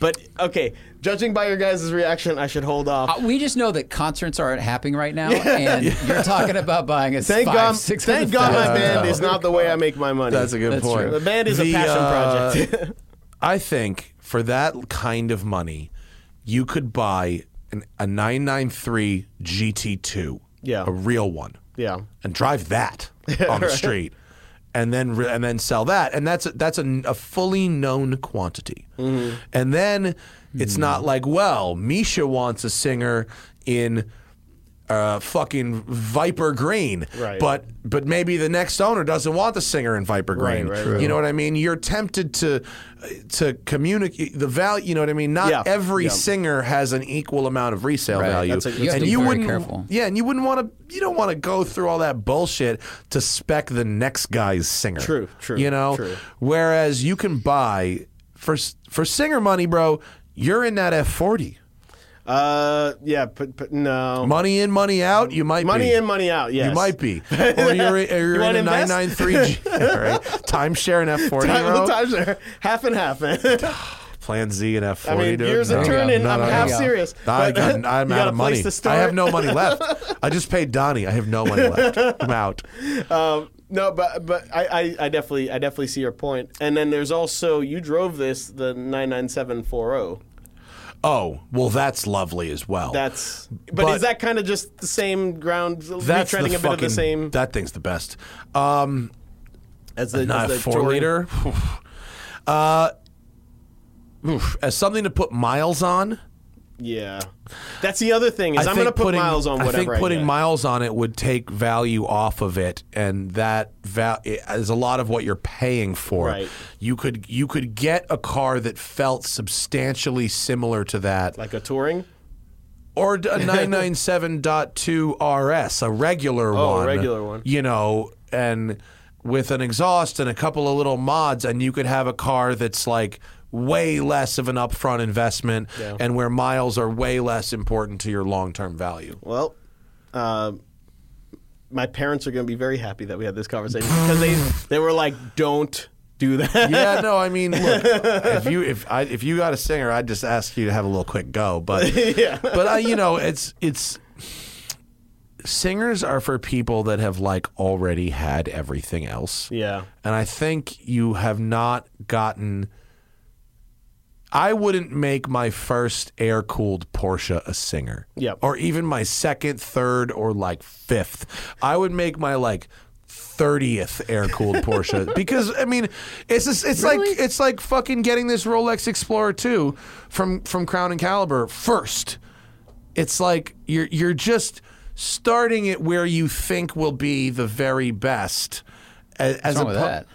Speaker 2: But okay, judging by your guys' reaction, I should hold off.
Speaker 3: Uh, We just know that concerts aren't happening right now, and you're talking about buying a
Speaker 2: Thank
Speaker 3: five,
Speaker 2: God,
Speaker 3: six
Speaker 2: thank
Speaker 3: hundred
Speaker 2: God my
Speaker 3: thousand
Speaker 2: band
Speaker 3: dollar-
Speaker 2: is not the way I make my money.
Speaker 1: That's a good
Speaker 3: That's
Speaker 1: point.
Speaker 3: true. uh,
Speaker 2: The band is a passion project.
Speaker 1: I think for that kind of money, you could buy an, a 993 GT2,
Speaker 2: Yeah.
Speaker 1: a real one,
Speaker 2: Yeah.
Speaker 1: and drive that on the street, and then re- and then sell that, and that's a, that's a, a fully known quantity,
Speaker 2: Mm-hmm.
Speaker 1: and then it's not like well, Misha wants a singer in. Uh, fucking Viper Green,
Speaker 2: Right.
Speaker 1: but but maybe the next owner doesn't want the singer in Viper Green.
Speaker 2: right, right.
Speaker 1: You know what I mean? You're tempted to to communicate the value. You know what I mean? Not
Speaker 2: Yeah,
Speaker 1: every
Speaker 2: yeah.
Speaker 1: singer has an equal amount of resale value,
Speaker 2: that's a- You
Speaker 3: have to be very
Speaker 1: wouldn't.
Speaker 3: careful.
Speaker 1: Yeah, and you wouldn't want to. You don't want to go through all that bullshit to spec the next guy's singer.
Speaker 2: True, true,
Speaker 1: You know.
Speaker 2: true.
Speaker 1: Whereas you can buy for s- for singer money, bro. You're in that F40.
Speaker 2: uh, yeah, but, but no.
Speaker 1: Money in, money out. You might be.
Speaker 2: Money in, money out. Yes.
Speaker 1: You might be, or you're, or you're in
Speaker 2: wanna
Speaker 1: a nine
Speaker 2: invest?
Speaker 1: nine three G, right? Timeshare and F forty.
Speaker 2: Time, the times are half and half. man.
Speaker 1: Plan Z and F40.
Speaker 2: I mean,
Speaker 1: dude.
Speaker 2: years
Speaker 1: No.
Speaker 2: of
Speaker 3: There you go.
Speaker 2: turning.
Speaker 1: No,
Speaker 2: I'm
Speaker 1: no,
Speaker 2: half
Speaker 1: no.
Speaker 2: serious.
Speaker 1: I
Speaker 2: But
Speaker 1: got, I'm
Speaker 2: you
Speaker 1: out
Speaker 2: got
Speaker 1: of
Speaker 2: a place
Speaker 1: money.
Speaker 2: to
Speaker 1: I
Speaker 2: start?
Speaker 1: have no money left. I just paid Donnie. I have no money left. I'm out.
Speaker 2: Um, no, but but I, I, I definitely I definitely see your point. And then there's also you drove this the 99740.
Speaker 1: Oh, well, that's lovely as well.
Speaker 2: That's but,
Speaker 1: But-
Speaker 2: is that kind of just the same ground?
Speaker 1: that's the
Speaker 2: retreading a
Speaker 1: fucking,
Speaker 2: bit of the same
Speaker 1: That thing's the best. Um,
Speaker 2: as the,
Speaker 1: not a four
Speaker 2: touring?
Speaker 1: liter. uh, oof, as something to put miles on.
Speaker 2: Yeah, that's the other thing is I am
Speaker 1: think
Speaker 2: going to put
Speaker 1: putting-
Speaker 2: miles on whatever.
Speaker 1: I think putting
Speaker 2: get.
Speaker 1: miles on it would take value off of it, and that val- is a lot of what you're paying for.
Speaker 2: Right.
Speaker 1: You could you could get a car that felt substantially similar to that,
Speaker 2: like a touring.
Speaker 1: or a 997.2 RS, a regular
Speaker 2: Oh, a
Speaker 1: one.
Speaker 2: regular one.
Speaker 1: You know, and with an exhaust and a couple of little mods, and you could have a car that's like way less of an upfront investment
Speaker 2: Yeah.
Speaker 1: and where miles are way less important to your long-term value.
Speaker 2: Well, um my parents are going to be very happy that we had this conversation because they they were like, "Don't do that."
Speaker 1: yeah, no, I mean, look, if you if I if you got a singer, I'd just ask you to have a little quick go, but
Speaker 2: Yeah.
Speaker 1: but I, you know, it's it's singers are for people that have like already had everything else.
Speaker 2: Yeah.
Speaker 1: And I think you have not gotten I wouldn't make my first air cooled Porsche a singer.
Speaker 2: Yep.
Speaker 1: Or even my second, third, or like fifth. I would make my like thirtieth air cooled Porsche because I mean it's just, it's like it's like fucking getting this Rolex Explorer two from from Crown and Caliber first. It's like you're you're just starting it where you think will be the very best. a- As
Speaker 3: What's wrong with
Speaker 1: oppo-
Speaker 3: that?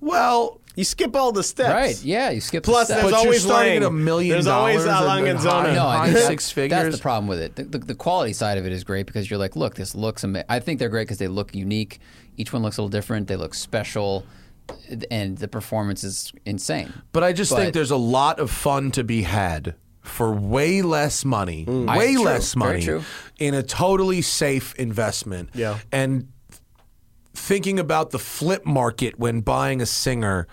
Speaker 1: well,
Speaker 2: You skip all the steps.
Speaker 3: Right? Yeah, you skip.
Speaker 2: Plus
Speaker 3: the steps.
Speaker 2: There's
Speaker 1: but you're
Speaker 2: always
Speaker 1: starting
Speaker 2: Lang.
Speaker 1: at a million
Speaker 2: There's always
Speaker 1: dollars and
Speaker 2: Alangazana.
Speaker 1: then high-
Speaker 2: No,
Speaker 1: high
Speaker 3: think that-
Speaker 1: six figures.
Speaker 3: That's the problem with it. The, the, the quality side of it is great because you're like, look, this looks amazing. I think they're great because they look unique. Each one looks a little different. They look special, and the performance is insane.
Speaker 1: But I just think
Speaker 3: But-
Speaker 1: there's a lot of fun to be had for way less money,
Speaker 2: Mm.
Speaker 3: I-
Speaker 1: way
Speaker 3: true,
Speaker 1: less
Speaker 3: very
Speaker 1: money
Speaker 3: true.
Speaker 1: in a totally safe investment.
Speaker 2: Yeah.
Speaker 1: And thinking about the flip market when buying a singer.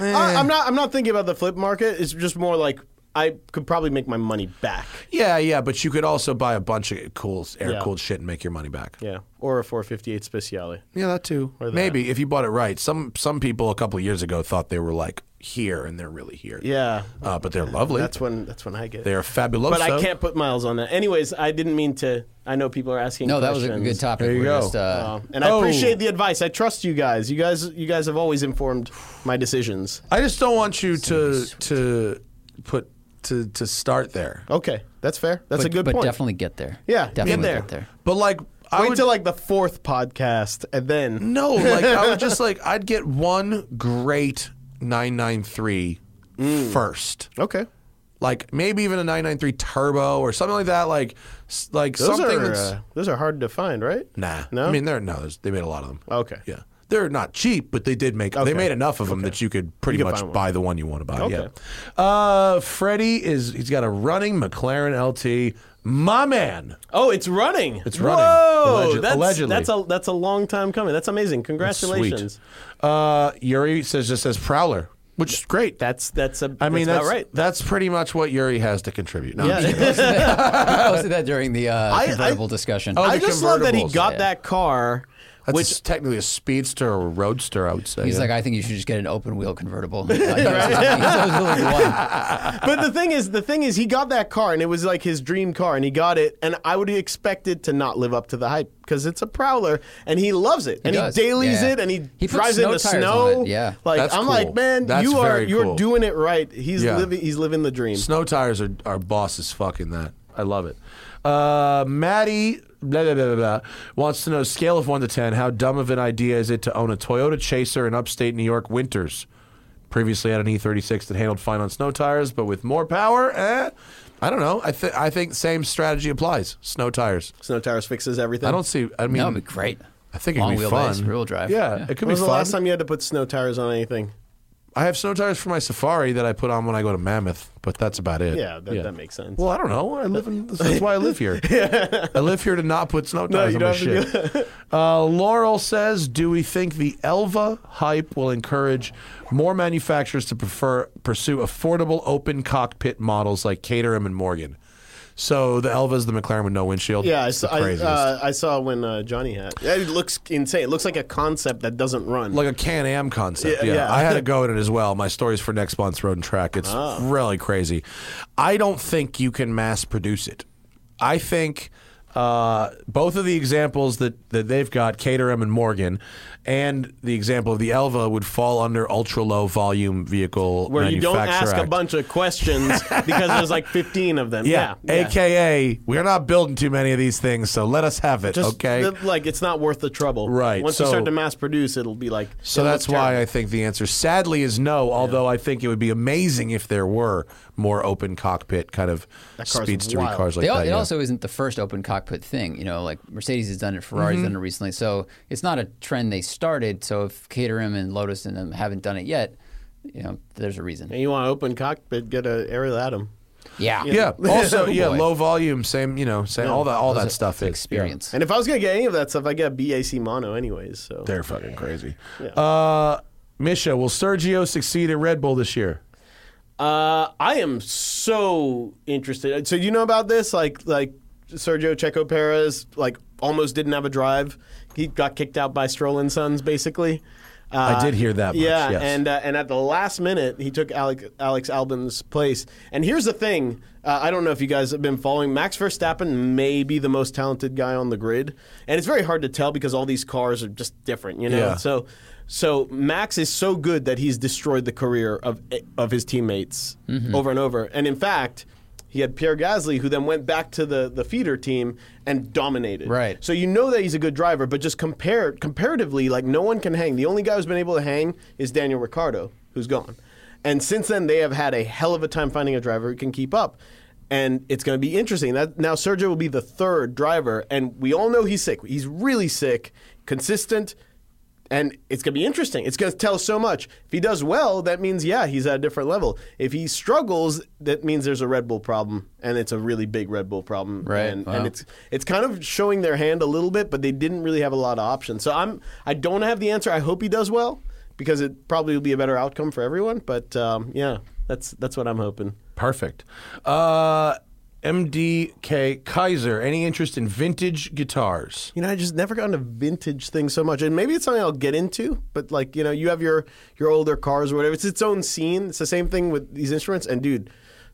Speaker 2: I, I'm not. I'm not thinking about the flip market. It's just more like I could probably make my money back.
Speaker 1: Yeah, yeah, but you could also buy a bunch of cool air cooled shit and make your money back.
Speaker 2: Yeah, or a 458 Speciale.
Speaker 1: Yeah, that too. Maybe if you bought it right. Some some people a couple of years ago thought they were like here and they're really here.
Speaker 2: Yeah,
Speaker 1: Uh, but they're lovely.
Speaker 2: that's when. That's when I get. it.
Speaker 1: they are fabulous.
Speaker 2: but I can't put miles on that. Anyways, I didn't mean to. I know people are asking.
Speaker 3: No, that was
Speaker 2: questions.
Speaker 3: a good topic.
Speaker 1: There you
Speaker 3: We're
Speaker 1: go.
Speaker 3: Just, uh,
Speaker 2: Um, and I
Speaker 1: Oh.
Speaker 2: appreciate the advice. I trust you guys. You guys, you guys have always informed my decisions.
Speaker 1: I just don't want you to to put to to start there.
Speaker 2: Okay, that's fair. That's a good
Speaker 3: but
Speaker 2: point.
Speaker 3: definitely get there.
Speaker 2: Yeah, get
Speaker 3: definitely
Speaker 2: there.
Speaker 3: get there.
Speaker 1: But like I
Speaker 2: Wait
Speaker 1: would
Speaker 2: till like the fourth podcast, and then
Speaker 1: no, like I would just like I'd get one great 993
Speaker 2: Mm.
Speaker 1: first.
Speaker 2: okay.
Speaker 1: Like maybe even a 993 turbo or something like that like s- like
Speaker 2: Those
Speaker 1: something
Speaker 2: are
Speaker 1: that's
Speaker 2: uh, those are hard to find, right?
Speaker 1: nah.
Speaker 2: No?
Speaker 1: I mean they're no, there's- they made a lot of them.
Speaker 2: Okay.
Speaker 1: Yeah. They're not cheap, but they did make they made enough of them that you could pretty
Speaker 2: could
Speaker 1: much
Speaker 2: find one.
Speaker 1: buy the one you want to buy.
Speaker 2: Okay.
Speaker 1: Yeah. Uh Freddie is he's got a running McLaren LT. My man.
Speaker 2: Oh, it's running.
Speaker 1: It's running.
Speaker 2: Whoa,
Speaker 1: Alleged-
Speaker 2: that's,
Speaker 1: allegedly.
Speaker 2: that's a that's a long time coming. That's amazing. Congratulations.
Speaker 1: Sweet. Uh, Yuri says just says Prowler, which is great.
Speaker 2: That's that's a.
Speaker 1: I mean,
Speaker 2: that's,
Speaker 1: that's
Speaker 2: about right.
Speaker 1: That's pretty much what Yuri has to contribute. No,
Speaker 2: Yeah.
Speaker 3: I posted that during the uh,
Speaker 2: I-
Speaker 3: convertible discussion.
Speaker 1: Oh,
Speaker 2: I
Speaker 1: the
Speaker 2: just love that he
Speaker 1: convertibles.
Speaker 2: got
Speaker 3: Yeah.
Speaker 2: that car.
Speaker 1: that's
Speaker 2: which
Speaker 1: a- technically a speedster or a roadster, I would say.
Speaker 3: He's
Speaker 1: yeah.
Speaker 3: like, I think you should just get an open wheel convertible. Uh, he was- he was only one.
Speaker 2: but the thing is, the thing is, he got that car, and it was like his dream car, and he got it, and I would expect it to not live up to the hype because it's a prowler, and he loves it, and he
Speaker 3: does,
Speaker 2: dailies
Speaker 3: yeah.
Speaker 2: it, and he,
Speaker 3: He puts
Speaker 2: drives it in the
Speaker 3: snow tires
Speaker 2: snow.
Speaker 3: on it, yeah.
Speaker 2: like
Speaker 1: That's
Speaker 2: I'm
Speaker 1: cool.
Speaker 2: like, man,
Speaker 1: That's
Speaker 2: you are
Speaker 1: very
Speaker 2: you're
Speaker 1: cool.
Speaker 2: doing it right. He's
Speaker 1: Yeah.
Speaker 2: living he's living the dream.
Speaker 1: Snow tires are, are boss is fucking that. I love it. Uh, Maddie blah, blah, blah, blah, blah, wants to know scale of one to ten. How dumb of an idea is it to own a Toyota Chaser in upstate New York winters? Previously had an E36 that handled fine on snow tires, but with more power, eh? I don't know. I think I think same strategy applies. Snow tires.
Speaker 2: Snow tires fixes everything.
Speaker 1: I don't see. I mean,
Speaker 3: That would be great.
Speaker 1: I think it'd
Speaker 3: Long
Speaker 1: be
Speaker 3: wheelbase,
Speaker 1: fun.
Speaker 3: rear-wheel drive.
Speaker 1: Yeah,
Speaker 3: Yeah.
Speaker 1: it could
Speaker 2: When was
Speaker 1: be
Speaker 2: the
Speaker 1: fun.
Speaker 2: last time you had to put snow tires on anything?
Speaker 1: I have snow tires for my Safari that I put on when I go to Mammoth, but that's about it.
Speaker 2: Yeah, that, that makes sense.
Speaker 1: Well, I don't know. I live in. That's why I live here. I live here to not put snow tires
Speaker 2: you
Speaker 1: on my
Speaker 2: don't have
Speaker 1: shit. uh, Laurel says, "Do we think the Elva hype will encourage more manufacturers to prefer pursue affordable open cockpit models like Caterham and Morgan?" So the Elva is the McLaren with no windshield.
Speaker 2: yeah, I
Speaker 1: It's
Speaker 2: saw,
Speaker 1: the
Speaker 2: I,
Speaker 1: craziest.
Speaker 2: uh, I saw when uh, Johnny had. It looks insane. It looks like a concept that doesn't run.
Speaker 1: like a Can Am concept.
Speaker 2: Yeah,
Speaker 1: Yeah,
Speaker 2: yeah.
Speaker 1: I had a go at it as well. My story's for next month's Road and Track. It's
Speaker 2: Ah.
Speaker 1: really crazy. I don't think you can mass produce it. I think uh, both of the examples that, that they've got, Caterham and Morgan, and the example of the Elva would fall under ultra low volume vehicle
Speaker 2: where you don't
Speaker 1: Manufacturer
Speaker 2: ask a
Speaker 1: Act.
Speaker 2: bunch of questions because there's like 15 of them.
Speaker 1: Yeah.
Speaker 2: Yeah.
Speaker 1: AKA, we're not building too many of these things, so let us have it,
Speaker 2: Just,
Speaker 1: okay?
Speaker 2: th- like it's not worth the trouble.
Speaker 1: Right,
Speaker 2: Once you
Speaker 1: so-
Speaker 2: start to mass produce, it'll be like.
Speaker 1: So that's why I think the answer, sadly, is no. Although I think it would be amazing if there were more open cockpit kind of
Speaker 2: car's
Speaker 1: speedstery
Speaker 2: wild.
Speaker 1: cars like
Speaker 3: They al-
Speaker 1: that. uh,
Speaker 3: it
Speaker 1: yeah.
Speaker 3: also isn't the first open cockpit thing. You know, like Mercedes has done it,
Speaker 1: Mm-hmm.
Speaker 3: Ferrari's done it recently. So it's not a trend they started. So if Caterham and Lotus and them haven't done it yet, you know, there's a reason.
Speaker 2: And you want to open cockpit, get a aerial atom.
Speaker 3: Yeah.
Speaker 1: yeah. Also, yeah,
Speaker 3: Boy.
Speaker 1: low volume, same, you know, same, all that, all that stuff is
Speaker 3: Experience.
Speaker 2: And if I was going to get any of that stuff, I'd get a BAC mono anyways. So
Speaker 1: Yeah. They're fucking crazy. Uh, Misha, will Sergio succeed at Red Bull this year?
Speaker 2: uh, I am so interested. Uh, So you know about this? Like, like Sergio Checo Perez, like almost didn't have a drive. He got kicked out by Stroll and Sons, basically. Uh,
Speaker 1: I did hear that. Much,
Speaker 2: yeah,
Speaker 1: yes.
Speaker 2: and uh, and at the last minute, he took Alex, Alex Albin's place. And here's the thing: uh, I don't know if you guys have been following. Max Verstappen may be the most talented guy on the grid, and it's very hard to tell because all these cars are just different, you know.
Speaker 1: Yeah.
Speaker 2: So, so Max is so good that he's destroyed the career of of his teammates over and over. And in fact. He had Pierre Gasly, who then went back to the, the feeder team and dominated.
Speaker 3: Right.
Speaker 2: So you know that he's a good driver, but just compare comparatively, like no one can hang. The only guy who's been able to hang is Daniel Ricciardo. who's gone. And since then, they have had a hell of a time finding a driver who can keep up. And it's going to be interesting. That now Sergio will be the third driver, and we all know he's sick. He's really sick, consistent, and it's going to be interesting. It's going to tell so much. If he does well, that means yeah, he's at a different level. If he struggles, that means there's a Red Bull problem, and it's a really big Red Bull problem.
Speaker 3: Right,
Speaker 2: And,
Speaker 3: wow.
Speaker 2: and it's it's kind of showing their hand a little bit, but they didn't really have a lot of options. So I'm I don't have the answer. I hope he does well because it probably will be a better outcome for everyone. But um, yeah, that's that's what I'm hoping.
Speaker 1: Perfect. Uh, MDK Kaiser, any interest in vintage guitars?
Speaker 2: You know, I just never got into vintage things so much, and maybe it's something I'll get into. But like, you know, you have your your older cars or whatever. It's its own scene. It's the same thing with these instruments. And dude,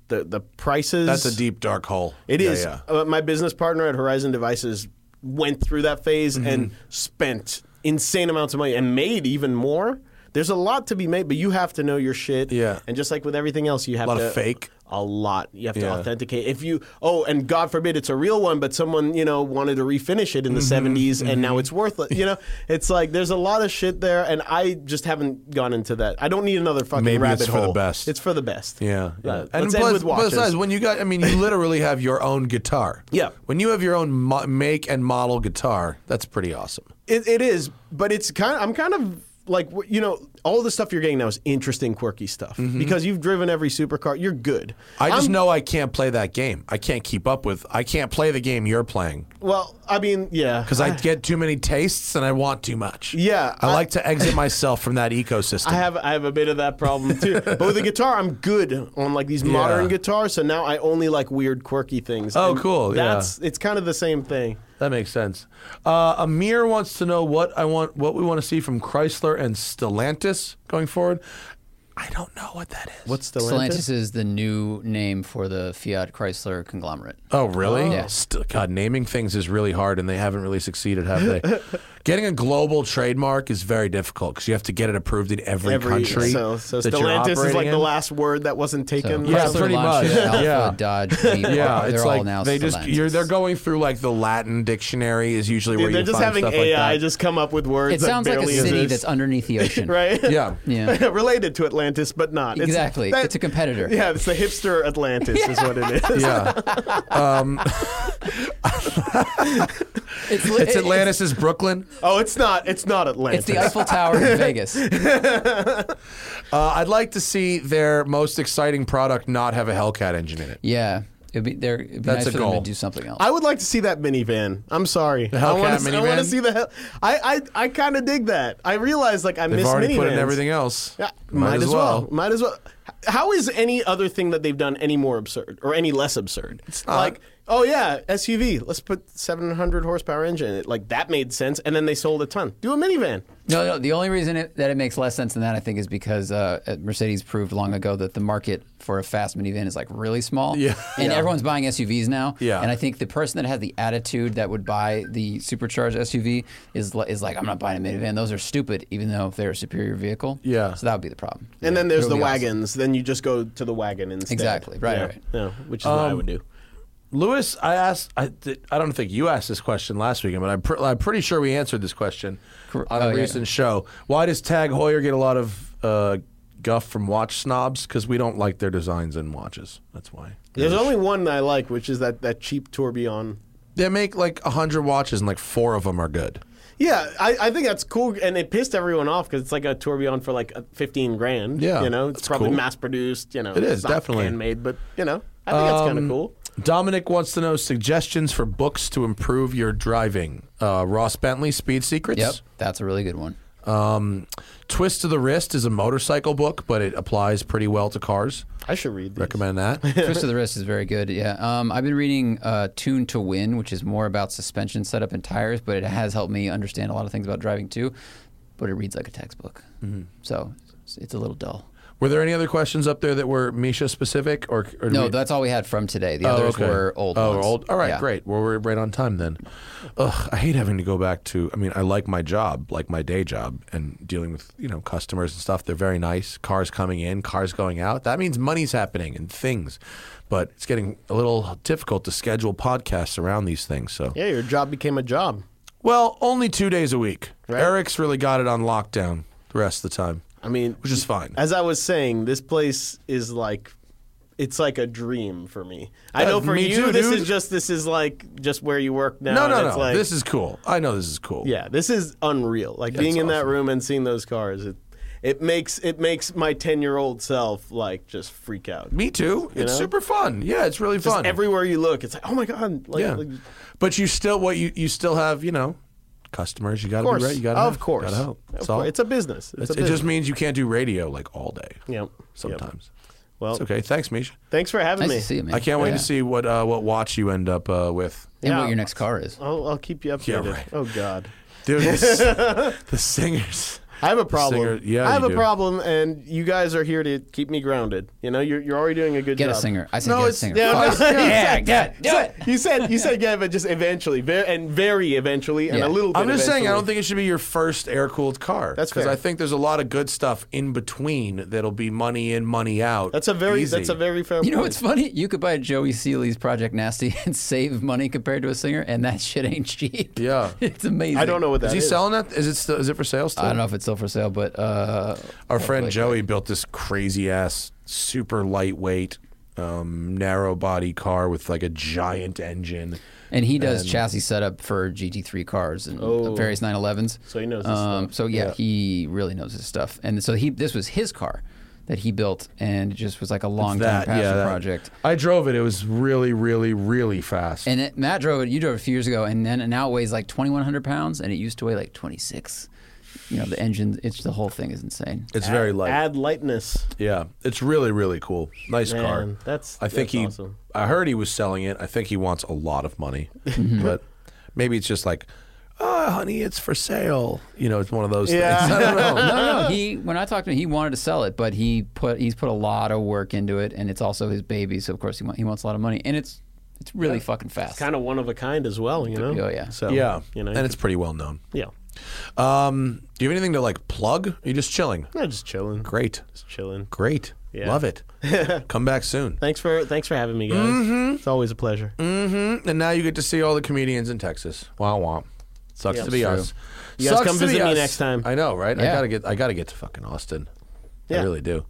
Speaker 2: the the prices.
Speaker 1: That's a deep dark hole.
Speaker 2: It
Speaker 1: Yeah,
Speaker 2: is.
Speaker 1: yeah.
Speaker 2: Uh, my business partner at Horizon Devices went through that phase
Speaker 1: Mm-hmm.
Speaker 2: and spent insane amounts of money and made even more. There's a lot to be made, but you have to know your shit.
Speaker 1: Yeah.
Speaker 2: And just like with everything else, you have
Speaker 1: Lot
Speaker 2: to
Speaker 1: of fake.
Speaker 2: A lot. You have
Speaker 1: Yeah.
Speaker 2: to authenticate. If you oh, and God forbid it's a real one, but someone you know wanted to refinish it in
Speaker 1: Mm-hmm.
Speaker 2: the 70s and now it's worthless. You know, it's like there's a lot of shit there, and I just haven't gone into that. I don't need another fucking
Speaker 1: Maybe it's
Speaker 2: rabbit
Speaker 1: for the
Speaker 2: hole.
Speaker 1: besides-
Speaker 2: It's for the best.
Speaker 1: Yeah, yeah.
Speaker 2: And Let's end with watches.
Speaker 1: besides, when you got, I mean, you literally have your own guitar.
Speaker 2: Yeah.
Speaker 1: When you have your own mo- make and model guitar, that's pretty awesome.
Speaker 2: It, it is, but it's kind. Of, I'm kind of like wh- you know, all the stuff you're getting now is interesting, quirky stuff because you've driven every supercar. You're good.
Speaker 1: Mm-hmm. I just know I can't play that game. I can't keep up with. I can't play the game you're playing
Speaker 2: Well, I mean, yeah,
Speaker 1: because I get too many tastes and I want too much.
Speaker 2: Ah. Yeah,
Speaker 1: I,
Speaker 2: I-
Speaker 1: like to exit myself from that ecosystem.
Speaker 2: I have I have a bit of that problem too. but with the guitar, I'm good on like these modern
Speaker 1: Yeah.
Speaker 2: guitars, so now I only like weird, quirky things.
Speaker 1: Oh,
Speaker 2: And
Speaker 1: cool, yeah.
Speaker 2: That's it's kind of the same thing.
Speaker 1: that makes sense. Uh, Amir wants to know what I want, what we want to see from Chrysler and Stellantis going forward. I don't know what that is.
Speaker 2: What's the
Speaker 3: Stellantis is the new name for the Fiat Chrysler conglomerate.
Speaker 1: Oh, really?
Speaker 3: Yeah.
Speaker 1: St- God, naming things is really hard, and they haven't really succeeded, have they? Getting a global trademark is very difficult because you have to get it approved in every,
Speaker 2: Every
Speaker 1: country.
Speaker 2: so so
Speaker 1: that you're
Speaker 2: Stellantis is
Speaker 1: operating
Speaker 2: like
Speaker 1: in.
Speaker 2: the last word that wasn't taken.
Speaker 1: Yeah,
Speaker 3: Chrysler
Speaker 1: pretty
Speaker 3: launched
Speaker 1: much.
Speaker 3: it, Alpha,
Speaker 1: Yeah.
Speaker 3: Dodge, Jeep,
Speaker 1: Yeah,
Speaker 3: all- they're
Speaker 1: it's
Speaker 3: all
Speaker 1: like
Speaker 3: now
Speaker 1: they just
Speaker 3: Stellantis.
Speaker 1: you're, they're going through like the Latin dictionary is usually where
Speaker 2: Dude, they're
Speaker 1: you
Speaker 2: just
Speaker 1: find
Speaker 2: having
Speaker 1: stuff
Speaker 2: AI
Speaker 1: like that.
Speaker 2: just come up with words.
Speaker 3: It
Speaker 2: that
Speaker 3: sounds like a
Speaker 2: barely
Speaker 3: city
Speaker 2: exist.
Speaker 3: that's underneath the ocean.
Speaker 2: right.
Speaker 1: yeah,
Speaker 3: Yeah.
Speaker 2: related to Atlantis, but not It's-
Speaker 3: Exactly.
Speaker 2: that-
Speaker 3: It's a competitor.
Speaker 2: Yeah, it's the hipster Atlantis, is what it is.
Speaker 1: yeah.
Speaker 3: It's,
Speaker 1: It's Atlantis is Brooklyn.
Speaker 2: Oh, it's not. It's not Atlantis.
Speaker 3: It's the Eiffel Tower in Vegas.
Speaker 1: Uh, I'd like to see their most exciting product not have a Hellcat engine in it.
Speaker 3: Yeah, it'd be, there, it'd be
Speaker 1: That's
Speaker 3: nice
Speaker 1: a
Speaker 3: for
Speaker 1: goal.
Speaker 3: them to do something else.
Speaker 2: I would like to see that minivan. I'm sorry. I
Speaker 1: Hellcat
Speaker 2: want to. I want
Speaker 1: minivan?
Speaker 2: to see the. Hel- I I, I kind of dig that. I realize like I
Speaker 1: They've
Speaker 2: miss
Speaker 1: already
Speaker 2: minivans.
Speaker 1: put in everything else.
Speaker 2: Yeah, might, as well. Might as well. H- How is any other thing that they've done any more absurd or any less absurd? It's
Speaker 1: not.
Speaker 2: like, oh yeah, SUV. Let's put 700 horsepower engine. in it. Like that made sense, and then they sold a ton. Do a minivan.
Speaker 3: No, no. The only reason it, that it makes less sense than that, I think, is because uh, uh, Mercedes proved long ago that the market for a fast minivan is like really small.
Speaker 1: Yeah.
Speaker 3: And everyone's buying SUVs now.
Speaker 1: Yeah.
Speaker 3: And I think the person that has the attitude that would buy the supercharged SUV is li- is like, I'm not buying a minivan. Those are stupid, even though if they're a superior vehicle.
Speaker 1: Yeah.
Speaker 3: So that would be the problem.
Speaker 2: And then there's
Speaker 3: It
Speaker 2: the
Speaker 3: would be awesome.
Speaker 2: wagons. Then you just go to the wagon instead.
Speaker 3: Exactly. Right,
Speaker 2: Yeah.
Speaker 3: right.
Speaker 2: Yeah, which is what I would do.
Speaker 1: Lewis, I asked. I, th- I don't think you asked this question last weekend, but I'm, pr- I'm pretty sure we answered this question
Speaker 3: Cor-
Speaker 1: on a
Speaker 3: oh, yeah.
Speaker 1: recent show. Why does Tag Heuer get a lot of uh, guff from watch snobs? Because we don't like their designs in watches. That's why.
Speaker 2: There's only one I like, which is that, that cheap Tourbillon.
Speaker 1: They make like hundred watches, and like four of them are good.
Speaker 2: Yeah, I, I think that's cool, and it pissed everyone off because it's like a Tourbillon for like uh, 15 grand.
Speaker 1: Yeah,
Speaker 2: you know, it's
Speaker 1: that's
Speaker 2: probably
Speaker 1: cool.
Speaker 2: mass produced. You know,
Speaker 1: It
Speaker 2: it's
Speaker 1: is,
Speaker 2: not
Speaker 1: definitely. Um,
Speaker 2: handmade, but you know, I think that's kind of cool.
Speaker 1: Dominic wants to know suggestions for books to improve your driving. Uh, Ross Bentley, Speed Secrets.
Speaker 3: Yep. That's a really good one.
Speaker 1: Um, Twist to the Wrist is a motorcycle book, but it applies pretty well to cars.
Speaker 2: I should read. These.
Speaker 1: Recommend that.
Speaker 3: Twist of the Wrist is very good. Yeah. Um, I've been reading uh, Tune to Win, which is more about suspension setup and tires, but it has helped me understand a lot of things about driving too. But it reads like a textbook,
Speaker 1: Mm-hmm.
Speaker 3: so it's, it's a little dull.
Speaker 1: Were there any other questions up there that were Misha specific or, or did
Speaker 3: No,
Speaker 1: we-
Speaker 3: that's all we had from today. The
Speaker 1: Oh,
Speaker 3: others
Speaker 1: okay.
Speaker 3: were old.
Speaker 1: Oh,
Speaker 3: ones.
Speaker 1: old. All right,
Speaker 3: Yeah.
Speaker 1: great. Well, we're right on time then. Ugh, I hate having to go back to. I mean, I like my job, like my day job, and dealing with you know customers and stuff. They're very nice. Cars coming in, cars going out. That means money's happening and things. But it's getting a little difficult to schedule podcasts around these things. So
Speaker 2: Yeah, your job became a job.
Speaker 1: well, only two days a week.
Speaker 2: Right.
Speaker 1: Eric's really got it on lockdown the rest of the time.
Speaker 2: I mean,
Speaker 1: which is fine.
Speaker 2: as I was saying, this place is like it's like a dream for me. I
Speaker 1: Uh,
Speaker 2: know for
Speaker 1: me
Speaker 2: you,
Speaker 1: too,
Speaker 2: this
Speaker 1: dude.
Speaker 2: is just this is like just where you work now.
Speaker 1: No,
Speaker 2: and
Speaker 1: no,
Speaker 2: it's
Speaker 1: no.
Speaker 2: Like,
Speaker 1: this is cool. I know this is cool.
Speaker 2: yeah, this is unreal. Like being in that
Speaker 1: awesome.
Speaker 2: room and seeing those cars, it it makes it makes my ten year old self like just freak out.
Speaker 1: Me too. It's
Speaker 2: know?
Speaker 1: super fun. Yeah, it's really
Speaker 2: Just
Speaker 1: fun.
Speaker 2: everywhere you look, it's like oh my god. Like,
Speaker 1: yeah.
Speaker 2: like-
Speaker 1: but you still what you you still have, you know, customers. You got to
Speaker 2: of
Speaker 1: be
Speaker 2: course,
Speaker 1: right. You got to
Speaker 2: of course,
Speaker 1: Gotta help.
Speaker 2: Of
Speaker 1: That's
Speaker 2: course.
Speaker 1: all.
Speaker 2: It's a business. It's
Speaker 1: It's-
Speaker 2: a
Speaker 1: it
Speaker 2: business.
Speaker 1: just means you can't do radio like all day.
Speaker 2: Yep. Yep. Oh.
Speaker 1: Sometimes.
Speaker 2: Well,
Speaker 1: it's okay. Thanks, Misha.
Speaker 2: Thanks for having
Speaker 3: Nice
Speaker 2: me.
Speaker 3: to see you, man.
Speaker 1: I can't wait
Speaker 3: Yeah.
Speaker 1: to see what uh, what watch you end up uh, with.
Speaker 3: And
Speaker 2: Yeah.
Speaker 3: what your next car is.
Speaker 2: I'll, I'll keep you updated.
Speaker 1: right.
Speaker 2: Oh God.
Speaker 1: Dude, the, the singers.
Speaker 2: I have a problem.
Speaker 1: Singer- yeah,
Speaker 2: I have
Speaker 1: you
Speaker 2: a
Speaker 1: do.
Speaker 2: problem, and you guys are here to keep me grounded. You know, you're, you're already doing a good
Speaker 3: Get
Speaker 2: job.
Speaker 3: a singer. I said
Speaker 1: No,
Speaker 3: get a
Speaker 1: it's-
Speaker 3: singer.
Speaker 2: Yeah,
Speaker 3: Fuck.
Speaker 2: no, you
Speaker 3: yeah,
Speaker 2: said-
Speaker 3: get it. Do it.
Speaker 2: You said you said yeah, but just eventually, very, and very eventually, and
Speaker 3: Yeah.
Speaker 2: a little. bit
Speaker 1: I'm just saying, I
Speaker 2: eventually.
Speaker 1: don't think it should be your first air cooled car.
Speaker 2: That's
Speaker 1: because
Speaker 2: fair.
Speaker 1: I think there's a lot of good stuff in between that'll be money in, money out.
Speaker 2: that's a very
Speaker 1: Easy.
Speaker 2: that's a very fair.
Speaker 3: You know
Speaker 2: point.
Speaker 3: what's funny? You could buy Joey Seeley's Project Nasty and save money compared to a singer, and that shit ain't cheap.
Speaker 1: Yeah.
Speaker 3: it's amazing.
Speaker 2: I don't know what that
Speaker 1: Is
Speaker 2: is.
Speaker 1: he selling that? Is it still, is it for sale still?
Speaker 3: I don't know if it's still for sale, but uh,
Speaker 1: Our friend Joey built this crazy ass, super lightweight, um, narrow body car with like a giant engine.
Speaker 3: and he does chassis setup for GT3 cars and
Speaker 2: Oh.
Speaker 3: various 911s.
Speaker 2: So he knows his
Speaker 3: um, So yeah, he really knows his stuff, and so he this was his car that he built, and it just was like a long time
Speaker 1: That
Speaker 3: passion
Speaker 1: yeah, that-
Speaker 3: project.
Speaker 1: I drove it. It was really, really, really fast.
Speaker 3: And it, Matt drove it. You drove it a few years ago, and then it now weighs like 2,100 pounds, and it used to weigh like 26. You know, the engine, it's the whole thing is insane.
Speaker 1: it's very light.
Speaker 2: Add lightness.
Speaker 1: yeah, it's really, really cool. Nice
Speaker 2: Man,
Speaker 1: car.
Speaker 2: that's-
Speaker 1: I think
Speaker 2: that's
Speaker 1: he.
Speaker 2: awesome.
Speaker 1: I heard he was selling it. I think he wants a lot of money,
Speaker 3: Mm-hmm.
Speaker 1: but maybe it's just like, oh, honey, it's for sale. You know, it's one of those
Speaker 2: Yeah.
Speaker 1: things. I don't know.
Speaker 3: no, no. He when I talked to him, he wanted to sell it, but he put he's put a lot of work into it, and it's also his baby, so of course he want, he wants a lot of money, and it's it's really fucking fast.
Speaker 2: Kind of one of a kind as well. You know.
Speaker 3: Oh, yeah.
Speaker 2: So
Speaker 1: yeah,
Speaker 2: You know.
Speaker 1: and it's pretty well known.
Speaker 2: yeah.
Speaker 1: Um, do you have anything to like plug? Are you just chilling?
Speaker 2: No, just chilling.
Speaker 1: Great.
Speaker 2: Just chilling.
Speaker 1: Great.
Speaker 2: Yeah.
Speaker 1: Love it. Come back soon.
Speaker 2: Thanks for thanks for having me, guys.
Speaker 1: Mm-hmm.
Speaker 2: It's always a pleasure.
Speaker 1: Mm, And now you get to see all the comedians in Texas. Wow, wow. Sucks
Speaker 2: Yeah,
Speaker 1: to be
Speaker 2: it's
Speaker 1: us.
Speaker 2: You guys
Speaker 1: Sucks
Speaker 2: come
Speaker 1: to be
Speaker 2: visit me
Speaker 1: us.
Speaker 2: next time.
Speaker 1: I know, right? I
Speaker 3: Yeah.
Speaker 1: gotta get. I gotta get to fucking Austin. I
Speaker 2: Yeah.
Speaker 1: really do.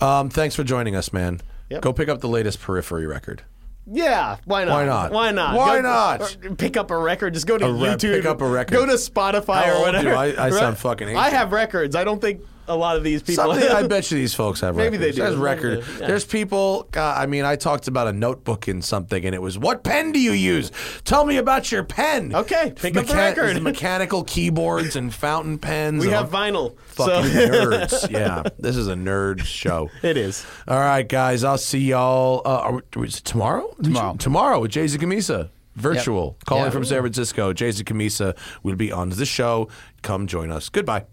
Speaker 1: Um, thanks for joining us, man.
Speaker 2: Yep.
Speaker 1: Go pick up the latest Periphery record.
Speaker 2: Yeah, why not?
Speaker 1: Why not?
Speaker 2: Why not?
Speaker 1: Why
Speaker 2: Go-
Speaker 1: not?
Speaker 2: or Pick up a record. Just go to
Speaker 1: A re-
Speaker 2: YouTube.
Speaker 1: pick up a record.
Speaker 2: Go to Spotify
Speaker 1: How
Speaker 2: or
Speaker 1: old do
Speaker 2: whatever.
Speaker 1: I- I sound
Speaker 2: Right?
Speaker 1: fucking
Speaker 2: I
Speaker 1: ancient.
Speaker 2: have records. I don't think a lot of these people.
Speaker 1: Something, I bet you these folks have
Speaker 2: Maybe they
Speaker 1: records.
Speaker 2: do.
Speaker 1: There's
Speaker 2: Maybe
Speaker 1: record.
Speaker 2: they do, yeah.
Speaker 1: There's people. God, I mean, I talked about a notebook in something, and it was, "What pen do you use? Tell me about your pen."
Speaker 2: Okay, pick up the record.
Speaker 1: Mechanical keyboards and fountain pens.
Speaker 2: we
Speaker 1: and
Speaker 2: have
Speaker 1: all-
Speaker 2: vinyl.
Speaker 1: fucking
Speaker 2: so
Speaker 1: nerds. Yeah, this is a nerd show.
Speaker 2: it is.
Speaker 1: All right, guys. I'll see y'all. Uh, are we, is it tomorrow?
Speaker 3: Tomorrow.
Speaker 1: Tomorrow with Jay Z Camisa. Virtual. Calling
Speaker 3: Yeah.
Speaker 1: from San Francisco. Jay Z Camisa will be on the show. Come join us. Goodbye.